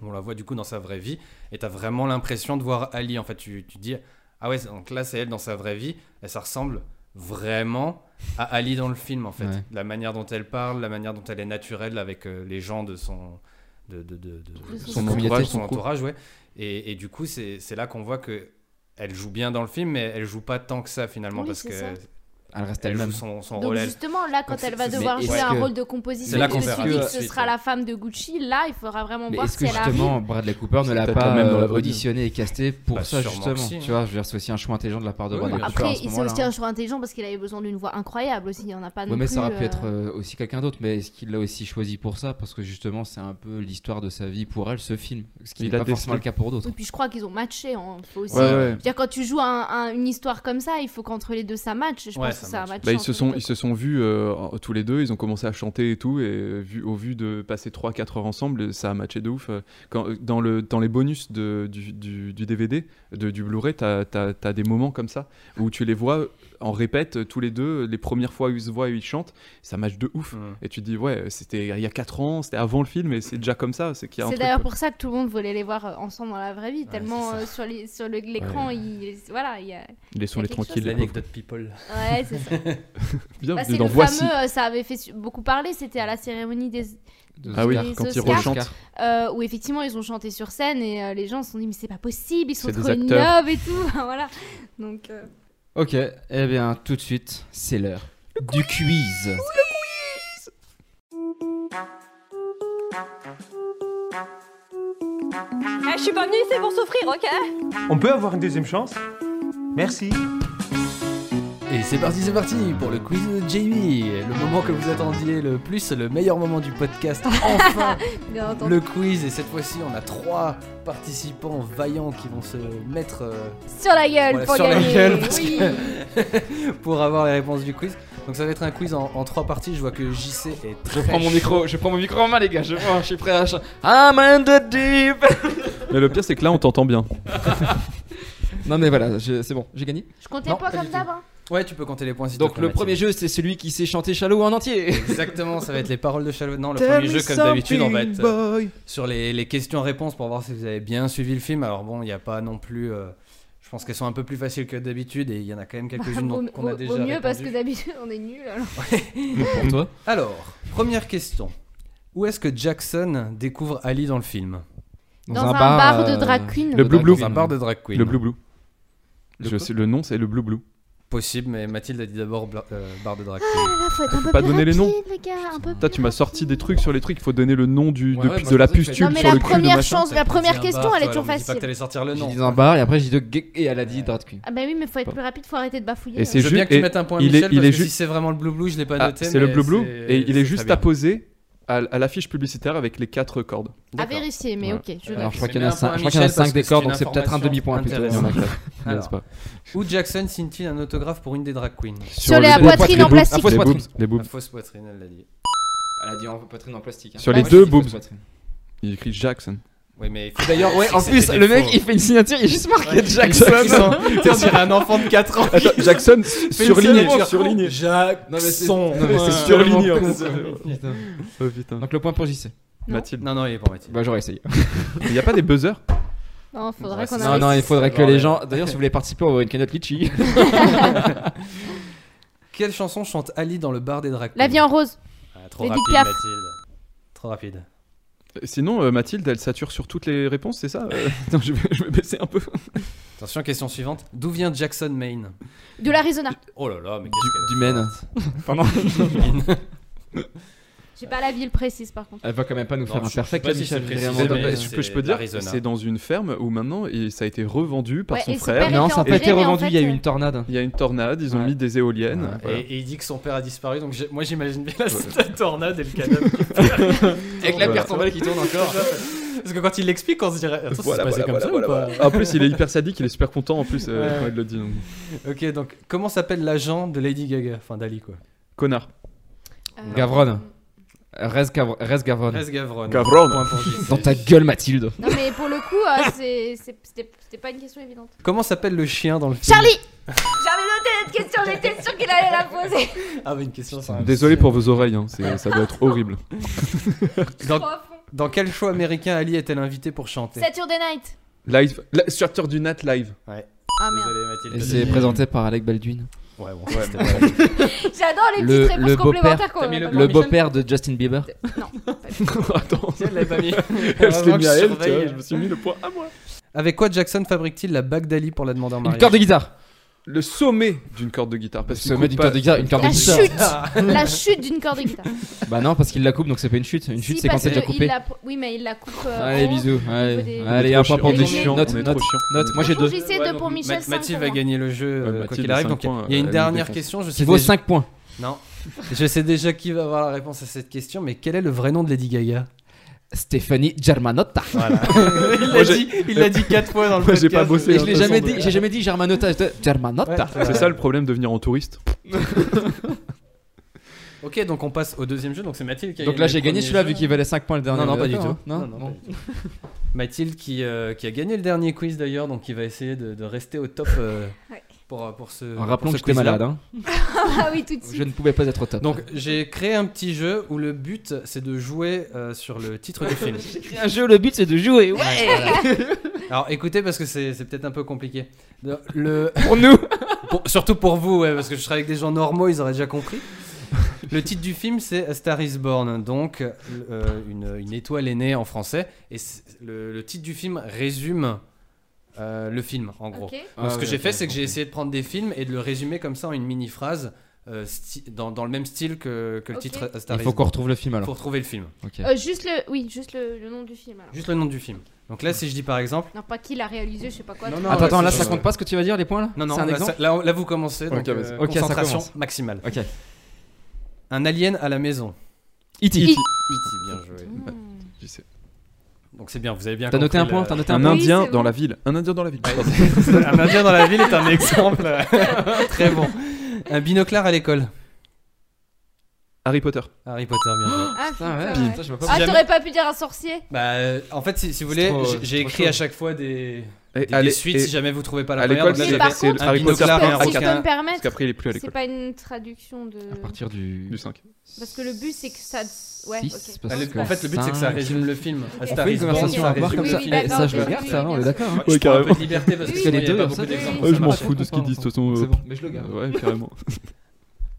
Speaker 8: On la voit du coup dans sa vraie vie. Et t'as vraiment l'impression de voir Ali. En fait, tu, tu te dis, ah ouais, donc là, c'est elle dans sa vraie vie. Et ça ressemble vraiment à Ali dans le film, en fait.
Speaker 6: Ouais.
Speaker 8: La manière dont elle parle, la manière dont elle est naturelle avec euh, les gens de son. De, de- de- de-
Speaker 7: De son
Speaker 8: son
Speaker 6: entourage,
Speaker 8: entourage,
Speaker 2: son
Speaker 8: son
Speaker 2: crew.
Speaker 8: entourage, ouais. Et, et du coup, c'est c'est là qu'on voit que elle joue bien dans le film, mais elle joue pas tant que ça finalement
Speaker 7: Oui,
Speaker 8: parce
Speaker 7: c'est
Speaker 8: que
Speaker 7: ça.
Speaker 6: Elle reste
Speaker 8: elle
Speaker 6: elle-même.
Speaker 8: joue son, son
Speaker 7: Donc
Speaker 8: rôle. elle-
Speaker 7: justement, là, quand
Speaker 8: Donc,
Speaker 7: elle va
Speaker 8: c'est-
Speaker 7: devoir
Speaker 6: mais
Speaker 7: jouer
Speaker 6: est-ce
Speaker 7: un
Speaker 6: que-
Speaker 7: rôle de
Speaker 8: C'est
Speaker 7: composition,
Speaker 8: là
Speaker 7: et
Speaker 8: qu'on
Speaker 7: que
Speaker 8: verra
Speaker 7: tu dis
Speaker 8: tout
Speaker 7: que
Speaker 8: de
Speaker 7: ce
Speaker 8: suite,
Speaker 7: sera
Speaker 8: ouais.
Speaker 7: la femme de Gucci, là, il faudra vraiment
Speaker 6: Mais
Speaker 7: voir
Speaker 6: est-ce
Speaker 7: si
Speaker 6: que
Speaker 7: elle arrive.
Speaker 6: justement Bradley Cooper ne l'a
Speaker 2: Peut-être la
Speaker 6: pas
Speaker 2: même dans
Speaker 6: euh,
Speaker 2: la vraie vie.
Speaker 6: auditionné et casté pour
Speaker 8: Bah,
Speaker 6: ça
Speaker 8: sûrement
Speaker 6: justement
Speaker 8: que si,
Speaker 6: Tu vois, je veux dire, c'est aussi un choix intelligent de la part de
Speaker 8: Oui,
Speaker 6: Bradley
Speaker 8: bien
Speaker 6: Cooper. à
Speaker 7: Après,
Speaker 6: ce
Speaker 7: il s'est
Speaker 6: moment-là,
Speaker 7: aussi
Speaker 6: hein.
Speaker 7: un choix intelligent parce qu'il avait besoin d'une voix incroyable aussi. Il n'y en a pas non
Speaker 6: Ouais, mais
Speaker 7: plus.
Speaker 6: ça aurait pu
Speaker 7: euh,
Speaker 6: être euh, aussi quelqu'un d'autre. Mais est-ce qu'il l'a aussi choisi pour ça Parce que justement, c'est un peu l'histoire de sa vie pour elle, ce film. Ce qui
Speaker 2: Il
Speaker 6: n'est
Speaker 2: a
Speaker 6: pas
Speaker 2: décidé.
Speaker 6: forcément le cas pour d'autres.
Speaker 7: Et puis je crois qu'ils ont matché. hein. Faut aussi.
Speaker 2: Ouais, ouais.
Speaker 7: Je veux dire, quand tu joues un- un- une histoire comme ça, il faut qu'entre les deux ça matche. Je
Speaker 8: Ouais,
Speaker 7: pense
Speaker 8: ça
Speaker 7: que ça a
Speaker 8: matche.
Speaker 7: matché
Speaker 2: Bah, ils
Speaker 7: entre
Speaker 2: se
Speaker 7: les
Speaker 2: sont
Speaker 7: deux,
Speaker 2: ils se sont vus euh, en- tous les deux. Ils ont commencé à chanter et tout. Et euh, vu, au vu de passer 3-4 heures ensemble, ça a matché de ouf. Euh, Quand, euh, dans le dans les bonus de, du, du- du DVD de, du Blu-ray, t'as as, des moments comme ça où tu les vois en répète euh, tous les deux les premières fois où ils se voient et ils chantent. Ça match de ouf.
Speaker 8: Mm.
Speaker 2: Et tu te dis ouais, c'était il y a 4 ans, c'était avant le film, et c'est déjà comme ça. C'est qu'il y a un
Speaker 7: C'est
Speaker 2: truc,
Speaker 7: d'ailleurs
Speaker 2: quoi.
Speaker 7: pour ça que tout le monde voulait les voir euh, ensemble dans la vraie vie, tellement
Speaker 8: c'est ça.
Speaker 7: euh, sur les- sur le- l'écran, il, voilà, il y a...
Speaker 2: Laissons
Speaker 7: Il y
Speaker 2: les
Speaker 7: a quelque
Speaker 2: tranquilles.
Speaker 7: chose,
Speaker 2: les pauvres.
Speaker 8: L'anecdote people.
Speaker 7: Ouais, c'est ça. Bah,
Speaker 2: Bien, mais
Speaker 7: c'est
Speaker 2: dans
Speaker 7: le
Speaker 2: voici.
Speaker 7: fameux, euh, ça avait fait su- beaucoup parler, c'était à la cérémonie des...
Speaker 6: Deux
Speaker 2: Ah oui,
Speaker 6: Oscars.
Speaker 2: quand ils
Speaker 7: Oscars.
Speaker 2: rechantent.
Speaker 7: euh, où effectivement ils ont chanté sur scène et euh, les gens se sont dit mais c'est pas possible, ils sont
Speaker 2: C'est des
Speaker 7: trop
Speaker 2: acteurs.
Speaker 7: nobles et tout, voilà. Donc, euh,
Speaker 6: Ok, eh bien, tout de suite, c'est l'heure du quiz.
Speaker 7: Eh,
Speaker 9: je suis pas venue ici pour souffrir, ok
Speaker 4: On peut avoir une deuxième chance Merci.
Speaker 8: Et c'est parti, c'est parti pour le quiz de Jamie. Le moment que vous attendiez le plus, le meilleur moment du podcast. Enfin,
Speaker 7: bien entendu.
Speaker 8: le quiz. Et cette fois-ci, on a trois participants vaillants qui vont se mettre euh,
Speaker 7: Sur la gueule
Speaker 8: Voilà,
Speaker 7: pour
Speaker 8: sur la
Speaker 7: gagner.
Speaker 8: gueule, parce
Speaker 7: oui.
Speaker 8: pour avoir les réponses du quiz. Donc ça va être un quiz en, en trois parties. Je vois que JC est très.
Speaker 6: Je prends mon
Speaker 8: chaud.
Speaker 6: micro, je prends mon micro en main, les gars. Je, oh, je suis prêt à. ch- I'm in the deep.
Speaker 2: Mais le pire, c'est que là, on t'entend bien.
Speaker 6: Non, mais voilà, je- c'est bon, j'ai gagné.
Speaker 7: Je comptais
Speaker 8: Non,
Speaker 7: pas
Speaker 8: pas
Speaker 7: comme
Speaker 8: du
Speaker 7: ça,
Speaker 8: tout. Ouais, tu peux compter les points si
Speaker 6: Donc
Speaker 8: t'as
Speaker 6: le
Speaker 8: combattu.
Speaker 6: premier jeu, c'est celui qui sait chanter Shallow en entier.
Speaker 8: Exactement, ça va être les paroles de Chalot. Non, le premier jeu, comme d'habitude, on va être euh, sur les, les questions-réponses pour voir si vous avez bien suivi le film. Alors bon, il n'y a pas non plus. euh, je pense qu'elles sont un peu plus faciles que d'habitude et il y en a quand même quelques-unes dont-
Speaker 7: Vaut,
Speaker 8: qu'on a
Speaker 7: vaut-
Speaker 8: déjà.
Speaker 7: vaut mieux parce que
Speaker 8: répondu.
Speaker 7: d'habitude on est nuls. alors.
Speaker 6: Pour toi
Speaker 8: Alors, première question. Où est-ce que Jackson découvre Ali dans le film
Speaker 7: Dans un bar
Speaker 6: euh,
Speaker 7: de drag queen. Le
Speaker 2: Blue Blue.
Speaker 8: Dans un bar de drag queen.
Speaker 2: Le Blue Blue.
Speaker 8: Le
Speaker 2: Je
Speaker 8: quoi
Speaker 2: sais- le nom, c'est le Blue Blue.
Speaker 8: Possible, mais Mathilde a dit d'abord bla- euh, bar de drag queen.
Speaker 7: Là, Ah, faut être un peu
Speaker 2: pas
Speaker 7: plus
Speaker 2: donner les noms.
Speaker 7: rapide, les gars, un peu
Speaker 2: Toi,
Speaker 7: plus
Speaker 2: tu m'as sorti des trucs sur les trucs. Il faut donner le nom du,
Speaker 6: Ouais,
Speaker 2: de,
Speaker 6: ouais, moi,
Speaker 2: de
Speaker 6: je
Speaker 2: la
Speaker 6: pensais que
Speaker 2: pustule
Speaker 7: Non, mais
Speaker 2: sur
Speaker 7: la
Speaker 2: le cul de
Speaker 7: première
Speaker 2: machin.
Speaker 7: chance, la première
Speaker 8: Dis un
Speaker 7: question,
Speaker 8: bar,
Speaker 7: elle est
Speaker 8: toi,
Speaker 7: trop
Speaker 8: alors me dis pas que
Speaker 7: facile.
Speaker 8: t'allais sortir le
Speaker 6: J'ai
Speaker 8: nom.
Speaker 6: dit dans un bar et après j'ai dit gay- et elle a dit drag queen.
Speaker 7: Ah bah oui, mais faut être plus rapide, faut arrêter de bafouiller. euh,
Speaker 2: Et
Speaker 7: là.
Speaker 2: c'est
Speaker 8: Je veux bien
Speaker 2: juste-
Speaker 8: que tu
Speaker 2: et
Speaker 8: mettes un point à
Speaker 2: il est-
Speaker 8: Michel
Speaker 2: il
Speaker 8: parce
Speaker 2: est
Speaker 8: que
Speaker 2: ju-
Speaker 8: si c'est vraiment le blue blue, je l'ai pas
Speaker 2: Ah,
Speaker 8: noté.
Speaker 2: c'est le
Speaker 8: mais
Speaker 2: Blue Blue.
Speaker 8: c'est-
Speaker 2: Et il est
Speaker 8: c'est
Speaker 2: juste
Speaker 8: très bien.
Speaker 2: apposé à, à l'affiche publicitaire avec les quatre cordes.
Speaker 7: À
Speaker 8: D'accord.
Speaker 7: vérifier, mais
Speaker 2: Ouais.
Speaker 7: ok, je
Speaker 6: Alors
Speaker 7: note.
Speaker 6: je crois
Speaker 8: Mais
Speaker 6: qu'il y en
Speaker 8: mets
Speaker 6: a
Speaker 8: un point à
Speaker 6: 5, je crois qu'il y en a
Speaker 8: Michel, parce
Speaker 6: cinq
Speaker 8: que
Speaker 6: des
Speaker 8: c'est
Speaker 6: cordes,
Speaker 8: une
Speaker 6: donc c'est peut-être un
Speaker 8: information
Speaker 6: demi-point plutôt.
Speaker 8: intéressante.
Speaker 6: Il y en a quatre.
Speaker 2: Mais
Speaker 8: Alors.
Speaker 2: c'est pas-
Speaker 8: Où Jackson signe-t-il un autographe pour une des drag queens
Speaker 7: Sur les- la
Speaker 2: le-
Speaker 7: poitrine
Speaker 2: les
Speaker 7: en
Speaker 2: boobs, Ah,
Speaker 7: plastique.
Speaker 2: les
Speaker 6: Fausse
Speaker 2: boobs,
Speaker 6: poitrine.
Speaker 2: Les boobs.
Speaker 8: La fausse poitrine, elle l'a dit.
Speaker 6: Elle a dit en poitrine en plastique. hein.
Speaker 2: Sur
Speaker 7: les
Speaker 6: Ouais,
Speaker 2: deux
Speaker 6: c'est fausse
Speaker 2: boobs.
Speaker 6: poitrine.
Speaker 2: Il écrit Jackson.
Speaker 8: Oui, mais
Speaker 6: D'ailleurs, ouais, en plus, le mec il fait une signature, il est juste marqué Jackson.
Speaker 8: On dirait un enfant de 4 ans.
Speaker 2: Attends, Jackson, surligné.
Speaker 8: signature.
Speaker 2: Surligné.
Speaker 8: Jackson.
Speaker 6: Non, mais c'est-
Speaker 2: c'est surligné, en Oh, putain.
Speaker 6: Donc le point pour JC.
Speaker 7: Non.
Speaker 2: Mathilde.
Speaker 8: Non, non, il est pas Mathilde.
Speaker 6: Bah j'aurais essayé.
Speaker 2: Il n'y a pas des buzzers
Speaker 7: Non, faudrait
Speaker 8: Ouais,
Speaker 7: qu'on
Speaker 8: c'est-
Speaker 6: Non,
Speaker 7: arrête.
Speaker 6: non, il faudrait que
Speaker 8: Ouais.
Speaker 6: les gens. D'ailleurs, si vous voulez participer, on va une cagnotte litchi.
Speaker 8: Quelle chanson chante Ali dans le bar des drag queens
Speaker 7: La vie en rose.
Speaker 8: Ah, Trop
Speaker 7: Lady
Speaker 8: rapide,
Speaker 7: Piaf.
Speaker 8: Mathilde. Trop rapide.
Speaker 2: Sinon, euh, Mathilde, elle sature sur toutes les réponses, c'est ça Euh, Attends, je, vais, je vais baisser un peu.
Speaker 8: Attention, question suivante. D'où vient Jackson Maine
Speaker 7: De l'Arizona.
Speaker 8: Oh là là, mais
Speaker 6: Du Maine.
Speaker 2: Pardon.
Speaker 7: J'ai pas la ville précise par contre.
Speaker 6: Elle va quand même pas nous
Speaker 8: Non,
Speaker 6: faire
Speaker 8: je
Speaker 6: un
Speaker 8: sais pas
Speaker 6: perfect,
Speaker 8: si
Speaker 6: la Michel.
Speaker 8: c'est précisé,
Speaker 6: vraiment,
Speaker 2: Mais
Speaker 8: mais
Speaker 6: dommage.
Speaker 2: bah, ce que je peux
Speaker 8: c'est
Speaker 2: dire,
Speaker 8: l'Arizona.
Speaker 2: c'est dans une ferme où maintenant il- ça a été revendu par
Speaker 7: Ouais,
Speaker 2: son
Speaker 7: et son
Speaker 2: frère.
Speaker 7: père-
Speaker 6: Non, ça n'a
Speaker 7: Elle
Speaker 6: pas
Speaker 7: était
Speaker 6: été
Speaker 7: en fait,
Speaker 6: revendu, il y a eu
Speaker 7: euh,
Speaker 6: une tornade.
Speaker 2: Il y a une tornade, ils ont
Speaker 6: Ouais.
Speaker 2: mis des éoliennes.
Speaker 8: Voilà.
Speaker 2: Ah, voilà.
Speaker 8: Et, et il dit que son père a disparu, donc j'ai- moi j'imagine bien la cette tornade et le canap.
Speaker 6: Avec la
Speaker 2: Voilà.
Speaker 6: carte en balle qui tourne encore.
Speaker 8: Parce que quand il l'explique, on se dirait. Attends, ça
Speaker 2: Voilà,
Speaker 8: s'est passé
Speaker 2: voilà,
Speaker 8: comme
Speaker 2: voilà, voilà,
Speaker 8: ça ou pas
Speaker 2: voilà. En plus, il est hyper sadique, il est super content en plus euh,
Speaker 8: Ouais.
Speaker 2: quand il le dit. donc.
Speaker 8: Ok, donc comment s'appelle l'agent de Lady Gaga Enfin, d'Ali quoi.
Speaker 2: Connard.
Speaker 7: Euh,
Speaker 6: Gavron. Reste Gavron.
Speaker 8: Reste Gavron.
Speaker 2: Gavron.
Speaker 8: Point pour JC.
Speaker 6: Dans ta gueule, Mathilde.
Speaker 7: Non mais pour le coup, euh, c'est- c'est- c'était c'était pas une question évidente.
Speaker 8: Comment s'appelle le chien dans le film
Speaker 7: Charlie J'avais noté cette question, j'étais sûre qu'il allait la poser.
Speaker 8: Ah, bah une question ça.
Speaker 2: Désolé pour vos oreilles, hein, c'est- ça doit être horrible.
Speaker 8: Dans,
Speaker 7: Trop à fond.
Speaker 8: dans quel show américain Ali est-elle invitée pour chanter
Speaker 7: Saturday Night.
Speaker 2: Live, la- Structure du Nat Live.
Speaker 7: Ah merde.
Speaker 8: Désolé
Speaker 6: Et
Speaker 8: Mathilde.
Speaker 6: c'est présenté par Alec Baldwin.
Speaker 8: Ouais, bon, c'était pas-
Speaker 7: J'adore les
Speaker 6: Le-
Speaker 7: petites réponses
Speaker 6: le beau-père.
Speaker 7: complémentaires qu'on
Speaker 8: T'as mis
Speaker 7: a
Speaker 8: le
Speaker 7: pas
Speaker 6: Le
Speaker 7: dit.
Speaker 6: beau-père de Justin Bieber.
Speaker 2: Attends,
Speaker 8: Elle l'avait pas mis.
Speaker 2: je l'ai
Speaker 8: Vraiment que
Speaker 2: mis
Speaker 8: je
Speaker 2: à elle, tu
Speaker 8: surveille.
Speaker 2: vois, je me suis mis le point à moi.
Speaker 8: Avec quoi Jackson fabrique-t-il la bague d'Ali pour la demander en
Speaker 6: Une
Speaker 8: mariage
Speaker 6: corde de guitare.
Speaker 2: Le sommet d'une corde de guitare. Parce
Speaker 6: Se
Speaker 2: qu'il
Speaker 6: met
Speaker 2: coupe
Speaker 6: d'une
Speaker 2: pas-
Speaker 6: corde de guitare, une corde de
Speaker 7: La
Speaker 6: guitare.
Speaker 8: Ah.
Speaker 7: chute La chute d'une corde de guitare.
Speaker 6: Bah non, parce qu'il la coupe, donc c'est pas une chute. Une chute,
Speaker 7: Si,
Speaker 6: c'est quand
Speaker 7: parce
Speaker 6: c'est déjà
Speaker 7: que
Speaker 6: coupé.
Speaker 7: il la- Oui, mais il la coupe. euh,
Speaker 6: Allez,
Speaker 7: en haut.
Speaker 6: bisous.
Speaker 7: faut
Speaker 6: Allez,
Speaker 7: des-
Speaker 6: Allez,
Speaker 2: On
Speaker 6: un
Speaker 2: est trop
Speaker 6: point pour
Speaker 2: chiant.
Speaker 7: des
Speaker 6: des
Speaker 7: chiens.
Speaker 6: Note,
Speaker 2: On est
Speaker 6: note,
Speaker 2: trop chiant.
Speaker 6: note. Moi j'ai deux.
Speaker 7: Bonjour, JC,
Speaker 8: Ouais,
Speaker 7: deux
Speaker 8: donc,
Speaker 7: pour Michel,
Speaker 8: Ma-
Speaker 7: cinq
Speaker 8: Mathilde
Speaker 7: pour
Speaker 8: va
Speaker 7: moi.
Speaker 8: gagner le jeu
Speaker 2: Ouais,
Speaker 8: euh, quoi
Speaker 2: Mathilde
Speaker 8: qu'il
Speaker 2: a
Speaker 8: arrive.
Speaker 2: cinq
Speaker 8: Donc
Speaker 2: points,
Speaker 8: il y a une
Speaker 2: elle
Speaker 8: dernière
Speaker 2: défonce.
Speaker 8: question. Je
Speaker 6: Qui
Speaker 8: sais
Speaker 6: vaut
Speaker 8: déjà-
Speaker 6: 5 points.
Speaker 8: Non. Je sais déjà qui va avoir la réponse à cette question, mais quel est le vrai nom de Lady Gaga
Speaker 6: Stéphanie Germanotta.
Speaker 8: Voilà. il l'a
Speaker 2: Moi, j'ai-
Speaker 8: dit, il l'a dit quatre fois dans le
Speaker 2: Moi,
Speaker 8: podcast.
Speaker 2: j'ai pas bossé,
Speaker 6: Et
Speaker 2: Et
Speaker 6: je l'ai
Speaker 2: de
Speaker 6: jamais
Speaker 2: toute
Speaker 6: dit,
Speaker 2: façon,
Speaker 6: j'ai jamais dit Germanotta, j'étais Germanotta.
Speaker 8: Ouais,
Speaker 2: C'est ça le problème de venir en touriste.
Speaker 8: Ok, donc on passe au deuxième jeu. Donc c'est Mathilde qui a
Speaker 6: Donc
Speaker 8: gagné.
Speaker 6: là
Speaker 8: le
Speaker 6: j'ai gagné
Speaker 8: premier
Speaker 6: celui-là
Speaker 8: jeu.
Speaker 6: vu qu'il valait 5 points le dernier.
Speaker 8: Non, non, pas du
Speaker 6: D'accord,
Speaker 8: tout.
Speaker 6: hein. Non,
Speaker 8: Non, non,
Speaker 6: bon.
Speaker 8: pas du Mathilde qui, euh, qui a gagné le dernier quiz d'ailleurs, donc qui va essayer de, de rester au top euh,
Speaker 7: Ouais.
Speaker 8: pour, pour ce.
Speaker 6: En rappelant
Speaker 8: pour ce
Speaker 6: que j'étais
Speaker 8: quiz-là.
Speaker 6: malade. hein.
Speaker 7: Ah oui, tout de
Speaker 6: Je
Speaker 7: suite.
Speaker 6: ne pouvais pas être au top.
Speaker 8: Donc j'ai créé un petit jeu où le but c'est de jouer euh, sur le titre du film.
Speaker 6: un jeu, le but c'est de jouer.
Speaker 8: Alors écoutez parce que c'est c'est peut-être un peu compliqué. Le- Le,
Speaker 6: Pour nous.
Speaker 8: pour- surtout pour vous, ouais, parce que je serais avec des gens normaux, ils auraient déjà compris. Le titre du film c'est A Star is Born, donc euh, une, une étoile est née en français. Et c'est- le, le titre du film résume euh, le film en gros.
Speaker 7: Ok.
Speaker 8: Donc,
Speaker 6: Ah,
Speaker 8: ce que j'ai fait, c'est que j'ai essayé de prendre des films et de le résumer comme ça en une mini phrase dans, dans le même style que, que le
Speaker 7: Ok.
Speaker 8: titre A Star
Speaker 6: Il
Speaker 8: is
Speaker 6: faut qu'on
Speaker 8: Born.
Speaker 6: retrouve le film alors.
Speaker 8: Pour trouver le film.
Speaker 6: Ok.
Speaker 7: Euh, juste le, oui, juste le, le nom du film. Alors.
Speaker 8: Juste le nom du film. Donc là, si je dis par exemple.
Speaker 7: Non, pas qui l'a réalisé, je sais pas quoi. Ah,
Speaker 8: Non, non,
Speaker 6: Attends,
Speaker 8: ouais,
Speaker 6: attends, là
Speaker 8: c'est-
Speaker 6: ça compte pas ce que tu vas dire les points là
Speaker 8: Non, non,
Speaker 6: c'est un
Speaker 8: là,
Speaker 6: exemple.
Speaker 8: ça- là, là, vous commencez. Donc,
Speaker 2: Ok, vas-y.
Speaker 8: euh,
Speaker 6: Ok, ça
Speaker 8: concentration
Speaker 6: commence.
Speaker 8: maximale.
Speaker 6: Ok.
Speaker 8: Un alien à la maison. E
Speaker 6: E.T.
Speaker 7: E.T.
Speaker 8: bien joué.
Speaker 7: Hmm.
Speaker 2: Tu sais.
Speaker 8: Donc c'est bien, vous avez bien
Speaker 6: T'as noté
Speaker 8: compris
Speaker 6: un
Speaker 8: la-
Speaker 6: point, t'as noté un
Speaker 2: Un
Speaker 6: point.
Speaker 7: Oui,
Speaker 2: indien
Speaker 7: c'est
Speaker 2: dans
Speaker 7: bon.
Speaker 2: la ville. Un indien dans la ville. pardon.
Speaker 8: un indien dans la ville est un exemple. Très bon. Un binoclard à l'école.
Speaker 2: Harry Potter.
Speaker 8: Harry Potter, bien joué.
Speaker 7: Ah, putain,
Speaker 6: Ah ouais.
Speaker 7: ouais.
Speaker 6: Putain, je vois pas.
Speaker 7: Ah,
Speaker 8: jamais-
Speaker 7: t'aurais pas pu dire un sorcier
Speaker 8: Bah, euh, en fait, si, si vous voulez,
Speaker 6: trop,
Speaker 8: j'ai- j'ai
Speaker 6: trop
Speaker 8: écrit
Speaker 6: chaud.
Speaker 8: à chaque fois des,
Speaker 2: Et
Speaker 8: des,
Speaker 2: à
Speaker 8: des
Speaker 2: l'é-
Speaker 8: suites
Speaker 2: et
Speaker 8: si jamais vous trouvez pas la
Speaker 2: à
Speaker 8: première.
Speaker 2: l'école,
Speaker 8: donc là,
Speaker 7: Mais
Speaker 8: j'ai
Speaker 7: par
Speaker 8: fait-
Speaker 2: c'est
Speaker 7: contre,
Speaker 2: Harry
Speaker 8: un
Speaker 2: Potter
Speaker 8: binoclard et
Speaker 2: par
Speaker 8: un
Speaker 7: Si je
Speaker 8: requin.
Speaker 7: peux
Speaker 2: quatre.
Speaker 7: me
Speaker 2: Parce
Speaker 7: permettre,
Speaker 2: qu'après, il est plus à
Speaker 7: c'est
Speaker 2: l'école.
Speaker 7: pas une traduction de.
Speaker 6: À partir du.
Speaker 2: Du 5.
Speaker 7: Parce que le but, c'est que ça. Ouais,
Speaker 6: Six,
Speaker 7: ok.
Speaker 6: parce
Speaker 8: Ah, le-
Speaker 6: que
Speaker 8: en fait, le but c'est que ça
Speaker 6: cinq.
Speaker 8: résume le film. À
Speaker 7: Ok.
Speaker 8: Star
Speaker 7: On fait
Speaker 8: is
Speaker 7: une
Speaker 8: Born,
Speaker 7: conversation
Speaker 8: ça
Speaker 7: à voir
Speaker 8: résume
Speaker 7: comme
Speaker 8: le
Speaker 7: ça.
Speaker 8: film.
Speaker 7: Oui,
Speaker 6: Eh, Ça, je le
Speaker 7: d'accord,
Speaker 6: garde,
Speaker 7: oui,
Speaker 6: ça,
Speaker 7: oui,
Speaker 6: on est
Speaker 7: bien
Speaker 6: d'accord. hein.
Speaker 8: Je
Speaker 2: Ouais,
Speaker 8: prends un peu
Speaker 2: carrément.
Speaker 8: de liberté parce que
Speaker 7: Oui,
Speaker 8: sinon,
Speaker 6: les
Speaker 8: il y a
Speaker 6: deux,
Speaker 8: pas
Speaker 6: ça,
Speaker 8: beaucoup
Speaker 6: c'est-
Speaker 8: d'exemples.
Speaker 2: Ouais, je m'en
Speaker 8: Ça
Speaker 2: fous de ce qu'ils disent. De toute façon, euh,
Speaker 6: C'est bon, mais je le garde.
Speaker 2: Ouais, carrément.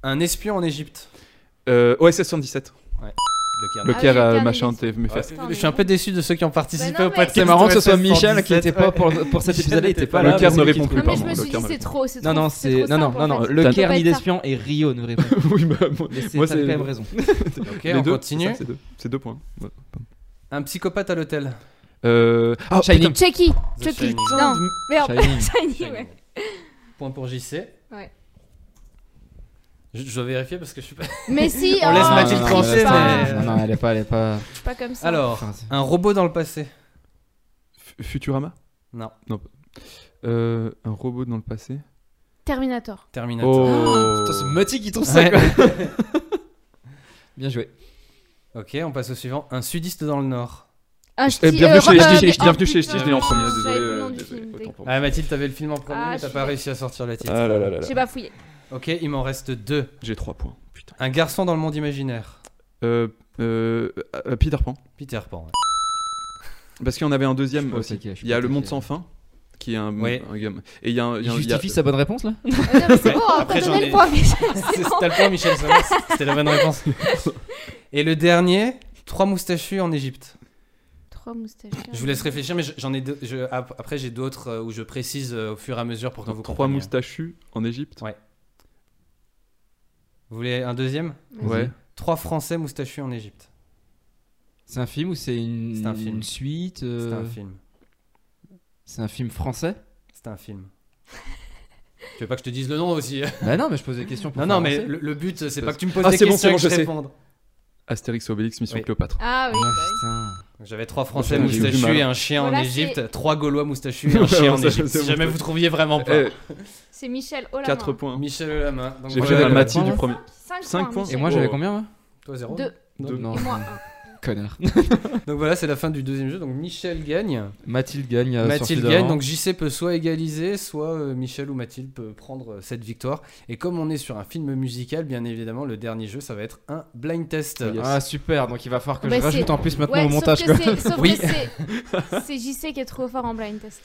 Speaker 8: Un espion en Égypte.
Speaker 2: Euh, OSS 117. Le
Speaker 7: Ah oui,
Speaker 2: Caire,
Speaker 7: le
Speaker 2: euh,
Speaker 7: Caire,
Speaker 2: machin,
Speaker 7: il est-
Speaker 2: t'es mes fesses.
Speaker 7: Putain,
Speaker 8: Je
Speaker 7: mais
Speaker 8: suis un
Speaker 7: bon.
Speaker 8: peu déçu de ceux qui ont participé
Speaker 7: Bah non,
Speaker 8: au
Speaker 7: mais-
Speaker 8: podcast.
Speaker 6: C'est marrant que ce soit
Speaker 8: OSS
Speaker 6: Michel qui n'était pas pour, pour cet
Speaker 8: Michel
Speaker 6: épisode-là, il
Speaker 8: n'était
Speaker 6: était pas
Speaker 8: pas
Speaker 6: là.
Speaker 8: là,
Speaker 6: mais
Speaker 7: bah,
Speaker 2: Caire
Speaker 6: c'est
Speaker 2: ne
Speaker 6: lui qui
Speaker 2: répond
Speaker 6: était
Speaker 2: plus,
Speaker 7: Non, mais je
Speaker 2: pardon,
Speaker 7: me
Speaker 2: le
Speaker 7: suis dit,
Speaker 2: Caire
Speaker 7: c'est
Speaker 2: ne-
Speaker 7: trop. c'est
Speaker 6: Non,
Speaker 7: trop-
Speaker 6: non,
Speaker 7: c'est
Speaker 6: c'est.
Speaker 7: trop
Speaker 6: Non, non,
Speaker 7: simple, en
Speaker 6: non, non.
Speaker 7: fait.
Speaker 6: Le
Speaker 7: Ça
Speaker 6: Caire
Speaker 7: doit
Speaker 6: ni
Speaker 7: être ça.
Speaker 6: l'espion et Rio ne répond
Speaker 2: Oui, bah, moi-
Speaker 6: pas.
Speaker 2: moi,
Speaker 6: C'est
Speaker 2: c'est-
Speaker 6: quand même raison.
Speaker 8: Ok,
Speaker 2: les
Speaker 8: on
Speaker 2: deux,
Speaker 8: continue.
Speaker 2: c'est ça, C'est deux. C'est deux points. Ouais.
Speaker 8: Un psychopathe à l'hôtel.
Speaker 2: Euh, Ah,
Speaker 6: Shining.
Speaker 7: Chucky
Speaker 8: The
Speaker 7: Chucky
Speaker 8: Shining.
Speaker 7: Non, merde.
Speaker 6: Shining.
Speaker 7: Shiny, ouais.
Speaker 8: Point pour JC.
Speaker 7: Ouais.
Speaker 8: Je, je dois vérifier parce que je suis pas.
Speaker 7: Mais si
Speaker 8: On laisse
Speaker 7: oh,
Speaker 8: Mathilde
Speaker 7: je
Speaker 6: non,
Speaker 7: suis
Speaker 8: trancher,
Speaker 7: pas-
Speaker 8: mais-
Speaker 6: Non, non, elle est pas, elle est pas.
Speaker 7: je suis Pas comme ça.
Speaker 8: Alors,
Speaker 6: Enfin,
Speaker 8: un robot dans le passé.
Speaker 2: F- Futurama
Speaker 8: Non.
Speaker 2: Euh, Un robot dans le passé
Speaker 7: Terminator.
Speaker 8: Terminator.
Speaker 2: Oh
Speaker 6: Putain, c'est Mati qui trouve ça.
Speaker 8: Ouais.
Speaker 6: quoi. Bien joué.
Speaker 2: Oh.
Speaker 8: Ok, on passe au suivant. Un sudiste dans le Nord.
Speaker 7: Ah, je
Speaker 2: Eh,
Speaker 7: dis-
Speaker 2: bienvenue
Speaker 7: euh,
Speaker 2: chez les
Speaker 7: Robin-
Speaker 2: ch'tis, je-
Speaker 7: oh,
Speaker 2: bienvenue chez les ch'tis,
Speaker 7: putain,
Speaker 2: je l'ai en premier,
Speaker 7: j'avais
Speaker 2: désolé.
Speaker 7: le nom
Speaker 2: euh,
Speaker 7: du
Speaker 2: désolé,
Speaker 7: film,
Speaker 2: autant pour moi.
Speaker 8: Ah, Mathilde, t'avais le film en premier,
Speaker 7: Ah,
Speaker 8: mais
Speaker 7: je
Speaker 8: t'as
Speaker 7: suis
Speaker 8: pas
Speaker 7: bête.
Speaker 8: réussi à sortir le titre.
Speaker 2: Ah là là là là.
Speaker 7: J'ai bafouillé.
Speaker 8: Ok, il m'en reste deux.
Speaker 2: J'ai trois points. Putain.
Speaker 8: Un garçon dans le monde imaginaire.
Speaker 2: Euh, euh, euh, Peter Pan.
Speaker 8: Peter Pan. ouais.
Speaker 2: Parce qu'il y en avait un
Speaker 6: Je
Speaker 2: deuxième
Speaker 6: suis pas au
Speaker 2: aussi.
Speaker 6: taquet, je suis
Speaker 2: Il y a
Speaker 6: pas au
Speaker 2: Le Monde
Speaker 6: taquet.
Speaker 2: sans fin, qui est un,
Speaker 8: Ouais.
Speaker 2: un gamin. Et il y a un. il y
Speaker 6: Il
Speaker 2: a- il y a-
Speaker 6: justifie sa bonne réponse là
Speaker 7: Ah, non, mais c'est bon, on
Speaker 8: Après,
Speaker 7: peut
Speaker 8: j'en
Speaker 7: donner
Speaker 8: ai-
Speaker 7: le point. mais-
Speaker 8: C'est- T'as le point, Michel Sommers. C'était la bonne réponse. Et le dernier, trois moustachus en Égypte.
Speaker 7: quoi, moustache Cat
Speaker 8: Je vous laisse réfléchir, mais je- j'en ai deux- je- ap- après j'ai d'autres euh, où je précise euh, au fur et à mesure pour que vous
Speaker 2: Trois
Speaker 8: compreniez.
Speaker 2: moustachus en Égypte.
Speaker 8: Vous voulez un deuxième
Speaker 7: Vas-y.
Speaker 2: Ouais.
Speaker 8: Trois Français moustachus en Égypte.
Speaker 6: C'est un film ou c'est une,
Speaker 8: C'est un film.
Speaker 6: une suite
Speaker 8: C'est
Speaker 6: euh,
Speaker 8: un film.
Speaker 6: C'est un film français
Speaker 8: C'est un film. tu veux pas que je te dise le nom aussi
Speaker 6: Bah non, mais je pose des questions pour
Speaker 8: Non, non,
Speaker 6: faire
Speaker 8: mais
Speaker 6: avancer.
Speaker 8: le, le but c'est pas
Speaker 2: Parce-
Speaker 8: que tu me poses
Speaker 2: Ah,
Speaker 8: des
Speaker 2: c'est bon,
Speaker 8: questions
Speaker 2: c'est bon,
Speaker 8: et que
Speaker 2: je
Speaker 8: je
Speaker 2: sais.
Speaker 8: réponde.
Speaker 2: Astérix, Obélix, Mission
Speaker 8: Oui.
Speaker 2: Cléopâtre.
Speaker 7: Ah oui,
Speaker 6: Ah,
Speaker 7: bah oui.
Speaker 6: putain.
Speaker 8: J'avais trois
Speaker 2: J'ai
Speaker 8: Français
Speaker 2: eu du mal.
Speaker 8: moustachus et un chien
Speaker 7: Voilà,
Speaker 8: en Égypte,
Speaker 7: c'est-
Speaker 8: trois Gaulois moustachus et un chien en
Speaker 2: Ça,
Speaker 8: Égypte.
Speaker 2: c'est
Speaker 8: Si
Speaker 2: bon.
Speaker 8: jamais vous trouviez vraiment pas.
Speaker 2: Eh,
Speaker 7: c'est Michel oh Olama.
Speaker 2: 4 points.
Speaker 8: Michel Lama. donc
Speaker 2: J'ai
Speaker 8: voilà,
Speaker 2: fait
Speaker 8: le-
Speaker 2: Dalmatie du
Speaker 6: Voilà.
Speaker 2: premier.
Speaker 7: 5,
Speaker 2: Cinq points.
Speaker 7: points.
Speaker 6: Et
Speaker 7: Michel.
Speaker 6: moi, j'avais
Speaker 2: Oh.
Speaker 6: combien moi
Speaker 8: Toi zéro.
Speaker 7: Deux.
Speaker 2: Deux.
Speaker 6: Non,
Speaker 7: Et moi, un.
Speaker 6: connard.
Speaker 8: Donc voilà, c'est la fin du deuxième jeu. Donc Michel gagne.
Speaker 6: Mathilde gagne. euh, sur
Speaker 8: Mathilde
Speaker 6: Fil
Speaker 8: gagne,
Speaker 6: d'Or.
Speaker 8: donc JC peut soit égaliser, soit euh, Michel ou Mathilde peut prendre euh, cette victoire. Et comme on est sur un film musical, bien évidemment, le dernier jeu, ça va être un blind test.
Speaker 6: Ah, super, donc il va falloir que
Speaker 7: Bah,
Speaker 6: je rajoute
Speaker 7: c'est-
Speaker 6: en plus maintenant
Speaker 7: Ouais,
Speaker 6: au montage.
Speaker 7: sauf que
Speaker 6: Quoi.
Speaker 7: c'est- sauf
Speaker 8: Oui.
Speaker 7: que c'est c'est JC qui est trop fort en blind test.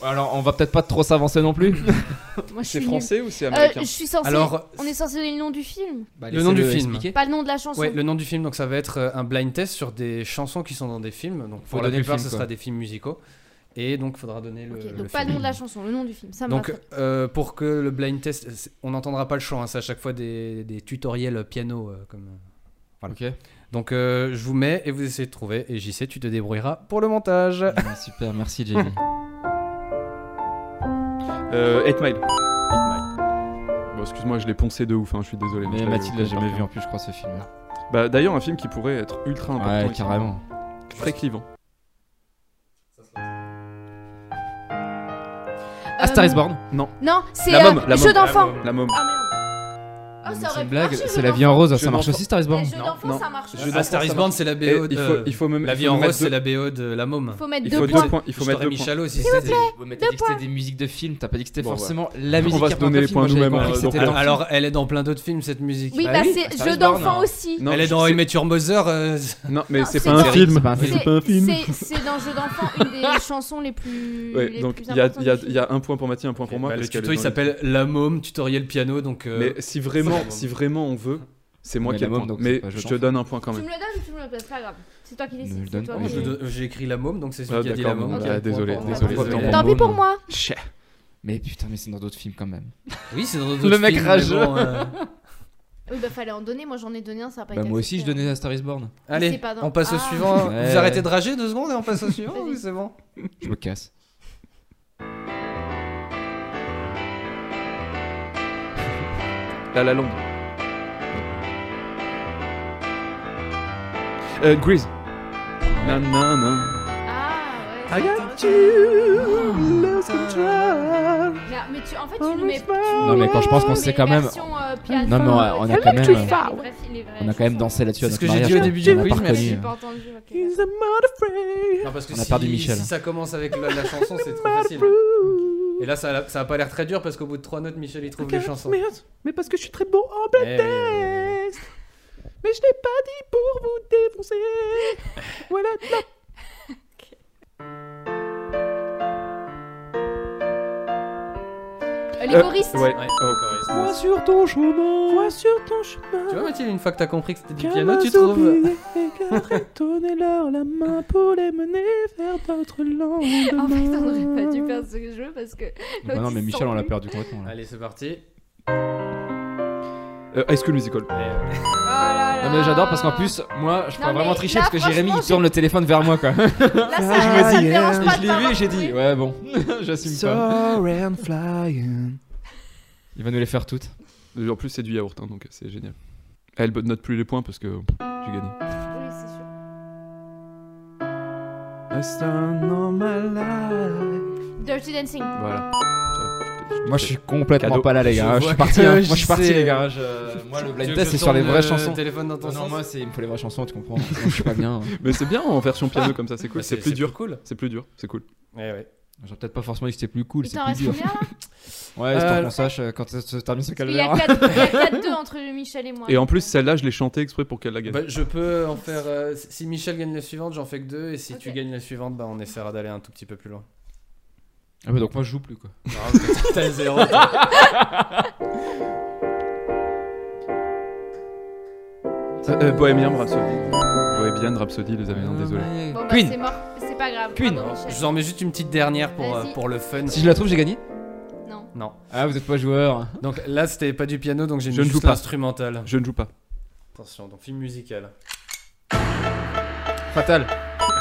Speaker 6: Alors, on va peut-être pas trop s'avancer non plus.
Speaker 7: Moi, je
Speaker 2: C'est
Speaker 7: suis
Speaker 2: français ou c'est
Speaker 7: nulle. Euh,
Speaker 2: américain
Speaker 7: je suis censé.
Speaker 8: Alors,
Speaker 7: On est censé donner le nom du film,
Speaker 8: Ah, le nom du film.
Speaker 7: pas le nom de la chanson.
Speaker 8: ouais, le nom du film, donc ça va être euh, un blind test sur des chansons qui sont dans des films. Donc
Speaker 6: Faut
Speaker 8: pour la
Speaker 6: donner le
Speaker 8: plupart,
Speaker 6: film,
Speaker 8: ce
Speaker 6: quoi.
Speaker 8: sera des films musicaux. Et donc, faudra donner le.
Speaker 7: Ok,
Speaker 8: le
Speaker 7: donc pas le
Speaker 8: film.
Speaker 7: nom de la chanson, le nom du film. Ça me
Speaker 8: Donc,
Speaker 7: va.
Speaker 8: euh, pour que le blind test, euh, c'est- on n'entendra pas le chant, hein, c'est à chaque fois des, des tutoriels piano. euh, comme...
Speaker 6: Ok,
Speaker 8: Donc, euh, je vous mets et vous essayez de trouver. Et JC, tu te débrouilleras pour le montage.
Speaker 6: Ah, super, merci Jamie.
Speaker 2: Euh, 8 Mile. Bon, excuse-moi, je l'ai poncé de ouf, hein, je suis désolé.
Speaker 6: Mais
Speaker 2: je l'ai-
Speaker 6: Mathilde l'a
Speaker 2: je l'ai
Speaker 6: jamais
Speaker 2: pas.
Speaker 6: vu en plus, je crois, ce film.
Speaker 2: Bah, D'ailleurs, un film qui pourrait être ultra important.
Speaker 6: Ouais,
Speaker 2: et qui-
Speaker 6: carrément.
Speaker 2: Très clivant.
Speaker 6: A Ah, Star is Born
Speaker 7: Non, c'est
Speaker 2: La môme,
Speaker 7: euh,
Speaker 2: la môme.
Speaker 7: jeu d'enfant.
Speaker 2: La môme.
Speaker 7: Ah merde. Ah, ça
Speaker 6: C'est
Speaker 7: aurait
Speaker 6: une
Speaker 7: pu
Speaker 6: blague,
Speaker 7: marcher,
Speaker 6: c'est
Speaker 7: jeu
Speaker 6: la vie en
Speaker 7: d'enfant.
Speaker 6: rose,
Speaker 2: Je
Speaker 6: ça marche
Speaker 2: m'en-
Speaker 6: aussi Star is
Speaker 7: Eh,
Speaker 6: Born
Speaker 7: Jeu d'enfant, ça marche.
Speaker 2: Je-
Speaker 8: A Star is Born, c'est la
Speaker 2: Et euh,
Speaker 8: BO de.
Speaker 2: il faut, il faut me
Speaker 8: La
Speaker 2: il
Speaker 8: vie
Speaker 2: faut
Speaker 8: en
Speaker 2: me mettre
Speaker 8: rose, c'est
Speaker 2: deux-
Speaker 8: la BO de La Môme.
Speaker 7: Faut mettre
Speaker 2: Il
Speaker 7: deux
Speaker 2: faut
Speaker 7: points.
Speaker 2: deux points. Il faut
Speaker 8: Je
Speaker 2: mettre
Speaker 8: t'aurais
Speaker 2: deux
Speaker 8: mis
Speaker 2: points.
Speaker 8: Shallow si
Speaker 6: T'as
Speaker 8: c'était.
Speaker 6: dit que c'était des musiques de films, t'as pas dit que c'était
Speaker 2: Bon,
Speaker 6: forcément la musique.
Speaker 2: va
Speaker 6: qui
Speaker 2: se
Speaker 6: représente
Speaker 2: donner
Speaker 6: le
Speaker 2: les
Speaker 6: film,
Speaker 2: points
Speaker 6: moi, j'avais
Speaker 2: nous-mêmes,
Speaker 6: compris que
Speaker 2: hein,
Speaker 6: c'était
Speaker 2: donc-
Speaker 6: dans-
Speaker 8: Alors, elle est dans plein d'autres films cette musique.
Speaker 7: Oui,
Speaker 6: Bah
Speaker 7: bah
Speaker 6: oui,
Speaker 7: c'est
Speaker 6: Star
Speaker 7: jeu
Speaker 6: is Born,
Speaker 7: d'enfant
Speaker 6: hein.
Speaker 7: aussi.
Speaker 2: Non,
Speaker 8: elle est dans I
Speaker 2: c'est-
Speaker 8: Met Your Mother. euh,
Speaker 2: Non, mais c'est
Speaker 7: c'est
Speaker 2: pas un
Speaker 7: dans-
Speaker 2: film.
Speaker 6: C'est pas un film.
Speaker 7: C'est- c'est- C'est dans Jeu d'enfant une des chansons les plus.
Speaker 2: Ouais,
Speaker 7: les
Speaker 2: donc
Speaker 7: plus
Speaker 2: il y a,
Speaker 7: importantes
Speaker 2: il y a-
Speaker 7: du
Speaker 2: il
Speaker 7: film.
Speaker 2: y a un point pour Mathilde, un point pour moi.
Speaker 8: bah, le
Speaker 2: parce qu'elle
Speaker 8: tuto
Speaker 2: est
Speaker 8: il
Speaker 2: dans
Speaker 8: s'appppelle La Môme, tutoriel piano. Donc, euh,
Speaker 2: les- Mais si vraiment,
Speaker 8: Ça,
Speaker 2: si vraiment on veut, c'est moi
Speaker 6: Mais
Speaker 2: qui ai
Speaker 6: la
Speaker 2: le
Speaker 6: môme,
Speaker 2: point.
Speaker 6: donc, c'est
Speaker 2: Mais
Speaker 6: pas jeu
Speaker 2: je te
Speaker 6: d'enfant.
Speaker 2: donne un point quand
Speaker 7: Tu
Speaker 2: même.
Speaker 7: me le donnes ou tu me le donnes C'est pas grave. C'est toi qui
Speaker 6: Ne le
Speaker 7: décides.
Speaker 6: donne
Speaker 7: c'est toi
Speaker 6: pas.
Speaker 7: qui-
Speaker 8: je le- j'ai écrit La Môme, donc c'est celui
Speaker 2: Ah,
Speaker 8: qui a dit
Speaker 2: d'accord,
Speaker 8: La
Speaker 2: bon,
Speaker 8: Môme. qui a
Speaker 2: bah,
Speaker 8: le point
Speaker 2: désolé,
Speaker 8: pour-
Speaker 2: désolé,
Speaker 8: pour-
Speaker 2: désolé.
Speaker 7: Tant pis pour moi.
Speaker 6: Mais putain, mais c'est dans d'autres films quand même.
Speaker 8: Oui, c'est dans
Speaker 6: Le mec rageux.
Speaker 8: euh,
Speaker 7: Oui, bah fallait en donner. Moi j'en ai donné un, ça a pas
Speaker 6: Bah,
Speaker 7: été
Speaker 6: moi aussi, je
Speaker 7: accepté.
Speaker 2: hein.
Speaker 6: donnais A Star is Born.
Speaker 8: Allez,
Speaker 7: c'est pas dans-
Speaker 8: on passe au
Speaker 7: Ah.
Speaker 8: suivant.
Speaker 6: Ouais.
Speaker 8: Vous arrêtez de rager deux secondes et on passe au suivant.
Speaker 7: Vas-y.
Speaker 8: ou C'est bon.
Speaker 6: Je me casse.
Speaker 2: La La Land. Euh, Grease. Nan nan nan.
Speaker 7: Ah ouais.
Speaker 2: I
Speaker 7: c'est
Speaker 2: got
Speaker 7: intéressant.
Speaker 8: Euh,
Speaker 7: Là, mais tu, en fait, tu nous mets.
Speaker 6: Non, mais quand je pense qu'on sait quand même.
Speaker 7: euh,
Speaker 6: Non, mais on a- on a quand même- euh, On a quand même dansé là-dessus à
Speaker 8: C'est ce
Speaker 6: notre
Speaker 8: que j'ai
Speaker 6: mariage.
Speaker 8: dit au début du
Speaker 6: on a
Speaker 8: quiz,
Speaker 6: pas
Speaker 8: merci.
Speaker 6: reconnu.
Speaker 7: J'ai pas entendu. ok.
Speaker 8: Non, parce que
Speaker 6: On a
Speaker 8: si,
Speaker 6: perdu Michel.
Speaker 8: si ça commence avec la, la chanson, c'est trop facile. Et là, ça, a- ça a pas l'air très dur parce qu'au bout de trois notes, Michel il trouve les chansons. Mais, parce que je suis très beau en blind test.
Speaker 7: Euh, Les choristes.
Speaker 2: Ouais.
Speaker 8: Ouais,
Speaker 2: Oh.
Speaker 8: encore, il se- Tu vois, Mathilde, une fois que t'as compris que c'était du piano, tu trouves.
Speaker 7: En fait, Oh, on aurait pas dû faire ce jeu parce que.
Speaker 6: Bah non, mais Michel, on l'a perdu complètement. là.
Speaker 8: Allez, c'est parti.
Speaker 2: Euh, High School Musical.
Speaker 7: Oh là là.
Speaker 6: Non mais j'adore parce qu'en plus, moi je pourrais
Speaker 7: Non, mais
Speaker 6: vraiment tricher
Speaker 7: là,
Speaker 6: parce que Jérémy il
Speaker 7: franchement,
Speaker 6: tourne le téléphone vers moi quoi.
Speaker 7: Là, ça, ça me
Speaker 6: euh, je
Speaker 7: dérange pas. de
Speaker 6: l'ai vu
Speaker 7: t'avoir
Speaker 6: et j'ai dit,
Speaker 7: trouvé.
Speaker 6: ouais bon, j'assume pas. Il va nous les faire toutes.
Speaker 2: En plus, c'est du yaourt, hein, donc c'est génial. Elle note plus les points parce que j'ai gagné.
Speaker 7: Oui, c'est sûr. Dirty Dancing.
Speaker 2: Voilà.
Speaker 6: Moi je suis complètement
Speaker 2: Cadeau.
Speaker 6: pas là les
Speaker 8: Je
Speaker 6: gars, je,
Speaker 8: vois
Speaker 6: suis parti.
Speaker 8: que
Speaker 6: hein. Moi je suis
Speaker 8: JC,
Speaker 6: parti les gars.
Speaker 8: euh,
Speaker 6: Je- Moi le
Speaker 8: Tu
Speaker 6: blind
Speaker 8: veux
Speaker 6: test
Speaker 8: que
Speaker 6: c'est
Speaker 8: je
Speaker 6: sur les
Speaker 8: tourne
Speaker 6: vraies
Speaker 8: le
Speaker 6: chansons.
Speaker 8: téléphone dans ton
Speaker 6: Non, non,
Speaker 8: sens
Speaker 6: moi c'est il me faut les vraies chansons, tu comprends. je suis pas bien.
Speaker 2: Mais c'est bien en version piano comme ça, c'est
Speaker 8: Bah,
Speaker 2: cool. C'est plus dur.
Speaker 8: Cool.
Speaker 2: C'est plus dur, c'est cool.
Speaker 8: Eh Ouais, ouais.
Speaker 6: J'aurais peut-être pas forcément dit que c'était plus cool,
Speaker 7: Il
Speaker 6: c'est
Speaker 7: t'en
Speaker 6: plus
Speaker 7: reste
Speaker 6: dur.
Speaker 7: combien là
Speaker 6: Ouais, histoire
Speaker 8: Euh,
Speaker 6: qu'on sache euh, quand ça se termine ce
Speaker 7: Il y a
Speaker 6: calvaire.
Speaker 7: 4-2 entre Michel et moi.
Speaker 2: Et en plus, celle-là, je l'ai chantée exprès pour qu'elle la gagne.
Speaker 8: Bah, je peux en faire. euh, si Michel gagne la suivante, j'en fais que deux. Et si tu
Speaker 7: Ok.
Speaker 8: gagnes la suivante, bah, on essaiera d'aller un tout petit peu plus loin.
Speaker 6: Ah bah donc moi je joue plus quoi.
Speaker 8: T'as zéro.
Speaker 2: Euh, euh, Bohemian Rhapsody. Bohemian Rhapsody, les amis, non, désolé.
Speaker 7: Bon, bah,
Speaker 6: Queen.
Speaker 2: Ah,
Speaker 7: c'est mort. C'est pas grave.
Speaker 6: Queen.
Speaker 7: Bravo,
Speaker 8: Je
Speaker 7: Michel.
Speaker 8: vous en mets juste une petite dernière pour, euh,
Speaker 7: Vas-y.
Speaker 8: pour le fun.
Speaker 6: Si je la trouve, j'ai gagné
Speaker 7: Non.
Speaker 8: Non.
Speaker 6: Ah, vous êtes pas joueur.
Speaker 8: Donc là, c'était pas du piano, donc j'ai
Speaker 2: Je
Speaker 8: mis
Speaker 2: ne joue
Speaker 8: juste
Speaker 2: pas.
Speaker 8: l'instrumental.
Speaker 2: Je ne joue pas.
Speaker 8: Attention, donc film musical.
Speaker 6: Fatal.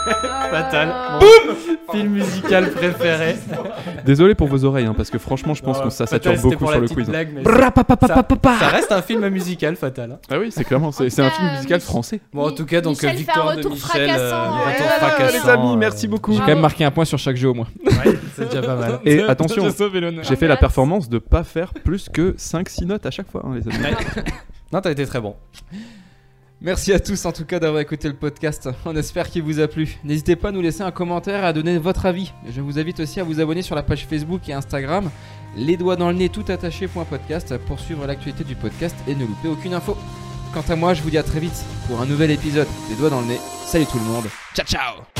Speaker 8: Fatal.
Speaker 7: Euh,
Speaker 8: Film musical préféré.
Speaker 2: Désolé pour vos oreilles, hein, parce que franchement, je pense
Speaker 8: Non,
Speaker 2: qu'on ça
Speaker 8: Fatal,
Speaker 2: sature
Speaker 8: c'était
Speaker 2: beaucoup
Speaker 8: pour
Speaker 2: sur
Speaker 8: la
Speaker 2: le
Speaker 8: petite
Speaker 2: quiz. hein.
Speaker 8: blague, mais
Speaker 6: Bra, pa, pa, pa,
Speaker 8: Ça-
Speaker 6: pa, pa.
Speaker 8: Ça reste un film musical, Fatal. hein.
Speaker 2: Ah oui, c'est clairement, c'est c'est un film
Speaker 7: Euh,
Speaker 2: musical
Speaker 7: Mich-
Speaker 2: français.
Speaker 8: Bon, en
Speaker 7: Mi-
Speaker 8: tout cas, donc euh,
Speaker 7: Michel fait
Speaker 8: victoire
Speaker 7: un retour
Speaker 8: de Michel. euh,
Speaker 7: fracassant.
Speaker 8: retour
Speaker 7: Voilà,
Speaker 8: fracassant,
Speaker 2: les amis,
Speaker 8: euh,
Speaker 2: merci beaucoup.
Speaker 6: J'ai quand même marqué un point sur chaque jeu au moins.
Speaker 8: Ouais, c'est déjà pas mal.
Speaker 2: Et attention,
Speaker 6: J'ai sauvé l'honneur.
Speaker 2: J'ai fait la
Speaker 7: Congrats.
Speaker 2: performance de pas faire plus que 5-6 notes à chaque fois, hein, les amis.
Speaker 8: Non, t'as été très bon.
Speaker 6: Merci à tous en tout cas d'avoir écouté le podcast. On espère qu'il vous a plu. N'hésitez pas à nous laisser un commentaire et à donner votre avis. Je vous invite aussi à vous abonner sur la page Facebook et Instagram les doigts dans le nez tout attaché.podcast pour suivre l'actualité du podcast et ne louper aucune info. Quant à moi, je vous dis à très vite pour un nouvel épisode des doigts dans le nez. Salut tout le monde. Ciao ciao.